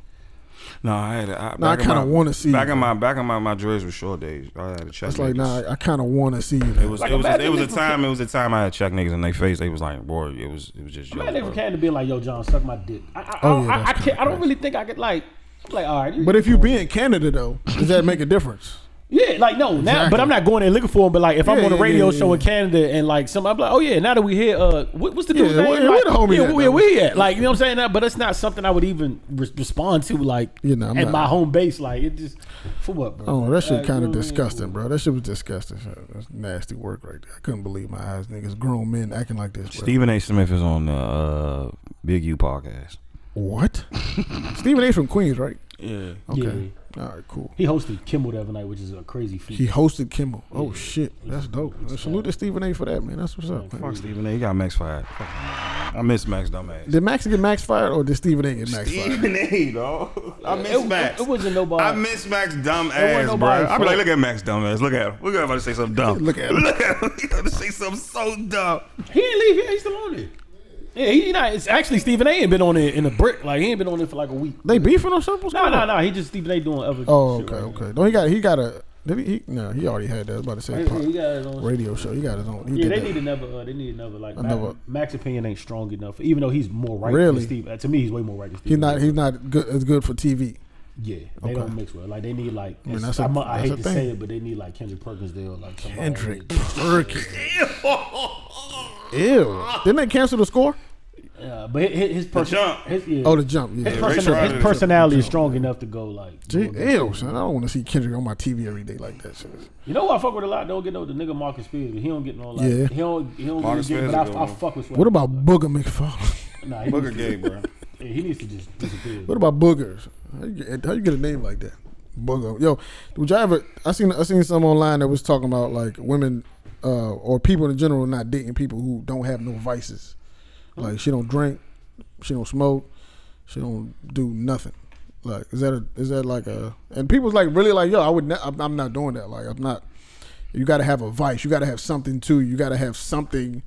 [SPEAKER 4] No, I had. A, I,
[SPEAKER 1] No, I
[SPEAKER 4] back in
[SPEAKER 1] kinda
[SPEAKER 4] my-
[SPEAKER 1] wanna see
[SPEAKER 4] Back
[SPEAKER 1] you,
[SPEAKER 4] in my back in my my dreads were short days. I had a check.
[SPEAKER 1] It's like
[SPEAKER 4] niggas.
[SPEAKER 1] nah, I kind of want to see you.
[SPEAKER 4] It was
[SPEAKER 3] Like,
[SPEAKER 4] it was
[SPEAKER 3] imagine
[SPEAKER 4] it was a
[SPEAKER 3] niggas-
[SPEAKER 4] time it was a time I had check niggas in their face. They was like, boy, it was it was just.
[SPEAKER 3] I'm
[SPEAKER 4] yo,
[SPEAKER 3] mad they
[SPEAKER 4] bro.
[SPEAKER 3] pretend to be like, yo, John, suck my dick. I, I,
[SPEAKER 1] Oh,
[SPEAKER 3] I,
[SPEAKER 1] yeah,
[SPEAKER 3] I,
[SPEAKER 1] that's
[SPEAKER 3] I, can't,
[SPEAKER 1] kinda
[SPEAKER 3] I don't
[SPEAKER 1] crazy.
[SPEAKER 3] really think I could like, I'm like, all right,
[SPEAKER 1] But if you be in Canada though, does that make a difference?
[SPEAKER 3] Yeah, like no, now, but I'm not going there looking for him. But like, if I'm
[SPEAKER 1] Yeah,
[SPEAKER 3] on a
[SPEAKER 1] yeah,
[SPEAKER 3] radio
[SPEAKER 1] yeah, yeah.
[SPEAKER 3] show in Canada and like some, I'm like, oh yeah, now that we here, uh, what, what's the
[SPEAKER 1] Yeah,
[SPEAKER 3] dude's name?
[SPEAKER 1] where- where
[SPEAKER 3] Like,
[SPEAKER 1] the homie
[SPEAKER 3] yeah,
[SPEAKER 1] at,
[SPEAKER 3] where
[SPEAKER 1] though?
[SPEAKER 3] we at? Like, you know what I'm saying? That, but it's not something I would even re- respond to, like,
[SPEAKER 1] You know, I'm
[SPEAKER 3] at
[SPEAKER 1] not-
[SPEAKER 3] my home base. Like, it just for what, bro?
[SPEAKER 1] Oh, that shit
[SPEAKER 3] Like,
[SPEAKER 1] kind
[SPEAKER 3] you
[SPEAKER 1] of
[SPEAKER 3] know what I mean?
[SPEAKER 1] disgusting, bro. That shit was disgusting. son. That's nasty work right there. I couldn't believe my eyes. Niggas, grown men acting like this. Bro.
[SPEAKER 4] Stephen A. Smith is on the uh, Big U podcast.
[SPEAKER 1] What? Stephen A's from Queens, right?
[SPEAKER 4] Yeah.
[SPEAKER 1] Okay. All right, cool.
[SPEAKER 3] He hosted Kimmel the other night, which is a crazy feat.
[SPEAKER 1] He hosted Kimmel. Oh shit, that's dope. Salute to Stephen A for that, man. That's what's up. man.
[SPEAKER 4] Fuck Stephen A. He got Max fired. Fuck him. I miss Max dumbass.
[SPEAKER 1] Did Max get Max fired or did Stephen A get Max fired?
[SPEAKER 4] A. Though I
[SPEAKER 3] it, it- it wasn't nobody.
[SPEAKER 4] I miss Max
[SPEAKER 3] wasn't
[SPEAKER 4] dumbass, bro.
[SPEAKER 3] nobody's
[SPEAKER 4] I be like,
[SPEAKER 3] fault.
[SPEAKER 4] look at Max dumbass. Look at him. Look at him about to say something dumb.
[SPEAKER 1] Look at him.
[SPEAKER 4] Look at him. He about to say something so dumb.
[SPEAKER 3] he didn't leave. Yeah, he's still on it. Yeah, he not. It's actually Stephen A. ain't been on it in a brick. Like he ain't been on it for like a week.
[SPEAKER 1] They beefing or something? What's
[SPEAKER 3] No,
[SPEAKER 1] going
[SPEAKER 3] no,
[SPEAKER 1] on?
[SPEAKER 3] no. He just Stephen A. doing other.
[SPEAKER 1] Oh,
[SPEAKER 3] shit
[SPEAKER 1] okay,
[SPEAKER 3] right now.
[SPEAKER 1] okay. Don't he got he got a did he, he no, he already had that. I was about to say
[SPEAKER 3] He-
[SPEAKER 1] pop,
[SPEAKER 3] he got his own-
[SPEAKER 1] radio show. He got his own. He
[SPEAKER 3] Yeah,
[SPEAKER 1] did
[SPEAKER 3] they
[SPEAKER 1] that.
[SPEAKER 3] need another. Uh, they need another. Like
[SPEAKER 1] Another-
[SPEAKER 3] Max, Max opinion ain't strong enough. Even though he's more right
[SPEAKER 1] Really?
[SPEAKER 3] than Steve. uh, to me, he's way more right than Steve.
[SPEAKER 1] He's not he's not good as good for TV.
[SPEAKER 3] Yeah, they
[SPEAKER 1] Okay.
[SPEAKER 3] don't mix well. Like they need like. I,
[SPEAKER 1] that's
[SPEAKER 3] that's
[SPEAKER 1] a-
[SPEAKER 3] I
[SPEAKER 1] that's
[SPEAKER 3] hate
[SPEAKER 1] a
[SPEAKER 3] to
[SPEAKER 1] thing.
[SPEAKER 3] say it, but they need like Kendrick Perkins there. or, Like somebody
[SPEAKER 1] Kendrick
[SPEAKER 3] that-
[SPEAKER 1] Perkins. Ew. Didn't they cancel the score?
[SPEAKER 3] Yeah, but his, his person.
[SPEAKER 4] jump.
[SPEAKER 3] His, yeah,
[SPEAKER 1] Oh, the jump. Yeah.
[SPEAKER 3] his,
[SPEAKER 4] Ray
[SPEAKER 3] person-
[SPEAKER 4] Charles
[SPEAKER 3] his
[SPEAKER 4] is-
[SPEAKER 3] personality is strong enough to go like.
[SPEAKER 1] Gee,
[SPEAKER 3] doing that.
[SPEAKER 1] Ew, son. I don't want to see Kendrick on my TV every day like that. Shit.
[SPEAKER 3] You know who I fuck with a lot? Don't get no the nigga Marcus Spears, but he don't get no like.
[SPEAKER 1] Yeah.
[SPEAKER 3] He don't. He don't
[SPEAKER 4] Marcus
[SPEAKER 3] really get.
[SPEAKER 4] Spears a
[SPEAKER 3] But
[SPEAKER 4] good
[SPEAKER 3] I, I
[SPEAKER 4] one.
[SPEAKER 3] fuck with. Sweat.
[SPEAKER 1] What about Booger McFarlane?
[SPEAKER 3] Nah, he, needs
[SPEAKER 4] Booger
[SPEAKER 3] to,
[SPEAKER 4] gay, bro.
[SPEAKER 3] yeah, he needs to just disappear.
[SPEAKER 1] What about boogers? How you get, how you get a name like that? Booger. Yo, would y'all ever? I seen I seen some online that was talking about like women uh, or people in general not dating people who don't have no vices. Like she don't drink, she don't smoke, she don't do nothing. Like is that a, is that like a? And people's like really like yo, I would ne- I'm I'm not doing that. Like I'm not. You got to have a vice. You got to have something too. You got to have something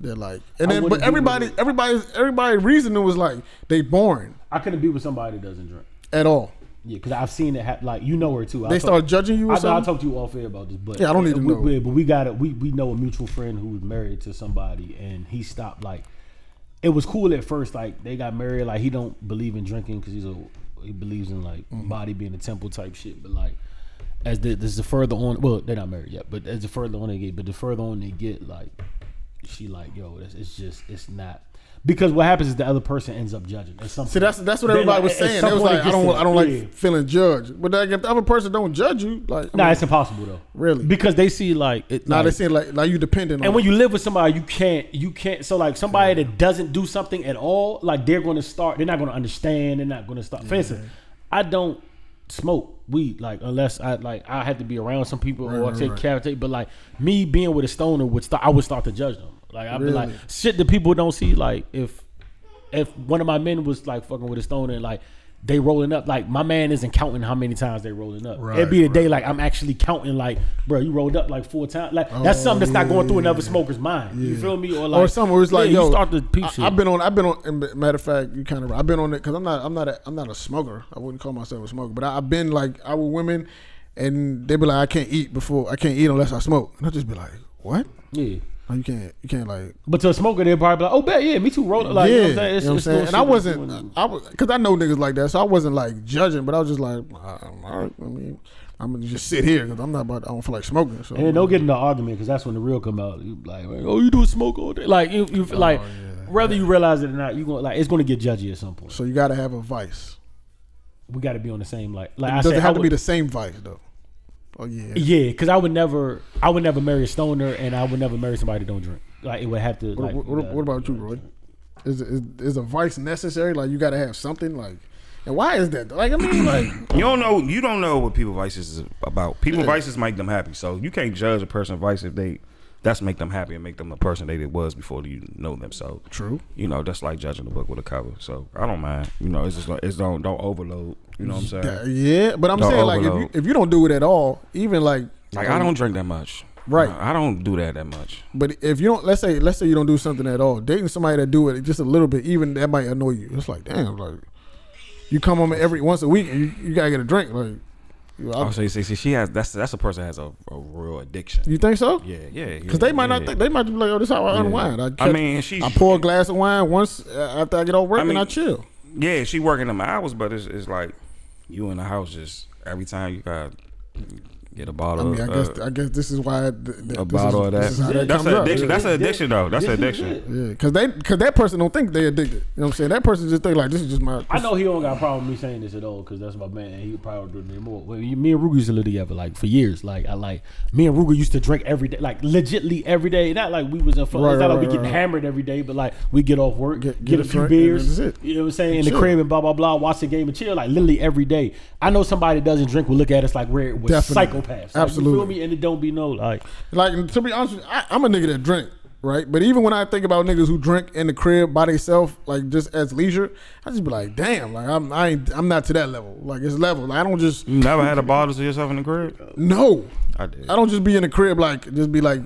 [SPEAKER 1] that like. And
[SPEAKER 3] I
[SPEAKER 1] then, but
[SPEAKER 3] wouldn't be
[SPEAKER 1] everybody,
[SPEAKER 3] with
[SPEAKER 1] everybody, everybody reasoning was like they boring
[SPEAKER 3] I couldn't be with somebody that doesn't drink.
[SPEAKER 1] at all.
[SPEAKER 3] Yeah, because I've seen it happen. Like you know her too. I
[SPEAKER 1] They
[SPEAKER 3] talk-
[SPEAKER 1] start judging you. Or
[SPEAKER 3] I know I
[SPEAKER 1] something?
[SPEAKER 3] talked to you off air about this, but uh,
[SPEAKER 1] Yeah, I don't need to
[SPEAKER 3] we,
[SPEAKER 1] know.
[SPEAKER 3] we- but we got it. We we know a mutual friend who was married to somebody, and he stopped. Like it was cool at first. Like they got married. Like he don't believe in drinking because he's a he believes in like
[SPEAKER 1] Mm-hmm.
[SPEAKER 3] body being a temple type shit. But like as the this is the further on, well they're not married yet, but as the further on they get, but the further on they get, like she like yo, it's, it's just it's not. Because what happens is the other person ends up judging. At some
[SPEAKER 1] See, that's that's what everybody was saying. They was like, I don't, I don't like feeling judged. But like, if the other person don't judge you, like,
[SPEAKER 3] Nah, it's impossible though.
[SPEAKER 1] Really?
[SPEAKER 3] Because they see like it.
[SPEAKER 1] now
[SPEAKER 3] like-
[SPEAKER 1] they saying like, like you dependent on.
[SPEAKER 3] and when you live with somebody, you can't, you can't. So like somebody that doesn't do something at all, like they're going to start. They're not going to understand. They're not going to stop. For instance, I don't smoke weed like unless I like I have to be around some people or
[SPEAKER 1] Right, right,
[SPEAKER 3] take
[SPEAKER 1] right.
[SPEAKER 3] care of it. But like me being with a stoner would start. I would start to judge them. Like I'd be like
[SPEAKER 1] Really?
[SPEAKER 3] shit that people don't see. Like if if one of my men was like fucking with a stoner and like they rolling up, like my man isn't counting how many times they rolling up. It'd be a
[SPEAKER 1] Right,
[SPEAKER 3] day like I'm actually counting like, bro, you rolled up like four times. Like that's
[SPEAKER 1] Oh,
[SPEAKER 3] something that's not going through
[SPEAKER 1] yeah.
[SPEAKER 3] another smoker's mind. You
[SPEAKER 1] Yeah.
[SPEAKER 3] feel me? Or like
[SPEAKER 1] or something where it's like,
[SPEAKER 3] yeah,
[SPEAKER 1] yo,
[SPEAKER 3] you start to peep
[SPEAKER 1] I,
[SPEAKER 3] shit.
[SPEAKER 1] have been on, I've been on. and b- Matter of fact, you kind of, I've been on it because I'm not, I'm not, a, I'm not a smoker. I wouldn't call myself a smoker, but I, I've been like, I with women, and they be like, I can't eat before, I can't eat unless I smoke, and I just be like, what?
[SPEAKER 3] yeah.
[SPEAKER 1] Like, you can't, you can't like,
[SPEAKER 3] But to a smoker, they're probably like, oh, bet, yeah, me too. Roll up. Like,
[SPEAKER 1] yeah,
[SPEAKER 3] you know what I'm saying? It's- it's little
[SPEAKER 1] And I
[SPEAKER 3] shit that's
[SPEAKER 1] wasn't,
[SPEAKER 3] going on.
[SPEAKER 1] I was, cause I know niggas like that, so I wasn't like judging, but I was just like, I'm all right. I mean, I'm gonna just sit here because I'm not about, I don't feel like smoking. So
[SPEAKER 3] And then don't get into an argument because that's when the real come out. You like, oh, you do smoke all day. Like you, you like whether you realize it or not, you going like it's going to get judgy at some point.
[SPEAKER 1] So you gotta have a vice.
[SPEAKER 3] We got to be on the same like. Like I
[SPEAKER 1] Does
[SPEAKER 3] said,
[SPEAKER 1] it
[SPEAKER 3] I
[SPEAKER 1] have to
[SPEAKER 3] would-
[SPEAKER 1] be the same vice though? Oh yeah.
[SPEAKER 3] Yeah, because I would never, I would never marry a stoner, and I would never marry somebody that don't drink. Like it would have to.
[SPEAKER 1] What,
[SPEAKER 3] like,
[SPEAKER 1] what, what, what about you, Roy? Is, is is a vice necessary? Like you got to have something. Like, and why is that? Like I mean, like
[SPEAKER 4] You don't know. You don't know what people vices is about. People vices make them happy, so you can't judge a person's vice if they that's make them happy and make them the person they was before you know them. So
[SPEAKER 1] True.
[SPEAKER 4] You know that's like judging a book with a cover. So I don't mind. You know, it's just like, it's don't don't overload. You know what I'm saying?
[SPEAKER 1] that- yeah. But I'm
[SPEAKER 4] No,
[SPEAKER 1] saying like if you
[SPEAKER 4] overload.
[SPEAKER 1] if you don't do it at all, even like
[SPEAKER 4] Like I don't drink that
[SPEAKER 1] Oh,
[SPEAKER 4] much.
[SPEAKER 1] Right.
[SPEAKER 4] I don't do that that much.
[SPEAKER 1] But if you don't, let's say let's say you don't do something at all, dating somebody that do it just a little bit, even that might annoy you. It's like damn, like you come home every once a week and you, you gotta get a drink. Like, you- I-
[SPEAKER 4] Oh, so you see, see, she has that's that's a person that has a, a real addiction.
[SPEAKER 1] you think so?
[SPEAKER 4] yeah, yeah.
[SPEAKER 1] Because they might not think they might be like, oh, this is how I unwind. I, catch-
[SPEAKER 4] mean, she-
[SPEAKER 1] I pour a glass of wine once uh, after I get off work
[SPEAKER 4] I mean-
[SPEAKER 1] and I chill.
[SPEAKER 4] yeah, she working them hours, but it's, it's like you in the house just every time you got get a
[SPEAKER 1] I
[SPEAKER 4] bottle.
[SPEAKER 1] mean, I
[SPEAKER 4] of,
[SPEAKER 1] guess
[SPEAKER 4] uh,
[SPEAKER 1] I guess this is why th- th- this
[SPEAKER 4] a bottle
[SPEAKER 1] is,
[SPEAKER 4] of that.
[SPEAKER 1] This is how that
[SPEAKER 4] that's
[SPEAKER 1] comes
[SPEAKER 4] an
[SPEAKER 1] up.
[SPEAKER 4] addiction.
[SPEAKER 1] Yeah.
[SPEAKER 4] That's an addiction, though. That's an
[SPEAKER 3] This is
[SPEAKER 4] addiction.
[SPEAKER 3] it.
[SPEAKER 1] Yeah, cause they, cause that person don't think they addicted. You know what I'm saying? That person just think like this is just my.
[SPEAKER 3] I know he don't got a problem with me saying this at all because that's my man. And he probably do it more. Well, you, me and Ruger used to live together like for years. Like I like me and Ruger used to drink every day, like legitly every day. Not like we was in fun.
[SPEAKER 1] Right,
[SPEAKER 3] it's not like
[SPEAKER 1] right,
[SPEAKER 3] we
[SPEAKER 1] right,
[SPEAKER 3] getting
[SPEAKER 1] right.
[SPEAKER 3] hammered every day, but like we get off work,
[SPEAKER 1] Get-
[SPEAKER 3] get,
[SPEAKER 1] get
[SPEAKER 3] a,
[SPEAKER 1] a
[SPEAKER 3] few
[SPEAKER 1] drink, and
[SPEAKER 3] beers.
[SPEAKER 1] that's it.
[SPEAKER 3] You know what I'm saying? In the
[SPEAKER 1] Chill.
[SPEAKER 3] crib and blah blah blah. Watch the game and chill. Like literally every day. I know somebody that doesn't drink will look at us like we're, we're
[SPEAKER 1] Definitely.
[SPEAKER 3] psychopaths. Like, you
[SPEAKER 1] Absolutely.
[SPEAKER 3] feel me? And it don't be no like.
[SPEAKER 1] Like to be honest, with you, I, I'm a nigga that drink, right? But even when I think about niggas who drink in the crib by themselves, like just as leisure, I just be like, damn, like I'm I ain't, I'm not to that level. Like it's level. Like, I don't just
[SPEAKER 4] You never had a bottle to yourself in the crib?
[SPEAKER 1] no.
[SPEAKER 4] I did.
[SPEAKER 1] I don't just be in the crib like just be like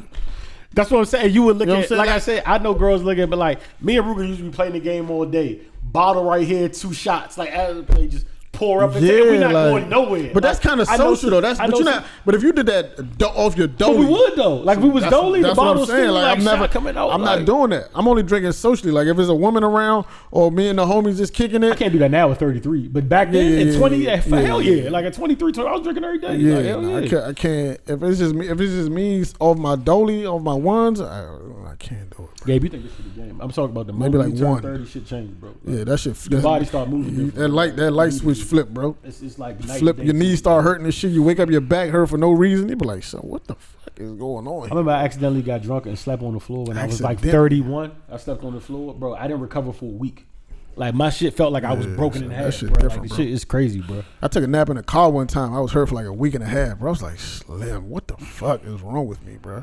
[SPEAKER 3] That's what I'm saying. You would look
[SPEAKER 1] You know what I'm
[SPEAKER 3] at,
[SPEAKER 1] saying?
[SPEAKER 3] like I said, I know girls looking, but like me and Ruger used to be playing the game all day. Bottle right here, two shots. Like as the play, just pour up. And yeah, we're not
[SPEAKER 1] like-
[SPEAKER 3] going nowhere.
[SPEAKER 1] But that's
[SPEAKER 3] Like,
[SPEAKER 1] kind of
[SPEAKER 3] I know
[SPEAKER 1] social though. That's
[SPEAKER 3] I
[SPEAKER 1] but
[SPEAKER 3] know
[SPEAKER 1] you not.
[SPEAKER 3] some-
[SPEAKER 1] But if you did that do- off your
[SPEAKER 3] But
[SPEAKER 1] dole,
[SPEAKER 3] we would though. Like we was
[SPEAKER 1] That's-
[SPEAKER 3] dolly. The
[SPEAKER 1] that's what
[SPEAKER 3] bottles still like,
[SPEAKER 1] I'm
[SPEAKER 3] shot
[SPEAKER 1] never
[SPEAKER 3] coming out.
[SPEAKER 1] I'm
[SPEAKER 3] like-
[SPEAKER 1] not doing that. I'm only drinking socially. Like if there's a woman around or me and the homies just kicking
[SPEAKER 3] I
[SPEAKER 1] it.
[SPEAKER 3] can't do that now at 33, but back then
[SPEAKER 1] Yeah, yeah,
[SPEAKER 3] at
[SPEAKER 1] yeah,
[SPEAKER 3] 20,
[SPEAKER 1] yeah,
[SPEAKER 3] yeah, for
[SPEAKER 1] yeah,
[SPEAKER 3] hell
[SPEAKER 1] yeah.
[SPEAKER 3] yeah. like at 23, 20, I was drinking every day.
[SPEAKER 1] Yeah,
[SPEAKER 3] like, hell
[SPEAKER 1] nah, I
[SPEAKER 3] yeah.
[SPEAKER 1] can't. I can't. If it's just me, if it's just me off my dolly, off my ones, I, I can't do it.
[SPEAKER 3] Gabe, you think this should be game? I'm talking about the
[SPEAKER 1] Maybe
[SPEAKER 3] moment
[SPEAKER 1] like
[SPEAKER 3] you turn
[SPEAKER 1] one.
[SPEAKER 3] 30, shit changed, bro. Like,
[SPEAKER 1] Yeah, that shit.
[SPEAKER 3] Your
[SPEAKER 1] that-
[SPEAKER 3] body start moving.
[SPEAKER 1] you-
[SPEAKER 3] different.
[SPEAKER 1] That light, that light switch flip, bro.
[SPEAKER 3] It's, it's like night and
[SPEAKER 1] Flip
[SPEAKER 3] day
[SPEAKER 1] your
[SPEAKER 3] to
[SPEAKER 1] knees
[SPEAKER 3] you.
[SPEAKER 1] start hurting and shit. You wake up, your back hurt for no reason. You be like, son, what the fuck is going on?
[SPEAKER 3] I remember I accidentally got drunk and slept on the floor when I was like
[SPEAKER 1] Accidentally?
[SPEAKER 3] 31. I slept on the floor, bro. I didn't recover for a week. Like my shit felt like I was broken in
[SPEAKER 1] that
[SPEAKER 3] half,
[SPEAKER 1] shit
[SPEAKER 3] bro. Like
[SPEAKER 1] different,
[SPEAKER 3] the
[SPEAKER 1] bro.
[SPEAKER 3] shit is crazy, bro.
[SPEAKER 1] I took a nap in a car one time. I was hurt for like a week and a half, bro. I was like, Slim, what the fuck is wrong with me, bro?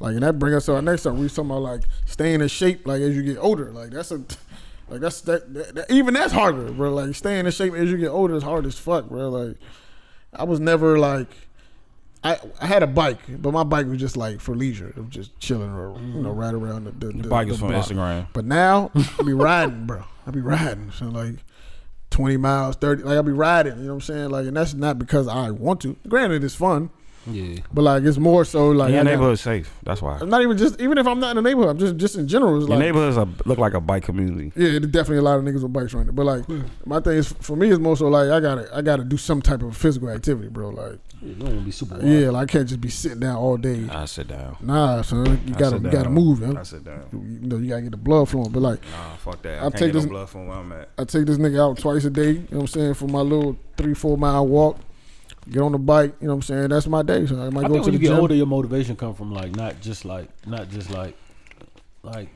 [SPEAKER 1] Like, and that brings us to our next topic. We talking about like staying in shape, like as you get older. Like that's a, like that's that, that, that- even that's harder, bro. Like staying in shape as you get older is hard as fuck, bro. Like I was never like, I, I had a bike, but my bike was just like for leisure, it was just chilling or you know right around the, the, the
[SPEAKER 4] Mm-hmm. bike
[SPEAKER 1] the
[SPEAKER 4] is from
[SPEAKER 1] block.
[SPEAKER 4] Instagram.
[SPEAKER 1] But now I be riding, bro. I be riding, so like twenty miles, thirty. Like I be riding, you know what I'm saying? Like, and that's not because I want to. Granted, it's fun,
[SPEAKER 3] Yeah.
[SPEAKER 1] but like it's more so like
[SPEAKER 4] Your
[SPEAKER 1] I got-
[SPEAKER 4] neighborhood's safe. That's why.
[SPEAKER 1] not even just even if I'm not in the neighborhood, I'm just just in general. It's
[SPEAKER 4] Your
[SPEAKER 1] like
[SPEAKER 4] neighborhoods are, look like a bike community.
[SPEAKER 1] yeah, there's definitely a lot of niggas with bikes right now. But like, my thing is for me is more so like I gotta I gotta do some type of physical activity, bro. Like,
[SPEAKER 3] yeah you don't want to be super wild.
[SPEAKER 1] yeah, like, I can't just be sitting down all day.
[SPEAKER 4] I sit down.
[SPEAKER 1] Nah, son, you
[SPEAKER 4] I
[SPEAKER 1] gotta
[SPEAKER 4] sit
[SPEAKER 1] you gotta
[SPEAKER 4] down.
[SPEAKER 1] move, yo.
[SPEAKER 4] I sit down.
[SPEAKER 1] You know, you gotta get the blood flowing. But like,
[SPEAKER 4] Nah, fuck that. I
[SPEAKER 1] I'll
[SPEAKER 4] can't
[SPEAKER 1] take
[SPEAKER 4] get
[SPEAKER 1] this-
[SPEAKER 4] no blood from where I'm at.
[SPEAKER 1] I take this nigga out twice a day. You know what I'm saying for my little three four mile walk. Get on the bike. You know what I'm saying. That's my day. So I might
[SPEAKER 3] I
[SPEAKER 1] go to
[SPEAKER 3] think when
[SPEAKER 1] the
[SPEAKER 3] you get
[SPEAKER 1] gym.
[SPEAKER 3] older, your motivation come from like not just like not just like like.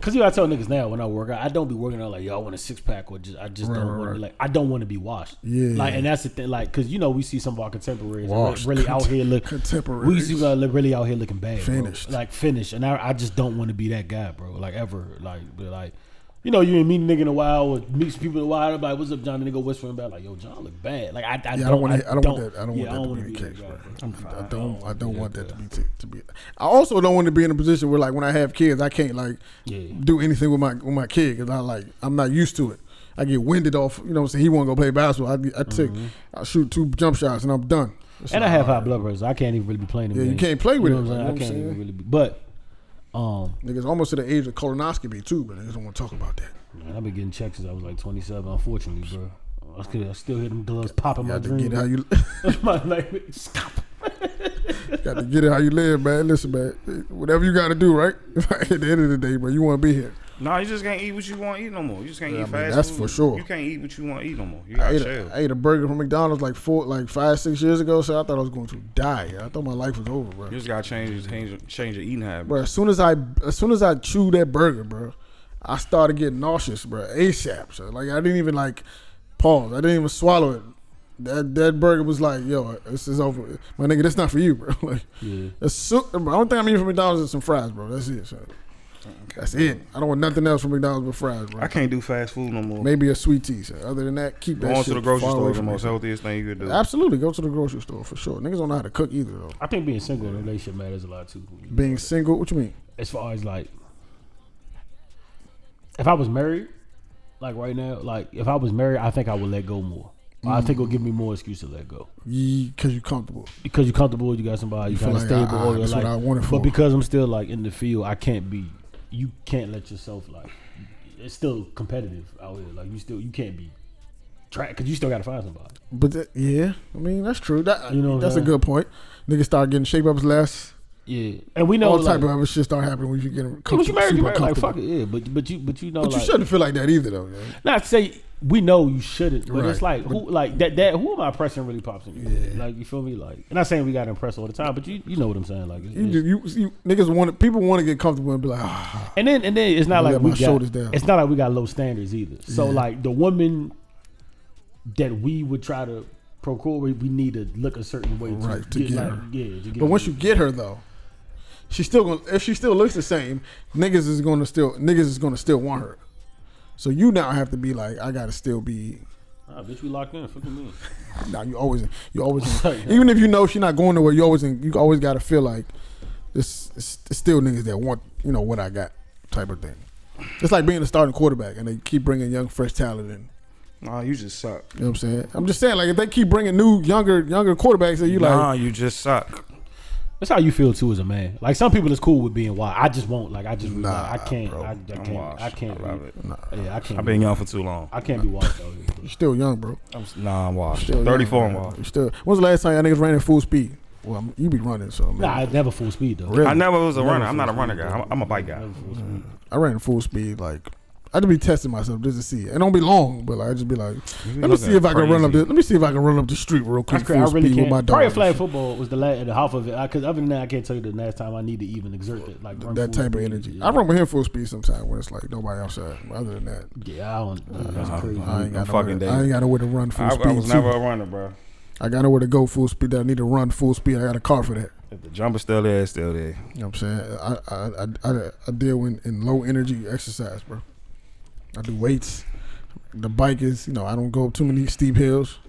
[SPEAKER 3] Cause you know, I tell niggas now when I work out, I don't be working out like yo, I want a six pack or just I just
[SPEAKER 1] Right,
[SPEAKER 3] don't
[SPEAKER 1] right,
[SPEAKER 3] want to
[SPEAKER 1] right.
[SPEAKER 3] like I don't want to be washed.
[SPEAKER 1] Yeah.
[SPEAKER 3] like and that's the thing, like cause you know we see some of our contemporaries that re-
[SPEAKER 1] Washed.
[SPEAKER 3] really out here look
[SPEAKER 1] Contemporaries.
[SPEAKER 3] We see people that look really out here looking bad, bro.
[SPEAKER 1] Finished.
[SPEAKER 3] like finished, and I, I just don't want to be that guy, bro. Like ever, like be like, you know, you ain't meet a nigga in a while or meets people in a while. Everybody, what's up, John? And they go whispering about like, yo, John look bad. Like I,
[SPEAKER 1] Yeah,
[SPEAKER 3] I don't,
[SPEAKER 1] I don't want.
[SPEAKER 3] I
[SPEAKER 1] to. I don't want that. I don't
[SPEAKER 3] yeah,
[SPEAKER 1] want
[SPEAKER 3] wanna
[SPEAKER 1] that to be the
[SPEAKER 3] that
[SPEAKER 1] case,
[SPEAKER 3] guy,
[SPEAKER 1] bro.
[SPEAKER 3] bro.
[SPEAKER 1] I don't. I don't want that to be to, to be. I also don't want to be in a position where, like, when I have kids, I can't like
[SPEAKER 3] Yeah.
[SPEAKER 1] do anything with my with my kid because I like I'm not used to it. I get winded off. You know, what I'm saying he want to go play basketball. I, get- I take,
[SPEAKER 3] Mm-hmm.
[SPEAKER 1] I shoot two jump shots and I'm done. It's
[SPEAKER 3] And I
[SPEAKER 1] like,
[SPEAKER 3] have high blood pressure. I can't even really be playing. them
[SPEAKER 1] Yeah, you
[SPEAKER 3] games.
[SPEAKER 1] can't play with
[SPEAKER 3] know
[SPEAKER 1] it,
[SPEAKER 3] what I'm
[SPEAKER 1] like,
[SPEAKER 3] saying? I
[SPEAKER 1] you know
[SPEAKER 3] can't
[SPEAKER 1] what I'm
[SPEAKER 3] even really be. But, um,
[SPEAKER 1] niggas almost to the age of colonoscopy too, but niggas don't want to talk about that.
[SPEAKER 3] man, I've been getting checks since I was like 27. Unfortunately, bro, I still, I still hear them gloves popping my
[SPEAKER 1] Got to
[SPEAKER 3] dream.
[SPEAKER 1] get how you
[SPEAKER 3] my nightmare. Stop.
[SPEAKER 1] got to get it how you live, man. Listen, man, whatever you got to do, right? At the end of the day, bro, you want to be here.
[SPEAKER 4] No, you just can't eat what you want to eat no more. You just can't
[SPEAKER 1] Yeah,
[SPEAKER 4] eat
[SPEAKER 1] I mean,
[SPEAKER 4] fast
[SPEAKER 1] that's
[SPEAKER 4] food.
[SPEAKER 1] for sure.
[SPEAKER 4] You can't eat what you want to eat no more. You
[SPEAKER 1] I
[SPEAKER 4] gotta
[SPEAKER 1] ate,
[SPEAKER 4] chill.
[SPEAKER 1] a, I ate a burger from McDonald's like four, like five, six years ago. So I thought I was going to die. I thought my life was over, bro.
[SPEAKER 4] you just gotta change, change, change your eating habit.
[SPEAKER 1] Bro, as soon as I, as soon as I chewed that burger, bro, I started getting nauseous, bro. ASAP. So like, I didn't even like pause. I didn't even swallow it. That that burger was like, yo, this is over, my nigga. That's not for you, bro. Like,
[SPEAKER 3] Yeah.
[SPEAKER 1] that's so, bro, the only thing I'm eating from McDonald's is some fries, bro. That's it. So. That's it. I don't want nothing else from McDonald's but fries, bro.
[SPEAKER 4] I can't do fast food no more.
[SPEAKER 1] Maybe a sweet tea. So other than that, keep that
[SPEAKER 4] Going
[SPEAKER 1] shit
[SPEAKER 4] to the grocery
[SPEAKER 1] far away
[SPEAKER 4] store is the
[SPEAKER 1] from me.
[SPEAKER 4] most healthiest thing you could do.
[SPEAKER 1] Absolutely, go to the grocery store for sure. Niggas don't know how to cook either though.
[SPEAKER 3] I think being single in a relationship matters a lot too.
[SPEAKER 1] Being single, what you mean?
[SPEAKER 3] As far as like, if I was married, like right now, like if I was married, I think I would let go more. I think it would give me more excuse to let go
[SPEAKER 1] Because you're comfortable.
[SPEAKER 3] because you're comfortable, you got somebody, you
[SPEAKER 1] feel
[SPEAKER 3] kind of
[SPEAKER 1] like,
[SPEAKER 3] stable.
[SPEAKER 1] ah,
[SPEAKER 3] or you're
[SPEAKER 1] that's what
[SPEAKER 3] like-
[SPEAKER 1] I wanted for.
[SPEAKER 3] But because I'm still like in the field, I can't be. You can't let yourself like. It's still competitive out here. Like you still, you can't be. Track because you still got to find somebody.
[SPEAKER 1] But that, yeah, I mean that's true. That
[SPEAKER 3] You know what I'm
[SPEAKER 1] that's a
[SPEAKER 3] saying?
[SPEAKER 1] good point. Niggas start getting shape ups less.
[SPEAKER 3] Yeah, and we know
[SPEAKER 1] All
[SPEAKER 3] like,
[SPEAKER 1] type of other shit start happening when you get
[SPEAKER 3] Yeah,
[SPEAKER 1] comfortable.
[SPEAKER 3] but you married, you
[SPEAKER 1] super
[SPEAKER 3] married. Like
[SPEAKER 1] comfortable.
[SPEAKER 3] fuck it, yeah. But but you but you know
[SPEAKER 1] but
[SPEAKER 3] like
[SPEAKER 1] you shouldn't feel like that either though. Man.
[SPEAKER 3] not say we know you shouldn't, but it's
[SPEAKER 1] Right.
[SPEAKER 3] like who like that that who am I pressing really pops in you? Like you feel me? Like and not saying we gotta impress all the time, but you you know what I'm saying? Like it's-
[SPEAKER 1] You,
[SPEAKER 3] it's-
[SPEAKER 1] just, you, you niggas want people want to get comfortable and be like, ah,
[SPEAKER 3] and then and then it's not
[SPEAKER 1] Let
[SPEAKER 3] like
[SPEAKER 1] my
[SPEAKER 3] we got,
[SPEAKER 1] shoulders down.
[SPEAKER 3] It's not like we got low standards either. So like the woman that we would try to procure, we, we need to look a certain way to,
[SPEAKER 1] Right,
[SPEAKER 3] get,
[SPEAKER 1] to get
[SPEAKER 3] like,
[SPEAKER 1] her.
[SPEAKER 3] yeah. To get
[SPEAKER 1] but once
[SPEAKER 3] her.
[SPEAKER 1] you get her though, she's still gonna if she still looks the same, niggas is gonna still niggas is gonna still want her. So you now have to be like, I gotta still be
[SPEAKER 3] ah, bitch, we locked in. Fuck you mean?
[SPEAKER 1] Nah, you always you always
[SPEAKER 3] Sorry,
[SPEAKER 1] even if you know she not going nowhere, you always you always gotta feel like it's, it's, it's still niggas that want you know what I got type of thing. It's like being a starting quarterback and they keep bringing young fresh talent in.
[SPEAKER 4] Nah, you just suck.
[SPEAKER 1] You know what I'm saying? I'm just saying like if they keep bringing new younger younger quarterbacks, that you
[SPEAKER 4] nah,
[SPEAKER 1] like
[SPEAKER 4] you just suck.
[SPEAKER 3] That's how you feel too as a man. Like some people is cool with being wild. I just won't. Like I just
[SPEAKER 1] Nah,
[SPEAKER 3] I can't.
[SPEAKER 1] bro.
[SPEAKER 3] I, I
[SPEAKER 4] I'm
[SPEAKER 3] can't.
[SPEAKER 4] washed.
[SPEAKER 3] I can't.
[SPEAKER 4] I love it.
[SPEAKER 3] Yeah, I can't.
[SPEAKER 4] I've
[SPEAKER 3] be-
[SPEAKER 4] been young for too long.
[SPEAKER 3] I can't be washed out
[SPEAKER 1] you're
[SPEAKER 3] here.
[SPEAKER 1] still young, bro.
[SPEAKER 4] I'm, nah, I'm washed.
[SPEAKER 1] Still young,
[SPEAKER 4] 34, I'm
[SPEAKER 1] bro.
[SPEAKER 4] washed.
[SPEAKER 1] You're Still, when's the last time y'all niggas ran at full speed? Well, I'm- you be running, so man.
[SPEAKER 3] Nah, I never full speed though.
[SPEAKER 1] Really?
[SPEAKER 4] I never was a
[SPEAKER 3] Never
[SPEAKER 4] runner. I'm not a
[SPEAKER 3] full
[SPEAKER 4] runner
[SPEAKER 3] speed,
[SPEAKER 4] guy.
[SPEAKER 3] bro.
[SPEAKER 4] I'm, I'm a bike guy.
[SPEAKER 3] Never full speed.
[SPEAKER 1] I ran at full speed like. I just be testing myself just to see, and don't be long, but like, I just be like, let me see if I can run up. The, let me see if I can run up the street real
[SPEAKER 3] I,
[SPEAKER 1] quick.
[SPEAKER 3] cra- I
[SPEAKER 1] full
[SPEAKER 3] really
[SPEAKER 1] speed with
[SPEAKER 3] can't.
[SPEAKER 1] my dog.
[SPEAKER 3] Probably flag football was the last, the half of it. Because other than that, I can't tell you the last time I need to even exert that like run
[SPEAKER 1] that
[SPEAKER 3] full
[SPEAKER 1] type of
[SPEAKER 3] speed.
[SPEAKER 1] energy.
[SPEAKER 3] Yeah.
[SPEAKER 1] I run with him full speed sometimes when it's like nobody outside. Other than that,
[SPEAKER 3] Yeah, I don't. that's crazy.
[SPEAKER 1] I ain't got no
[SPEAKER 4] I'm fucking
[SPEAKER 1] way,
[SPEAKER 4] dead.
[SPEAKER 1] I ain't got nowhere to run full
[SPEAKER 4] I,
[SPEAKER 1] speed.
[SPEAKER 4] I was
[SPEAKER 1] too.
[SPEAKER 4] never a runner, bro.
[SPEAKER 1] I got nowhere to go full speed. That I need to run full speed. I got a car for that.
[SPEAKER 4] If the jumper's still there, it's still there.
[SPEAKER 1] You know what I'm saying? I I I, I, I deal in, in low energy exercise, bro. I do weights. The bike is, you know, I don't go up too many steep hills.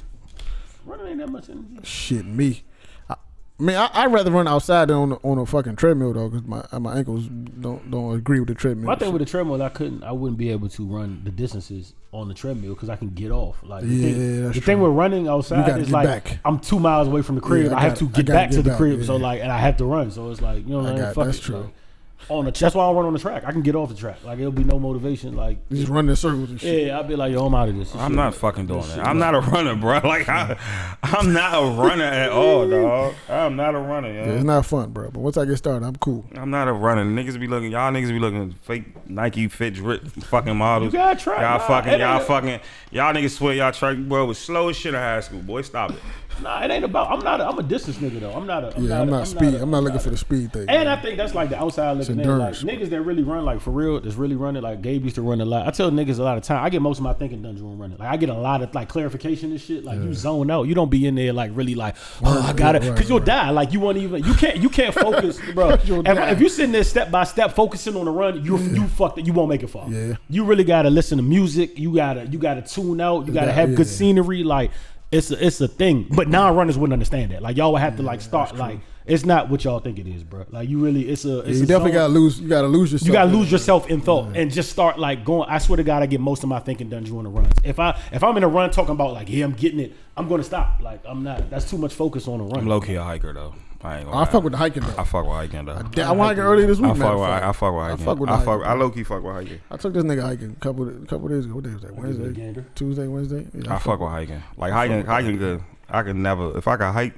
[SPEAKER 3] Running ain't that much energy.
[SPEAKER 1] Shit, me. I I mean, I, I'd rather run outside than on the, on a fucking treadmill though, because my uh, my ankles don't don't agree with the treadmill.
[SPEAKER 3] My thing with the treadmill, I couldn't, I wouldn't be able to run the distances on the treadmill because I can get off. Like the,
[SPEAKER 1] Yeah,
[SPEAKER 3] thing,
[SPEAKER 1] that's
[SPEAKER 3] the thing
[SPEAKER 1] true.
[SPEAKER 3] with running
[SPEAKER 1] You
[SPEAKER 3] outside
[SPEAKER 1] gotta
[SPEAKER 3] is
[SPEAKER 1] get
[SPEAKER 3] like
[SPEAKER 1] back.
[SPEAKER 3] I'm two miles away from the crib.
[SPEAKER 1] Yeah, I
[SPEAKER 3] I, have
[SPEAKER 1] gotta-
[SPEAKER 3] to
[SPEAKER 1] I
[SPEAKER 3] get
[SPEAKER 1] gotta
[SPEAKER 3] back to
[SPEAKER 1] get
[SPEAKER 3] the
[SPEAKER 1] back,
[SPEAKER 3] crib. So
[SPEAKER 1] yeah.
[SPEAKER 3] like, and I have to run. So it's like you know, what I mean?
[SPEAKER 1] got-
[SPEAKER 3] fuck
[SPEAKER 1] that's
[SPEAKER 3] it.
[SPEAKER 1] true.
[SPEAKER 3] Like, on the that's why I don't run on the track. I can get off the track. Like it'll be no motivation. Like
[SPEAKER 1] You just running in circles and shit.
[SPEAKER 3] yeah, I'll be like, yo, I'm out of this.
[SPEAKER 4] I'm
[SPEAKER 3] Shit.
[SPEAKER 4] not fucking doing that. I'm not a runner, bro. Like I, I'm not a runner at all, dog. I'm not a runner, yo.
[SPEAKER 1] Yeah, it's not fun, bro. But once I get started, I'm cool.
[SPEAKER 4] I'm not a runner. Niggas be looking. Y'all niggas be looking fake Nike fit drip fucking models.
[SPEAKER 3] You gotta try,
[SPEAKER 4] Y'all
[SPEAKER 3] nah.
[SPEAKER 4] fucking.
[SPEAKER 3] It
[SPEAKER 4] Y'all
[SPEAKER 3] ain't-
[SPEAKER 4] fucking. Y'all niggas swear y'all track bro was slow as shit in high school. Boy, stop it.
[SPEAKER 3] Nah, it ain't about. I'm not. A, I'm a distance nigga though. I'm not a. I'm
[SPEAKER 1] Yeah,
[SPEAKER 3] not
[SPEAKER 1] I'm
[SPEAKER 3] a-
[SPEAKER 1] not speed.
[SPEAKER 3] a-
[SPEAKER 1] I'm not looking for the speed thing.
[SPEAKER 3] And I think that's like the outside looking in. Like
[SPEAKER 1] endurance.
[SPEAKER 3] niggas that really run, like for real, that's really running. Like Gabe used to run a lot. I tell niggas a lot of time. I get most of my thinking done during running. Like I get a lot of like clarification and shit. Like you zone out. You don't be in there like really like, oh, I got it,
[SPEAKER 1] right,
[SPEAKER 3] because you'll
[SPEAKER 1] right.
[SPEAKER 3] die. Like you won't even. You can't. You can't focus, bro. if,
[SPEAKER 1] You'll die.
[SPEAKER 3] if you sitting there step by step focusing on the run, you you fucked it. You won't make it far.
[SPEAKER 1] Yeah.
[SPEAKER 3] You really gotta listen to music. You gotta you gotta tune out. You gotta
[SPEAKER 1] got-
[SPEAKER 3] have
[SPEAKER 1] yeah.
[SPEAKER 3] good scenery. Like it's a, it's a thing. But non runners wouldn't understand that. Like y'all would have to like start like it's not what y'all think it is, bro. Like you really it's a it's
[SPEAKER 1] you
[SPEAKER 3] a
[SPEAKER 1] definitely
[SPEAKER 3] zone.
[SPEAKER 1] gotta lose. You gotta lose yourself.
[SPEAKER 3] you gotta lose yourself in thought and just start like going. I swear to God, I get most of my thinking done during the runs. If I if I'm in a run talking about like yeah I'm getting it, I'm gonna stop. Like I'm not. That's too much focus on a run.
[SPEAKER 4] I'm low key a hiker though. I ain't gonna.
[SPEAKER 1] I
[SPEAKER 4] lie.
[SPEAKER 1] fuck with the hiking though.
[SPEAKER 4] I fuck with hiking though.
[SPEAKER 1] Yeah, I went hiking earlier this week.
[SPEAKER 4] I
[SPEAKER 1] matter
[SPEAKER 4] fuck
[SPEAKER 1] of
[SPEAKER 4] with.
[SPEAKER 1] fact.
[SPEAKER 4] I fuck with hiking.
[SPEAKER 1] I fuck with. the
[SPEAKER 4] I
[SPEAKER 1] hiking.
[SPEAKER 4] fuck. I low key fuck with hiking.
[SPEAKER 1] I took this nigga hiking a couple of, couple of days ago. What day was that? Wednesday,
[SPEAKER 3] gander.
[SPEAKER 1] Tuesday, Wednesday. Yeah,
[SPEAKER 4] I fuck with hiking. Like hiking, hiking good. I could never. If I could hike,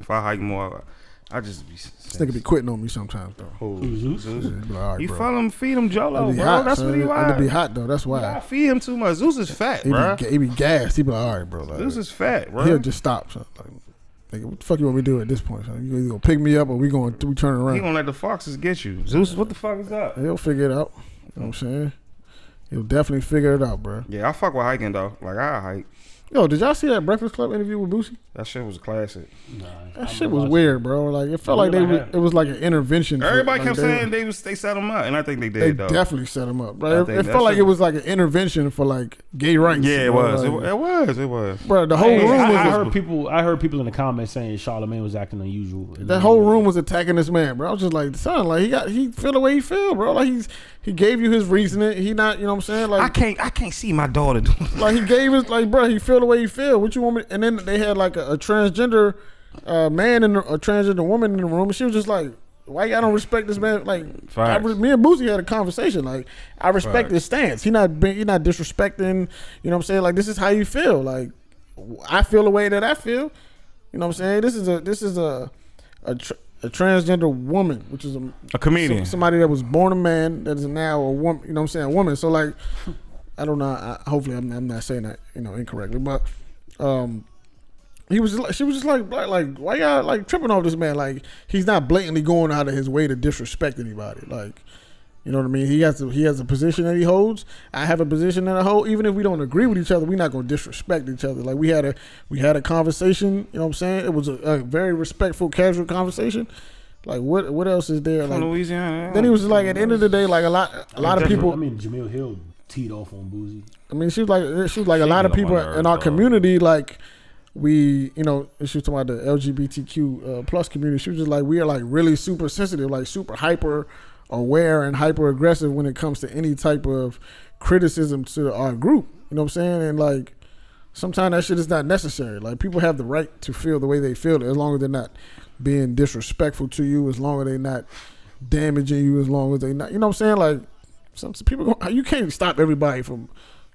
[SPEAKER 4] if I hike more, I, I just be.
[SPEAKER 1] This nigga be quitting on me sometimes though.
[SPEAKER 4] Zeus.
[SPEAKER 1] Be like, all right,
[SPEAKER 4] Mm-hmm. You
[SPEAKER 1] bro.
[SPEAKER 4] follow him, feed him
[SPEAKER 1] It'd
[SPEAKER 4] Jolo,
[SPEAKER 1] be
[SPEAKER 4] bro.
[SPEAKER 1] hot,
[SPEAKER 4] That's
[SPEAKER 1] son.
[SPEAKER 4] what he
[SPEAKER 1] It'd- It'd be
[SPEAKER 4] want.
[SPEAKER 1] hot though. That's
[SPEAKER 4] I
[SPEAKER 1] why.
[SPEAKER 4] feed him too much. Zeus is fat,
[SPEAKER 1] He
[SPEAKER 4] bro.
[SPEAKER 1] be, he be gassed. He be like, all right, bro. Like,
[SPEAKER 4] Zeus is fat, bro.
[SPEAKER 1] He'll just stop. Son. Like, nigga, what the fuck you want me to do at this point? Son? You either gonna pick me up or we gonna we turn
[SPEAKER 4] He
[SPEAKER 1] around?
[SPEAKER 4] gonna let the foxes get you. Zeus, what the fuck is up?
[SPEAKER 1] He'll figure it out. You know what I'm saying? He'll definitely figure it out, bro.
[SPEAKER 4] Yeah, I fuck with hiking though. Like I hike.
[SPEAKER 1] Yo, did y'all see that Breakfast Club interview with Boosie?
[SPEAKER 4] That shit was classic.
[SPEAKER 3] Nah,
[SPEAKER 1] That
[SPEAKER 3] I'm
[SPEAKER 1] shit
[SPEAKER 3] gonna
[SPEAKER 1] was
[SPEAKER 3] watch
[SPEAKER 1] weird, bro. Like it felt like they
[SPEAKER 3] Really?
[SPEAKER 1] were, it was like an intervention. for-
[SPEAKER 4] Everybody
[SPEAKER 1] like,
[SPEAKER 4] kept
[SPEAKER 1] they-
[SPEAKER 4] saying they was they set him up, and I think they did
[SPEAKER 1] they
[SPEAKER 4] though.
[SPEAKER 1] definitely set him up,
[SPEAKER 4] I
[SPEAKER 1] bro. It,
[SPEAKER 4] think
[SPEAKER 1] it
[SPEAKER 4] that
[SPEAKER 1] felt like
[SPEAKER 4] shit-
[SPEAKER 1] it was like an intervention for like gay rights.
[SPEAKER 4] yeah, it
[SPEAKER 1] bro.
[SPEAKER 4] was.
[SPEAKER 1] Like,
[SPEAKER 4] It, wa- it was. It was.
[SPEAKER 1] bro, the whole
[SPEAKER 3] Hey,
[SPEAKER 1] room
[SPEAKER 3] I,
[SPEAKER 1] was
[SPEAKER 3] I heard people. I heard people in the comments saying Charlemagne was acting unusual.
[SPEAKER 1] that whole room was attacking this man, bro. I was just like, son, like he got he feel the way he feel, bro. Like he's he gave you his reasoning. He not, you know what I'm saying? Like
[SPEAKER 4] I can't. I can't see my daughter. doing
[SPEAKER 1] like he gave his like, bro, he feel the way he feel. What you want me? And then they had like a, a transgender uh, man and a transgender woman in the room, and she was just like, "Why y'all don't respect this man?" Like, I,
[SPEAKER 4] Facts.
[SPEAKER 1] re- me and Boosie had a conversation. Like, I respect
[SPEAKER 4] Facts.
[SPEAKER 1] his stance. He not being, he not disrespecting. You know what I'm saying? Like, this is how you feel. Like, w- I feel the way that I feel. You know what I'm saying? This is a this is a a, tr- a transgender woman, which is a
[SPEAKER 4] A comedian.
[SPEAKER 1] some- somebody that was born a man that is now a woman. You know what I'm saying? A woman. So like, I don't know. I, hopefully, I'm, I'm not saying that you know incorrectly, but um, he was just like, she was just like, like, like, why y'all like tripping off this man? Like, he's not blatantly going out of his way to disrespect anybody. Like, you know what I mean? He has a, he has a position that he holds. I have a position that I hold. Even if we don't agree with each other, we're not gonna disrespect each other. Like we had a we had a conversation. You know what I'm saying? It was a, a very respectful, casual conversation. Like what what else is there?
[SPEAKER 4] from
[SPEAKER 1] Like
[SPEAKER 4] Louisiana.
[SPEAKER 1] then he was just like, at the end of the day, like a lot, a lot of
[SPEAKER 3] I
[SPEAKER 1] people.
[SPEAKER 3] mean, Jamil Hill teed off on Boozy.
[SPEAKER 1] I mean, she was like, she was like, a lot of
[SPEAKER 4] She
[SPEAKER 1] people
[SPEAKER 4] get on my
[SPEAKER 1] in our
[SPEAKER 4] nerves, dog.
[SPEAKER 1] community, like, we, you know, she was talking about the LGBTQ uh, plus community. She was just like, we are like really super sensitive, like super hyper aware and hyper aggressive when it comes to any type of criticism to our group. You know what I'm saying? And like, sometimes that shit is not necessary. Like people have the right to feel the way they feel as long as they're not being disrespectful to you, as long as they're not damaging you, as long as they not you know what I'm saying? Like some, some people gon- you can't stop everybody from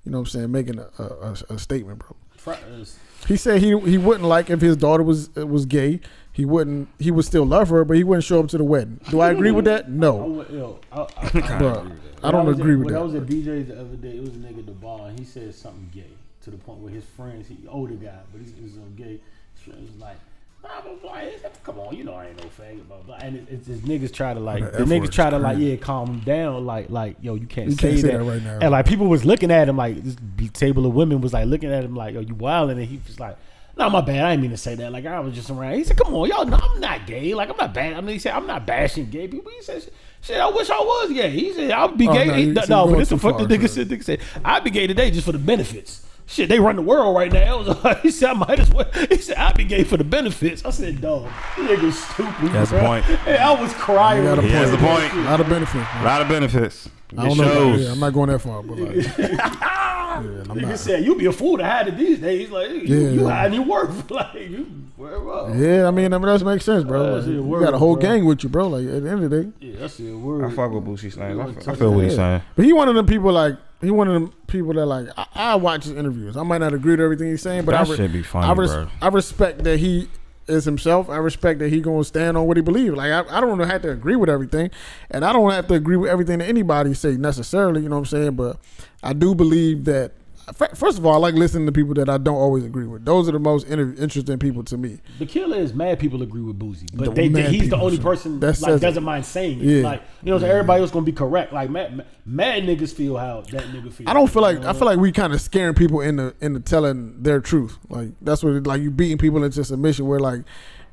[SPEAKER 1] you know what I'm saying making a, a, a, a statement, bro.
[SPEAKER 3] Fr- uh,
[SPEAKER 1] He said he he wouldn't like if his daughter was uh, was gay. He wouldn't he would still love her, but he wouldn't show up to the wedding. Do I agree with that?
[SPEAKER 3] I
[SPEAKER 1] No.
[SPEAKER 3] went, yo, I, I,
[SPEAKER 1] Bro, I don't
[SPEAKER 3] when was
[SPEAKER 1] agree
[SPEAKER 3] at,
[SPEAKER 1] with
[SPEAKER 3] when I was
[SPEAKER 1] that.
[SPEAKER 3] at DJ's the other day. It was a nigga at the bar, and he said something gay to the point where his friends, he older guy, but he's, he's um, gay. His friends was like, nah, blah, blah, it's- come on, you know I ain't no faggot, blah, blah. And it, it's, it's niggas try to like,
[SPEAKER 1] That
[SPEAKER 3] the
[SPEAKER 1] F word
[SPEAKER 3] niggas
[SPEAKER 1] is
[SPEAKER 3] try to like,
[SPEAKER 1] crazy.
[SPEAKER 3] yeah, calm him down, like, like, yo, you can't,
[SPEAKER 1] You
[SPEAKER 3] say,
[SPEAKER 1] can't say
[SPEAKER 3] that.
[SPEAKER 1] that right now.
[SPEAKER 3] And like, people was looking at him like, this b- table of women was like looking at him like, yo, you wilding, and he was like. Nah, my bad. I didn't mean to say that. Like I was just around. He said, "Come on, y'all. No, I'm not gay. Like I'm not bad. I mean, he said I'm not bashing gay people. He said, "Shit, I wish I was gay." He said, "I'll be
[SPEAKER 1] Oh,
[SPEAKER 3] gay."
[SPEAKER 1] no,
[SPEAKER 3] He-
[SPEAKER 1] you-
[SPEAKER 3] No,
[SPEAKER 1] so
[SPEAKER 3] no,
[SPEAKER 1] you're
[SPEAKER 3] but
[SPEAKER 1] going
[SPEAKER 3] this
[SPEAKER 1] too
[SPEAKER 3] the fuck the
[SPEAKER 1] far,
[SPEAKER 3] nigga
[SPEAKER 1] sure.
[SPEAKER 3] said. Nigga said, "I'd be gay today just for the benefits." Shit, they run the world right now. he said, I might as well. He said, I'd be gay for the benefits. I said, dog, you niggas stupid.
[SPEAKER 4] That's the
[SPEAKER 3] bruh."
[SPEAKER 4] point.
[SPEAKER 3] Hey, I was crying.
[SPEAKER 1] You got a
[SPEAKER 4] He has the point.
[SPEAKER 1] A lot of benefit.
[SPEAKER 4] A lot of benefits.
[SPEAKER 1] I don't
[SPEAKER 4] It
[SPEAKER 1] know.
[SPEAKER 4] shows.
[SPEAKER 1] Yeah, I'm not going that far, but like, yeah, I'm
[SPEAKER 3] Nigga
[SPEAKER 1] not.
[SPEAKER 3] said, you be a fool to hide it these days. Like, you,
[SPEAKER 1] Yeah.
[SPEAKER 3] you hiding your worth. Like, you, where up? Yeah.
[SPEAKER 1] Yeah, I mean, I mean that makes sense, bro.
[SPEAKER 3] Uh,
[SPEAKER 1] Like,
[SPEAKER 3] see,
[SPEAKER 1] you
[SPEAKER 3] word,
[SPEAKER 1] got a whole
[SPEAKER 3] bro.
[SPEAKER 1] gang with you, bro. Like at the end of the day,
[SPEAKER 3] that's the word.
[SPEAKER 4] I fuck with Boosie Slang. I feel, I
[SPEAKER 3] touch
[SPEAKER 4] feel what he's
[SPEAKER 1] Yeah.
[SPEAKER 4] saying.
[SPEAKER 1] But he one of them people like he one of them people that like I, I watch his interviews. I might not agree to everything he's saying, but
[SPEAKER 4] That
[SPEAKER 1] I
[SPEAKER 4] shit be funny,
[SPEAKER 1] I, res-
[SPEAKER 4] bro.
[SPEAKER 1] I respect that he is himself. I respect that he gonna stand on what he believes. Like I, I don't have to agree with everything, and I don't have to agree with everything that anybody say necessarily. You know what I'm saying? But I do believe that. fir- First of all, I like listening to people that I don't always agree with. Those are the most inter- interesting people to me.
[SPEAKER 3] The killer is mad people agree with Boozy,
[SPEAKER 1] The
[SPEAKER 3] but they,
[SPEAKER 1] mad
[SPEAKER 3] they, he's the
[SPEAKER 1] people,
[SPEAKER 3] only
[SPEAKER 1] sure.
[SPEAKER 3] person
[SPEAKER 1] That
[SPEAKER 3] that
[SPEAKER 1] says
[SPEAKER 3] like,
[SPEAKER 1] it.
[SPEAKER 3] doesn't mind saying it.
[SPEAKER 1] Yeah.
[SPEAKER 3] Like, you know, what I'm saying? everybody else gonna be correct. Like, mad, mad, mad niggas feel how that nigga feels.
[SPEAKER 1] I don't feel like
[SPEAKER 3] You know
[SPEAKER 1] I feel like we kind of scaring people into into telling their truth. Like that's what it, like you beating people into submission where like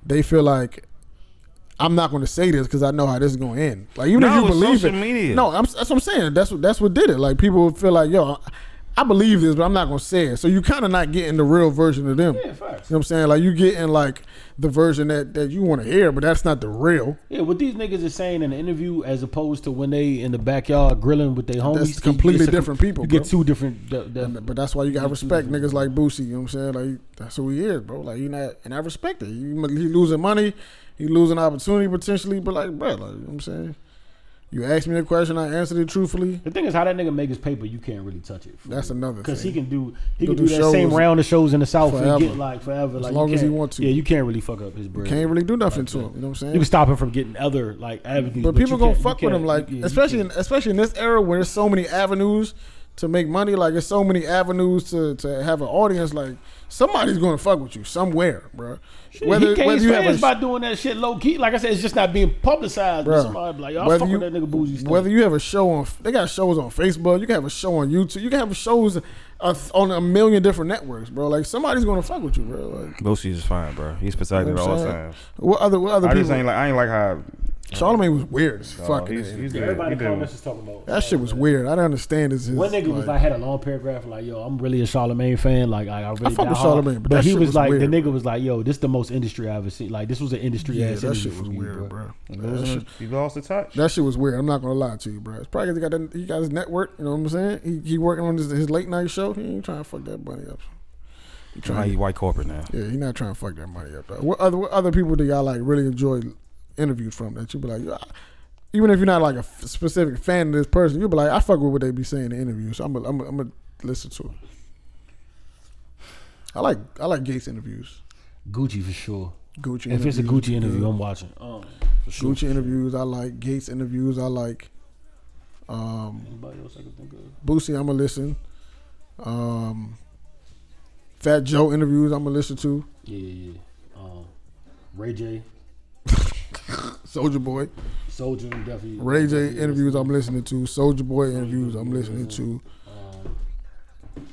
[SPEAKER 1] they feel like I'm not going to say this because I know how this is going to end. Like even
[SPEAKER 4] No,
[SPEAKER 1] if you
[SPEAKER 4] it's
[SPEAKER 1] believe
[SPEAKER 4] social
[SPEAKER 1] it,
[SPEAKER 4] media.
[SPEAKER 1] no, I'm, that's what I'm saying. That's what that's what did it. Like people feel like yo, I believe this, but I'm not going to say it. So you kind of not getting the real version of them.
[SPEAKER 3] Yeah, facts.
[SPEAKER 1] You know what I'm saying? Like you getting like the version that that you want to hear, but that's not the real.
[SPEAKER 3] Yeah, what these niggas is saying in the interview, as opposed to when they in the backyard grilling with their homies,
[SPEAKER 1] That's
[SPEAKER 3] you-
[SPEAKER 1] completely
[SPEAKER 3] it's a-
[SPEAKER 1] different people,
[SPEAKER 3] You
[SPEAKER 1] bro.
[SPEAKER 3] get two different. de- de-
[SPEAKER 1] And- But that's why you gotta respect
[SPEAKER 3] Mm-hmm.
[SPEAKER 1] niggas like Boosie. You know what I'm saying? Like that's who he is, bro. Like you not, and I respect it. You, he losing money, he losing opportunity potentially. But like, bro, like you know what I'm saying? You asked me a question, I answered it truthfully.
[SPEAKER 3] the thing is, how that nigga make his paper, you can't really touch it.
[SPEAKER 1] That's another
[SPEAKER 3] because he
[SPEAKER 1] thing.
[SPEAKER 3] can do he
[SPEAKER 1] He'll
[SPEAKER 3] can
[SPEAKER 1] do
[SPEAKER 3] do that same
[SPEAKER 1] shows
[SPEAKER 3] round of shows in the south and
[SPEAKER 1] forever.
[SPEAKER 3] get like forever. like you
[SPEAKER 1] long as he
[SPEAKER 3] can't-
[SPEAKER 1] want to.
[SPEAKER 3] Yeah, you can't really fuck up his bread.
[SPEAKER 1] Can't really do nothing to him. You know what I'm
[SPEAKER 3] You
[SPEAKER 1] saying?
[SPEAKER 3] can stop him from getting other like avenues.
[SPEAKER 1] But people
[SPEAKER 3] you
[SPEAKER 1] gonna
[SPEAKER 3] can't- you
[SPEAKER 1] fuck with
[SPEAKER 3] can't-
[SPEAKER 1] him, like
[SPEAKER 3] you- you
[SPEAKER 1] especially
[SPEAKER 3] can't.
[SPEAKER 1] in, especially in this era where there's so many avenues to make money. Like there's so many avenues to to have an audience. Like somebody's gonna fuck with you somewhere, bro.
[SPEAKER 3] Shit, he can't fans by doing that shit low key. Like I said, it's just not being publicized.
[SPEAKER 1] Bruh,
[SPEAKER 3] But somebody be like, y'all
[SPEAKER 1] whether
[SPEAKER 3] fuck
[SPEAKER 1] you-
[SPEAKER 3] with that nigga boozy stuff.
[SPEAKER 1] Whether you have a show on, they got shows on Facebook. You can have a show on YouTube. You can have shows uh, on a million different networks, bro. Like somebody's gonna fuck with you, bro. Like
[SPEAKER 4] Boosie is fine, bro. He's beside
[SPEAKER 1] You
[SPEAKER 4] it
[SPEAKER 1] know what
[SPEAKER 4] all
[SPEAKER 1] I'm saying?
[SPEAKER 4] times.
[SPEAKER 1] what other what other
[SPEAKER 4] I just
[SPEAKER 1] people?
[SPEAKER 4] ain't like I ain't like how
[SPEAKER 1] Charlemagne was weird as
[SPEAKER 4] Oh,
[SPEAKER 1] fuck. in
[SPEAKER 4] he's-
[SPEAKER 1] that
[SPEAKER 4] he's
[SPEAKER 1] interview.
[SPEAKER 4] good.
[SPEAKER 3] everybody
[SPEAKER 4] you
[SPEAKER 3] in
[SPEAKER 4] do.
[SPEAKER 3] the comments is talking about
[SPEAKER 1] that shit was weird. I didn't understand his. his
[SPEAKER 3] One nigga was
[SPEAKER 1] like-
[SPEAKER 3] like had a long paragraph like, "Yo, I'm really a Charlemagne fan. Like, I, I really
[SPEAKER 1] fuck with
[SPEAKER 3] die hard."
[SPEAKER 1] Charlamagne, but
[SPEAKER 3] but,
[SPEAKER 1] that
[SPEAKER 3] he
[SPEAKER 1] shit
[SPEAKER 3] was,
[SPEAKER 1] was
[SPEAKER 3] like,
[SPEAKER 1] weird,
[SPEAKER 3] the nigga was like, "Yo, this the most industry I've ever seen. Like, this was an industry
[SPEAKER 1] yeah,
[SPEAKER 3] ass.
[SPEAKER 1] that
[SPEAKER 3] interview
[SPEAKER 1] shit
[SPEAKER 3] for
[SPEAKER 1] was
[SPEAKER 3] me,
[SPEAKER 1] weird, bro. That shit,
[SPEAKER 4] losing- he lost the touch.
[SPEAKER 1] that shit was weird. I'm not gonna lie to you, bro. It's probably 'cause he got that, he got his network. You know what I'm saying? He, he working on his, his late night show. He ain't trying to fuck that bunny up. He
[SPEAKER 4] Nah,
[SPEAKER 1] trying
[SPEAKER 4] he white corporate now.
[SPEAKER 1] Yeah, you're not trying to fuck that money up. Though. What other what other people do y'all like really enjoy interviews from that you be like, "Yeah, I- even if you're not like a f- specific fan of this person, you'll be like, I fuck with what they be saying in the interviews. So I'm gonna I'm gonna- I'm gonna listen to it. I like I like Gates interviews,
[SPEAKER 3] Gucci for sure.
[SPEAKER 1] Gucci.
[SPEAKER 3] If it's a
[SPEAKER 1] interviews,
[SPEAKER 3] Gucci interview, I'm watching. Um, for sure.
[SPEAKER 1] Gucci interviews, I like Gates interviews. I like um,
[SPEAKER 3] Anybody else I can think of?
[SPEAKER 1] Boosie. I'm gonna listen. Um, Fat Joe interviews. I'm gonna listen to
[SPEAKER 3] Yeah, yeah, yeah. Um, Ray J,
[SPEAKER 1] Soldier Boy.
[SPEAKER 3] Soldier, definitely.
[SPEAKER 1] Ray J
[SPEAKER 3] Yeah,
[SPEAKER 1] interviews I'm listening to, Soldier Boy interviews I'm listening to.
[SPEAKER 3] Um,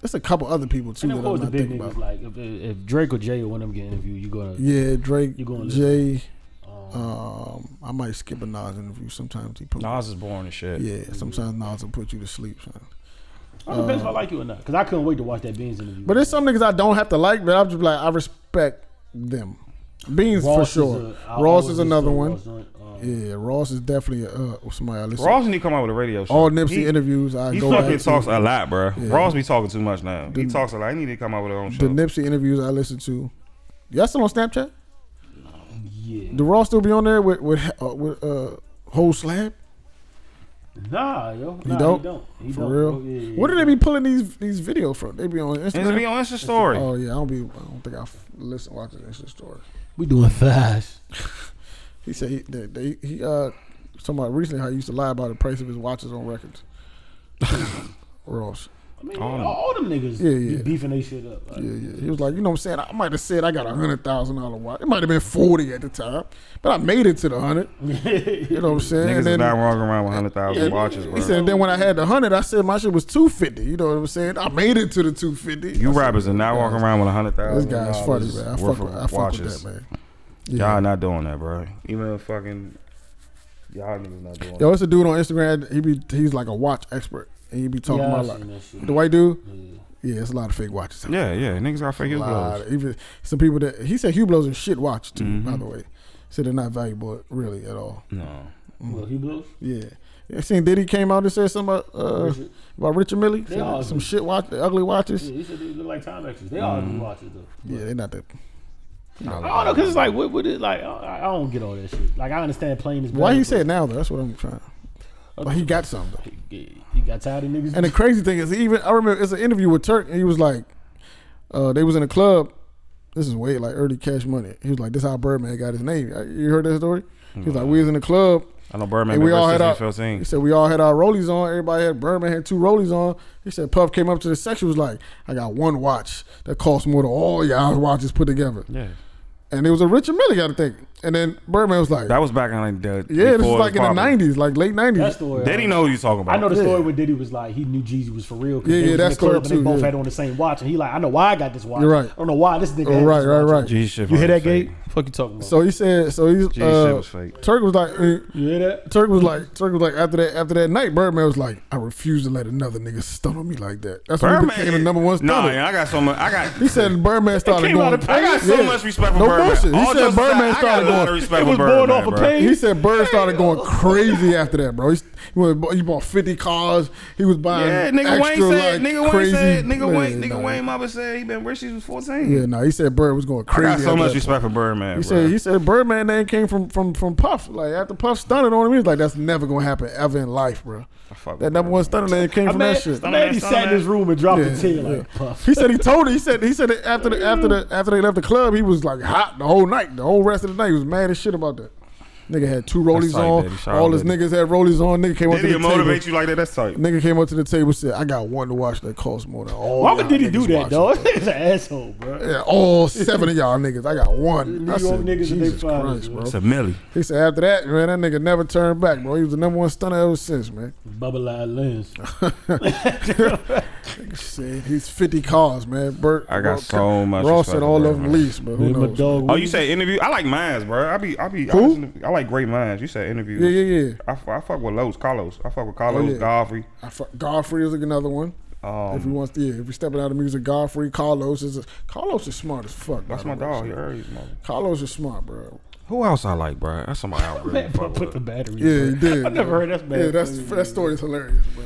[SPEAKER 1] There's a couple other people too
[SPEAKER 3] and
[SPEAKER 1] that
[SPEAKER 3] of
[SPEAKER 1] I'm
[SPEAKER 3] course, the
[SPEAKER 1] not
[SPEAKER 3] big
[SPEAKER 1] thinking
[SPEAKER 3] niggas
[SPEAKER 1] about.
[SPEAKER 3] like if, if Drake or Jay or one of them get interviewed, you gonna
[SPEAKER 1] Yeah, Drake,
[SPEAKER 3] You gonna
[SPEAKER 1] Jay.
[SPEAKER 3] um,
[SPEAKER 1] Um, I might skip a Nas interview sometimes. He put
[SPEAKER 4] Nas is boring as shit.
[SPEAKER 1] yeah, sometimes Nas will put you to sleep. Son.
[SPEAKER 3] It depends if I like you or not. Because I couldn't wait to watch that Beans interview.
[SPEAKER 1] uh, But there's some niggas I don't have to like, but I'm just like I respect them. Beans
[SPEAKER 3] Ross
[SPEAKER 1] for
[SPEAKER 3] is
[SPEAKER 1] sure.
[SPEAKER 3] a- I
[SPEAKER 1] Ross
[SPEAKER 3] always
[SPEAKER 1] is
[SPEAKER 3] listen to
[SPEAKER 1] another
[SPEAKER 3] a
[SPEAKER 1] one.
[SPEAKER 3] Ross joint. Um,
[SPEAKER 1] Yeah, Ross is definitely uh somebody I listen.
[SPEAKER 4] Ross need to come out with a radio show.
[SPEAKER 1] All Nipsey
[SPEAKER 4] He-
[SPEAKER 1] interviews I
[SPEAKER 4] He
[SPEAKER 1] go
[SPEAKER 4] fucking
[SPEAKER 1] back to.
[SPEAKER 4] talks a lot, bro. Ross be talking too much now. He
[SPEAKER 1] The-
[SPEAKER 4] talks a lot. He need to come out with his own
[SPEAKER 1] The
[SPEAKER 4] show.
[SPEAKER 1] Nipsey interviews I listen to. Y'all still on Snapchat?
[SPEAKER 3] yeah.
[SPEAKER 1] Do Ross still be on there with with uh, with uh whole slab?
[SPEAKER 3] Nah, yo.
[SPEAKER 1] He
[SPEAKER 3] Nah,
[SPEAKER 1] don't?
[SPEAKER 3] He don't. He
[SPEAKER 1] For
[SPEAKER 3] don't.
[SPEAKER 1] real?
[SPEAKER 3] Oh, yeah, yeah,
[SPEAKER 1] Where do
[SPEAKER 3] yeah.
[SPEAKER 1] they be pulling these these video from? They be on
[SPEAKER 4] It's to be
[SPEAKER 1] Instagram.
[SPEAKER 4] on Insta story.
[SPEAKER 1] Oh yeah, I don't be. I don't think I f- listen watching Insta story.
[SPEAKER 3] We doing fast.
[SPEAKER 1] He said he they, they, he uh somebody recently how he used to lie about the price of his watches on records. Ross.
[SPEAKER 3] I mean,
[SPEAKER 4] All
[SPEAKER 3] all,
[SPEAKER 4] them.
[SPEAKER 3] all them niggas
[SPEAKER 1] Yeah, yeah.
[SPEAKER 3] be beefing they shit up. Like,
[SPEAKER 1] Yeah, yeah. He was like, you know what I'm saying? I might have said I got a hundred thousand dollar watch. It might have been forty at the time, but I made it to the hundred. You know what I'm saying?
[SPEAKER 4] Niggas
[SPEAKER 1] And
[SPEAKER 4] is
[SPEAKER 1] then-
[SPEAKER 4] not walking around with hundred thousand watches, bro.
[SPEAKER 1] He said, then when I had the hundred, I said my shit was two fifty. You know what I'm saying? I made it to the two fifty.
[SPEAKER 4] you rappers are not walking around with hundred
[SPEAKER 1] This
[SPEAKER 4] thousand.
[SPEAKER 1] guy's funny, man. I fuck, with, I fuck with that man.
[SPEAKER 4] Y'all
[SPEAKER 1] Yeah.
[SPEAKER 4] not doing that, bro. Even fucking y'all niggas not doing.
[SPEAKER 1] Yo, it's a dude on Instagram. He be he's like a watch expert, and he be talking
[SPEAKER 3] yeah, I
[SPEAKER 1] about like
[SPEAKER 3] seen that shit.
[SPEAKER 1] the white dude.
[SPEAKER 3] Yeah.
[SPEAKER 1] Yeah, it's a lot of fake watches. out there.
[SPEAKER 2] Yeah, yeah. Niggas got fake his
[SPEAKER 1] lot
[SPEAKER 2] blows.
[SPEAKER 1] of- even some people that he said Hublots are shit watch too.
[SPEAKER 4] Mm-hmm.
[SPEAKER 1] By the way, said they're not valuable really at all.
[SPEAKER 4] No.
[SPEAKER 3] Well, he blows.
[SPEAKER 1] Yeah. Yeah, seen Diddy came out and said something about uh,
[SPEAKER 3] Richard.
[SPEAKER 1] about Richard Millie,
[SPEAKER 3] They all
[SPEAKER 1] some
[SPEAKER 3] do.
[SPEAKER 1] shit watch, ugly watches.
[SPEAKER 3] Yeah, he said they look like Timexes. They all do watches though.
[SPEAKER 1] Mm-hmm. Yeah, they're not that.
[SPEAKER 3] I don't know, cause it's like, what, what is like? I, I don't get all that shit. Like, I understand playing is.
[SPEAKER 1] Why
[SPEAKER 3] better,
[SPEAKER 1] he
[SPEAKER 3] but-
[SPEAKER 1] said now though? That's what I'm trying. But he got something. Though.
[SPEAKER 3] He he got tired of niggas.
[SPEAKER 1] And the crazy thing is, even I remember it's an interview with Turk, and he was like, uh, they was in a club. This is way like early Cash Money. He was like, this how Birdman got his name. Uh, You heard that story? He was like, we was in the club.
[SPEAKER 2] I know Birdman.
[SPEAKER 1] And we all had our, he
[SPEAKER 2] things.
[SPEAKER 1] said we all had our rollies on. Everybody had Birdman had two rollies on. He said Puff came up to the section was like, I got one watch that costs more than all y'all's watches put together.
[SPEAKER 2] Yeah,
[SPEAKER 1] And it was a Richard Mille got to think. And then Birdman was like,
[SPEAKER 2] that was back in like the
[SPEAKER 1] Yeah, this
[SPEAKER 2] before
[SPEAKER 1] was like in the
[SPEAKER 2] popular.
[SPEAKER 1] nineties, like late
[SPEAKER 3] That's
[SPEAKER 1] nineties.
[SPEAKER 3] the way.
[SPEAKER 2] They didn't know what you was talking about.
[SPEAKER 3] I know the story
[SPEAKER 1] Yeah.
[SPEAKER 3] where Diddy was like he knew Jeezy was for real. 'cause
[SPEAKER 1] Yeah,
[SPEAKER 3] they
[SPEAKER 1] yeah,
[SPEAKER 3] was in
[SPEAKER 1] that's
[SPEAKER 3] the club
[SPEAKER 1] story
[SPEAKER 3] and They
[SPEAKER 1] too,
[SPEAKER 3] both
[SPEAKER 1] yeah.
[SPEAKER 3] had on the same watch, and he like, I know why I got this watch.
[SPEAKER 1] You're right.
[SPEAKER 3] I don't know why this nigga.
[SPEAKER 1] Oh,
[SPEAKER 3] had
[SPEAKER 1] right,
[SPEAKER 3] this
[SPEAKER 1] right,
[SPEAKER 3] watch.
[SPEAKER 1] right.
[SPEAKER 2] G shit.
[SPEAKER 3] You hear that,
[SPEAKER 2] fake.
[SPEAKER 3] Gabe? Fuck you talking about?
[SPEAKER 1] So he said, so he's
[SPEAKER 2] G shit
[SPEAKER 1] uh,
[SPEAKER 2] was fake.
[SPEAKER 1] Turk was like, eh.
[SPEAKER 3] you hear that?
[SPEAKER 1] Turk was like, Turk was like after that after that night, Birdman was like, I refuse to let another nigga stun on me like that. That's when he
[SPEAKER 2] Birdman
[SPEAKER 1] became the number one
[SPEAKER 2] Nah,
[SPEAKER 1] stunner.
[SPEAKER 2] I got so much. I got.
[SPEAKER 1] He said Birdman started
[SPEAKER 3] came
[SPEAKER 1] going.
[SPEAKER 3] out of
[SPEAKER 2] I got so
[SPEAKER 1] Yeah.
[SPEAKER 2] much respect for
[SPEAKER 1] no
[SPEAKER 2] Birdman.
[SPEAKER 1] Bullshit. He
[SPEAKER 2] All
[SPEAKER 1] said
[SPEAKER 2] jokes aside,
[SPEAKER 1] Birdman
[SPEAKER 2] I got
[SPEAKER 1] started
[SPEAKER 2] a lot of
[SPEAKER 1] going.
[SPEAKER 2] respect
[SPEAKER 3] It
[SPEAKER 2] for
[SPEAKER 3] was
[SPEAKER 2] Birdman,
[SPEAKER 3] born off of
[SPEAKER 2] bro.
[SPEAKER 3] pain.
[SPEAKER 1] He said Bird started going crazy after that, bro. He, s- he, went, he bought fifty cars. He was buying.
[SPEAKER 2] Yeah, nigga
[SPEAKER 1] extra,
[SPEAKER 2] Wayne said.
[SPEAKER 1] like,
[SPEAKER 2] nigga
[SPEAKER 1] crazy,
[SPEAKER 2] Wayne said. Nigga
[SPEAKER 1] Yeah,
[SPEAKER 2] Wayne.
[SPEAKER 1] nah.
[SPEAKER 2] Nigga Wayne. Mama said he been rich since he was fourteen.
[SPEAKER 1] Yeah, no, he said Bird was going
[SPEAKER 2] I
[SPEAKER 1] crazy.
[SPEAKER 2] got so
[SPEAKER 1] after
[SPEAKER 2] much
[SPEAKER 1] that.
[SPEAKER 2] respect for Birdman.
[SPEAKER 1] He
[SPEAKER 2] bro.
[SPEAKER 1] said he said Birdman name came from from from Puff. Like after Puff stunted on him, he was like, "That's never gonna happen ever in life, bro."
[SPEAKER 2] fuck
[SPEAKER 1] That
[SPEAKER 2] with
[SPEAKER 1] number one stunner name came
[SPEAKER 3] I
[SPEAKER 1] from
[SPEAKER 3] man,
[SPEAKER 1] that shit.
[SPEAKER 3] I man, he
[SPEAKER 2] Stunner,
[SPEAKER 3] sat in his
[SPEAKER 2] stunner.
[SPEAKER 3] room and dropped
[SPEAKER 1] Yeah,
[SPEAKER 3] a tear
[SPEAKER 1] yeah.
[SPEAKER 3] like puff.
[SPEAKER 1] He said he told it. He said he said it after the after the after they left the club, he was like hot the whole night, the whole rest of the night. He was mad as shit about that. Nigga had two rollies
[SPEAKER 2] tight,
[SPEAKER 1] on.
[SPEAKER 2] Daddy. Shout
[SPEAKER 1] All
[SPEAKER 2] out,
[SPEAKER 1] his
[SPEAKER 2] Daddy.
[SPEAKER 1] niggas had rollies on. Nigga came up
[SPEAKER 2] Did
[SPEAKER 1] to
[SPEAKER 2] he
[SPEAKER 1] the
[SPEAKER 2] motivate
[SPEAKER 1] table.
[SPEAKER 2] you like that? That's tight.
[SPEAKER 1] Nigga came up to the table, said, "I got one to watch that costs more than all."
[SPEAKER 3] Why
[SPEAKER 1] y'all
[SPEAKER 3] would Diddy do
[SPEAKER 1] niggas
[SPEAKER 3] that,
[SPEAKER 1] watching."
[SPEAKER 3] dog? He's an asshole, bro.
[SPEAKER 1] Yeah, all seven of y'all niggas. I got one.
[SPEAKER 3] New
[SPEAKER 1] I
[SPEAKER 3] York
[SPEAKER 1] said,
[SPEAKER 3] niggas and they
[SPEAKER 1] Jesus
[SPEAKER 3] finest,
[SPEAKER 1] Christ,
[SPEAKER 3] bro.
[SPEAKER 1] bro.
[SPEAKER 2] It's a milli.
[SPEAKER 1] He said after that, man, that nigga never turned back, bro. He was the number one stunner ever since, man.
[SPEAKER 3] Bubble eyed lens.
[SPEAKER 1] Shit, he's fifty cars, man. Bert,
[SPEAKER 2] I got
[SPEAKER 1] Ross-
[SPEAKER 2] so much
[SPEAKER 1] Ross
[SPEAKER 2] respect
[SPEAKER 1] said
[SPEAKER 2] for
[SPEAKER 1] all
[SPEAKER 2] Bert,
[SPEAKER 1] of them
[SPEAKER 2] man.
[SPEAKER 1] leased, but who
[SPEAKER 3] Then my
[SPEAKER 1] knows?
[SPEAKER 3] dog.
[SPEAKER 2] Oh, you say interview? I like mines, bro. I be, I be, I,
[SPEAKER 1] Who?
[SPEAKER 2] listen to- I like great minds. You said interview.
[SPEAKER 1] Yeah, yeah, yeah.
[SPEAKER 2] I, f- I fuck with Los, Carlos. I
[SPEAKER 4] Oh,
[SPEAKER 2] fuck with Carlos,
[SPEAKER 1] yeah.
[SPEAKER 2] Godfrey.
[SPEAKER 1] I fu- Godfrey is another one. if you
[SPEAKER 2] Um,
[SPEAKER 1] want, yeah, if you're stepping out of music, Godfrey, Carlos is a, Carlos is smart as fuck. by
[SPEAKER 2] that's
[SPEAKER 1] the
[SPEAKER 2] my
[SPEAKER 1] way,
[SPEAKER 2] dog.
[SPEAKER 1] so.
[SPEAKER 2] You heard his mother.
[SPEAKER 1] Carlos is smart, bro.
[SPEAKER 4] Who else I like, bro? That's somebody I really
[SPEAKER 3] Man,
[SPEAKER 4] fuck
[SPEAKER 3] put, put
[SPEAKER 4] with.
[SPEAKER 3] the battery.
[SPEAKER 1] Yeah, he
[SPEAKER 3] in.
[SPEAKER 1] did.
[SPEAKER 3] I never
[SPEAKER 1] bro.
[SPEAKER 3] heard that's bad.
[SPEAKER 1] Yeah, that's that story is hilarious, bro.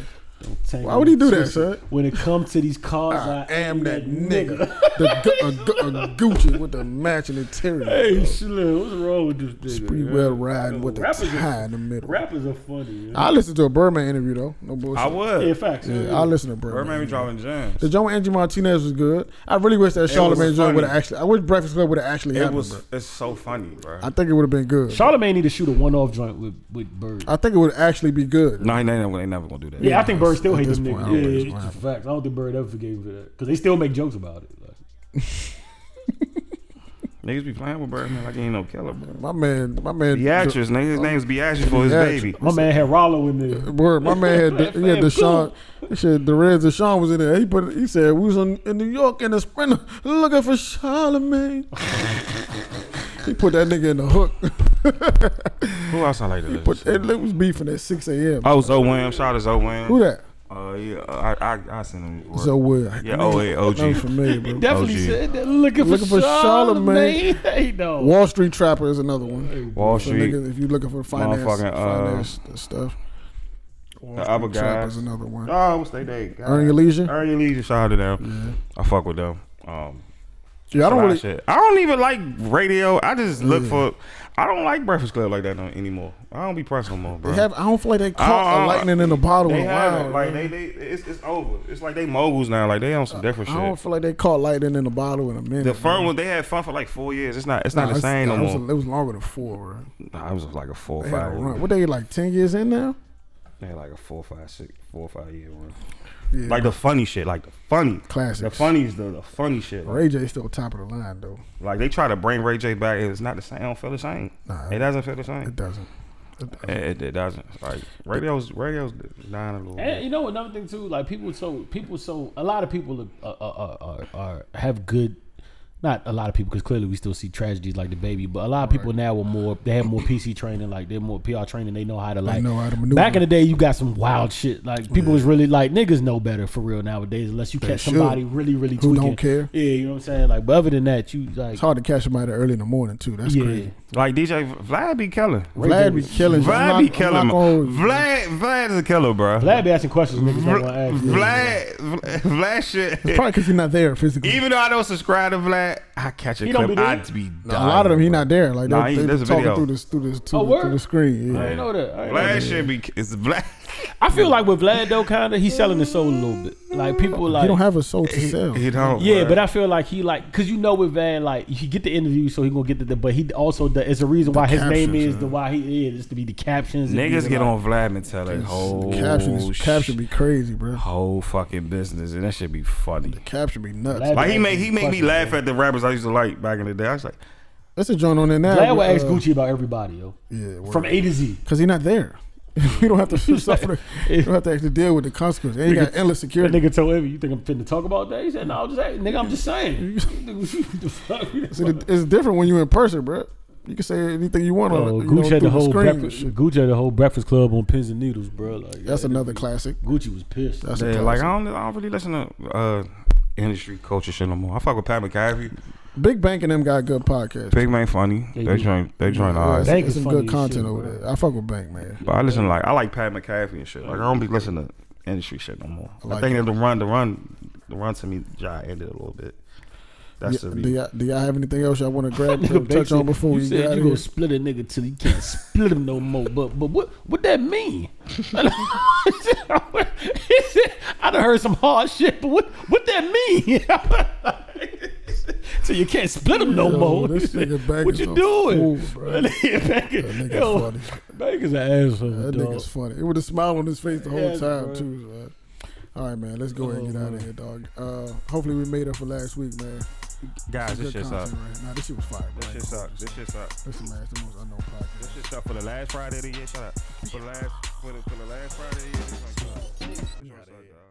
[SPEAKER 3] Tank
[SPEAKER 1] Why would he do that,
[SPEAKER 3] Switch it.
[SPEAKER 1] sir?
[SPEAKER 3] When it comes to these cars,
[SPEAKER 1] I
[SPEAKER 3] I,
[SPEAKER 1] am that nigga, the gu- a, gu- a Gucci with the matching interior.
[SPEAKER 3] Hey, Slim, what's wrong with this nigga?
[SPEAKER 1] pretty
[SPEAKER 3] man?
[SPEAKER 1] well riding with the
[SPEAKER 3] rappers
[SPEAKER 1] tie
[SPEAKER 3] Are,
[SPEAKER 1] in the middle.
[SPEAKER 3] rappers are funny. Man.
[SPEAKER 1] I listened to a Birdman interview though. No bullshit.
[SPEAKER 2] I would.
[SPEAKER 3] yeah, facts.
[SPEAKER 1] Yeah,
[SPEAKER 3] Yeah.
[SPEAKER 1] I listened to Birdman.
[SPEAKER 2] Birdman be dropping gems.
[SPEAKER 1] The joint with Angie Martinez was good. I really wish that Charlemagne joint
[SPEAKER 2] funny.
[SPEAKER 1] would have actually. I wish Breakfast Club would have actually
[SPEAKER 2] It
[SPEAKER 1] happened.
[SPEAKER 2] was.
[SPEAKER 1] bro.
[SPEAKER 2] It's so funny, bro.
[SPEAKER 1] I think it would have been good.
[SPEAKER 3] Charlamagne need to shoot a one-off joint with with Bird.
[SPEAKER 1] I think it would actually be good.
[SPEAKER 4] No, they never, they never gonna do that.
[SPEAKER 3] yeah, I think Bird still
[SPEAKER 1] at
[SPEAKER 3] hates
[SPEAKER 1] this
[SPEAKER 3] them
[SPEAKER 1] point, I don't think it's
[SPEAKER 3] niggas. Yeah,
[SPEAKER 1] gonna
[SPEAKER 3] it's facts. I don't think Bird ever forgave him for that because they still make jokes about it. Like,
[SPEAKER 4] Niggas be playing with Birdman like he ain't no killer, bro.
[SPEAKER 1] My man, my man,
[SPEAKER 4] Beatrice, nigga, his name's Beatrice for his
[SPEAKER 1] Beatrice.
[SPEAKER 4] baby.
[SPEAKER 3] my man had Rollo in there.
[SPEAKER 1] word, my man had
[SPEAKER 3] Man,
[SPEAKER 1] he had
[SPEAKER 3] fam,
[SPEAKER 1] Deshaun. He said the Reds Deshaun was in there. He put he said we was in, in New York in the sprinter looking for Charlemagne. he put that nigga in the hook.
[SPEAKER 4] Who else I like to
[SPEAKER 1] But
[SPEAKER 4] listen
[SPEAKER 1] it,
[SPEAKER 4] to?
[SPEAKER 1] it was beefing at six a.m.
[SPEAKER 2] Uh,
[SPEAKER 4] Oh, Zoe Williams. Shout out to Zoe Williams.
[SPEAKER 1] Who that?
[SPEAKER 4] Uh, yeah, I, I, I sent him. word.
[SPEAKER 1] So weird.
[SPEAKER 4] yeah, oh, yeah, OG.
[SPEAKER 1] I'm familiar, bro.
[SPEAKER 3] Definitely
[SPEAKER 4] OG.
[SPEAKER 3] said that looking,
[SPEAKER 1] Looking for
[SPEAKER 3] for Charlemagne.
[SPEAKER 1] Charlamagne.
[SPEAKER 3] Hey, no.
[SPEAKER 1] Wall Street Trapper is another one.
[SPEAKER 4] Wall
[SPEAKER 1] So
[SPEAKER 4] Street.
[SPEAKER 1] niggas, if you're looking for finance,
[SPEAKER 4] Motherfucking, uh,
[SPEAKER 1] finance stuff. Wall
[SPEAKER 4] other
[SPEAKER 1] Street Trapper
[SPEAKER 4] guys.
[SPEAKER 1] is another one.
[SPEAKER 2] Oh, what's they name? God.
[SPEAKER 1] Earn your leisure.
[SPEAKER 2] Earn your leisure. Shout out to them.
[SPEAKER 4] I fuck with them. Um,
[SPEAKER 1] Yeah, I don't
[SPEAKER 4] lot of
[SPEAKER 1] really.
[SPEAKER 4] shit. I don't even like radio. I just look for. I don't like Breakfast Club like that no, anymore. I don't be pressing no more, bro.
[SPEAKER 1] They have, I don't feel like they caught a
[SPEAKER 4] Uh,
[SPEAKER 1] lightning in a bottle
[SPEAKER 2] They
[SPEAKER 1] in a
[SPEAKER 2] have
[SPEAKER 1] while.
[SPEAKER 2] it. Like
[SPEAKER 1] bro.
[SPEAKER 2] they, they, it's, it's over. It's like they moguls now. Like they on some different
[SPEAKER 1] Uh, I don't
[SPEAKER 2] shit.
[SPEAKER 1] feel like they caught lightning in a bottle in a minute.
[SPEAKER 4] The
[SPEAKER 1] bro.
[SPEAKER 4] fun was they had fun for like four years. It's not. It's not
[SPEAKER 1] Nah,
[SPEAKER 4] the same no
[SPEAKER 1] it was,
[SPEAKER 4] more.
[SPEAKER 1] it was longer than four. Bro.
[SPEAKER 4] Nah, I was like a four
[SPEAKER 1] They
[SPEAKER 4] or
[SPEAKER 1] had a
[SPEAKER 4] five.
[SPEAKER 1] run.
[SPEAKER 4] year.
[SPEAKER 1] What they like ten years in now?
[SPEAKER 4] They had like a four, five, six, four, five year run.
[SPEAKER 1] Yeah.
[SPEAKER 4] Like the funny shit. Like the funny.
[SPEAKER 1] Classics.
[SPEAKER 4] The funnies though. The funny shit. Like,
[SPEAKER 1] Ray J still top of the line though.
[SPEAKER 4] like, they try to bring Ray J back. It's not the same. I don't feel the same.
[SPEAKER 1] Nah.
[SPEAKER 4] it doesn't feel the
[SPEAKER 1] It
[SPEAKER 4] same.
[SPEAKER 1] doesn't. It doesn't.
[SPEAKER 4] It, it, it doesn't. Like radio's radio's dying a little.
[SPEAKER 3] And
[SPEAKER 4] Bit.
[SPEAKER 3] you know another thing too, like people so people so a lot of people are, are, are, are have good, not a lot of people because clearly we still see tragedies like the baby, but a lot of people now were more they have more PC training, like they're more PR training. They know how to like
[SPEAKER 1] know how to maneuver.
[SPEAKER 3] back in the day. You got some wild shit like people was really like niggas know better for real nowadays unless you catch
[SPEAKER 1] should.
[SPEAKER 3] somebody really really
[SPEAKER 1] Who
[SPEAKER 3] tweaking.
[SPEAKER 1] don't care.
[SPEAKER 3] Yeah, you know what I'm saying. Like, but other than that, you like
[SPEAKER 1] It's hard to catch somebody early in the morning too. That's
[SPEAKER 3] yeah.
[SPEAKER 1] crazy.
[SPEAKER 4] Like DJ Vlad be killing.
[SPEAKER 1] Vlad be killing. shit. I'm
[SPEAKER 4] Vlad
[SPEAKER 1] not-
[SPEAKER 4] be
[SPEAKER 1] I'm not
[SPEAKER 4] killing.
[SPEAKER 1] gonna-
[SPEAKER 4] Vlad Vlad is a killer, bro.
[SPEAKER 3] Vlad be asking questions niggas
[SPEAKER 4] Vla-
[SPEAKER 3] don't want to ask. Yeah.
[SPEAKER 4] Vlad Vlad
[SPEAKER 1] It's
[SPEAKER 4] shit.
[SPEAKER 1] probably because he's not there physically.
[SPEAKER 4] Even though I don't subscribe to Vlad, I catch a
[SPEAKER 3] He don't
[SPEAKER 4] clip.
[SPEAKER 3] be there?
[SPEAKER 4] I'd be dying.
[SPEAKER 1] a lot of them, he not there. Like
[SPEAKER 4] Nah,
[SPEAKER 1] they,
[SPEAKER 4] he-
[SPEAKER 1] they
[SPEAKER 4] there's a
[SPEAKER 1] talking
[SPEAKER 4] video.
[SPEAKER 1] through this through this through,
[SPEAKER 3] Oh,
[SPEAKER 1] the- through
[SPEAKER 3] word?
[SPEAKER 1] the screen.
[SPEAKER 3] I
[SPEAKER 1] Yeah.
[SPEAKER 3] didn't know that. I, didn't know
[SPEAKER 4] Vlad
[SPEAKER 3] that.
[SPEAKER 4] should be. It's Vlad.
[SPEAKER 3] I feel like with Vlad though, kind of he's selling his soul a little bit. Like people like
[SPEAKER 1] he don't have a soul to
[SPEAKER 4] He,
[SPEAKER 1] sell.
[SPEAKER 4] he don't.
[SPEAKER 3] Yeah,
[SPEAKER 4] bruh.
[SPEAKER 3] but I feel like he like because you know with Van like he get the interview, so he gonna get the, but he also the, it's a reason why his name
[SPEAKER 1] captions,
[SPEAKER 3] is the why he is to be the captions. and be
[SPEAKER 4] niggas
[SPEAKER 3] the,
[SPEAKER 4] get
[SPEAKER 3] like-
[SPEAKER 4] on Vlad and tell that whole
[SPEAKER 1] caption is
[SPEAKER 4] oh, sh-
[SPEAKER 1] caption be crazy, bro.
[SPEAKER 4] whole fucking business, and that should be funny.
[SPEAKER 1] Caption be nuts.
[SPEAKER 3] Vlad-
[SPEAKER 4] Like he made he made me
[SPEAKER 3] Question,
[SPEAKER 4] laugh
[SPEAKER 3] man.
[SPEAKER 4] at the rappers I used to like back in the day. I was like,
[SPEAKER 1] That's a joint on there now.
[SPEAKER 3] Vlad will
[SPEAKER 1] but,
[SPEAKER 3] ask
[SPEAKER 1] uh,
[SPEAKER 3] Gucci about everybody yo,
[SPEAKER 1] Yeah,
[SPEAKER 3] from A to Z.
[SPEAKER 1] because he's not there. we don't have to suffer. We don't have to actually deal with the consequences. And you got endless
[SPEAKER 3] That
[SPEAKER 1] security.
[SPEAKER 3] nigga told him, "You think I'm finna talk about that?" He said, "No, I'm just hey, nigga, I'm just saying." The fuck?
[SPEAKER 1] See, the- It's different when you're in person, bro. You can say anything you want
[SPEAKER 3] Oh,
[SPEAKER 1] on it. you know,
[SPEAKER 3] Gucci had
[SPEAKER 1] through
[SPEAKER 3] the whole
[SPEAKER 1] screen and
[SPEAKER 3] breakfast.
[SPEAKER 1] shit.
[SPEAKER 3] Gucci had the whole Breakfast Club on pins and needles, bro. Like
[SPEAKER 1] That's
[SPEAKER 3] yeah,
[SPEAKER 1] another classic.
[SPEAKER 3] Gucci was pissed.
[SPEAKER 1] That's a
[SPEAKER 4] yeah,
[SPEAKER 1] classic.
[SPEAKER 4] like I don't I don't really listen to uh, industry culture shit no more. I fuck with Pat McAfee.
[SPEAKER 1] Big Bank and them got good podcasts.
[SPEAKER 4] Big man funny.
[SPEAKER 3] Yeah,
[SPEAKER 4] They
[SPEAKER 3] you-
[SPEAKER 4] joint they joint
[SPEAKER 1] Yeah,
[SPEAKER 4] eyes.
[SPEAKER 1] it's-
[SPEAKER 3] Bank
[SPEAKER 1] it's
[SPEAKER 3] is
[SPEAKER 1] some
[SPEAKER 3] funny
[SPEAKER 1] good
[SPEAKER 3] as
[SPEAKER 1] content
[SPEAKER 3] shit,
[SPEAKER 1] over
[SPEAKER 3] bro.
[SPEAKER 1] there. I fuck with Bank, man.
[SPEAKER 4] But I listen to, like I like Pat McAfee and shit. Like I don't be listening to industry shit no more. I,
[SPEAKER 1] like
[SPEAKER 4] think
[SPEAKER 1] it.
[SPEAKER 4] that the run the run the run to me Jai ended a little bit. That's
[SPEAKER 1] Yeah,
[SPEAKER 4] the
[SPEAKER 1] do, y'all, do y'all have anything else y'all want to grab
[SPEAKER 3] Nigga
[SPEAKER 1] uh, touch
[SPEAKER 3] Banks
[SPEAKER 1] on
[SPEAKER 3] said,
[SPEAKER 1] before
[SPEAKER 3] you
[SPEAKER 1] we
[SPEAKER 3] said
[SPEAKER 1] get out
[SPEAKER 3] you
[SPEAKER 1] of
[SPEAKER 3] gonna
[SPEAKER 1] here?
[SPEAKER 3] split a nigga till you can't split him no more. But but what what that mean? he said, I done heard some hard shit, but what what that mean? so you can't split him no
[SPEAKER 1] Yo,
[SPEAKER 3] more.
[SPEAKER 1] this nigga Bank
[SPEAKER 3] what
[SPEAKER 1] is
[SPEAKER 3] you
[SPEAKER 1] a
[SPEAKER 3] doing?
[SPEAKER 1] fool, bro.
[SPEAKER 3] Bank,
[SPEAKER 1] That nigga's
[SPEAKER 3] yo,
[SPEAKER 1] funny.
[SPEAKER 3] Bank is an asshole.
[SPEAKER 1] That
[SPEAKER 3] dog.
[SPEAKER 1] nigga's funny. It with a smile on his face the whole
[SPEAKER 3] Yes,
[SPEAKER 1] time
[SPEAKER 3] bro. Oh,
[SPEAKER 1] too. man. All right, man. Let's go ahead and get out of here, dog. Uh, hopefully we made up for last week, man.
[SPEAKER 4] guys,
[SPEAKER 1] Good
[SPEAKER 4] this shit sucks.
[SPEAKER 1] content, right? Nah, this shit was fire.
[SPEAKER 4] This shit sucks. This shit sucks.
[SPEAKER 1] Listen, man, it's the most unknown podcast.
[SPEAKER 4] This shit sucks for the last Friday of the year. Shut up. For the last for the, for the last Friday of the year. this joint sucks. This joint sucks, dog.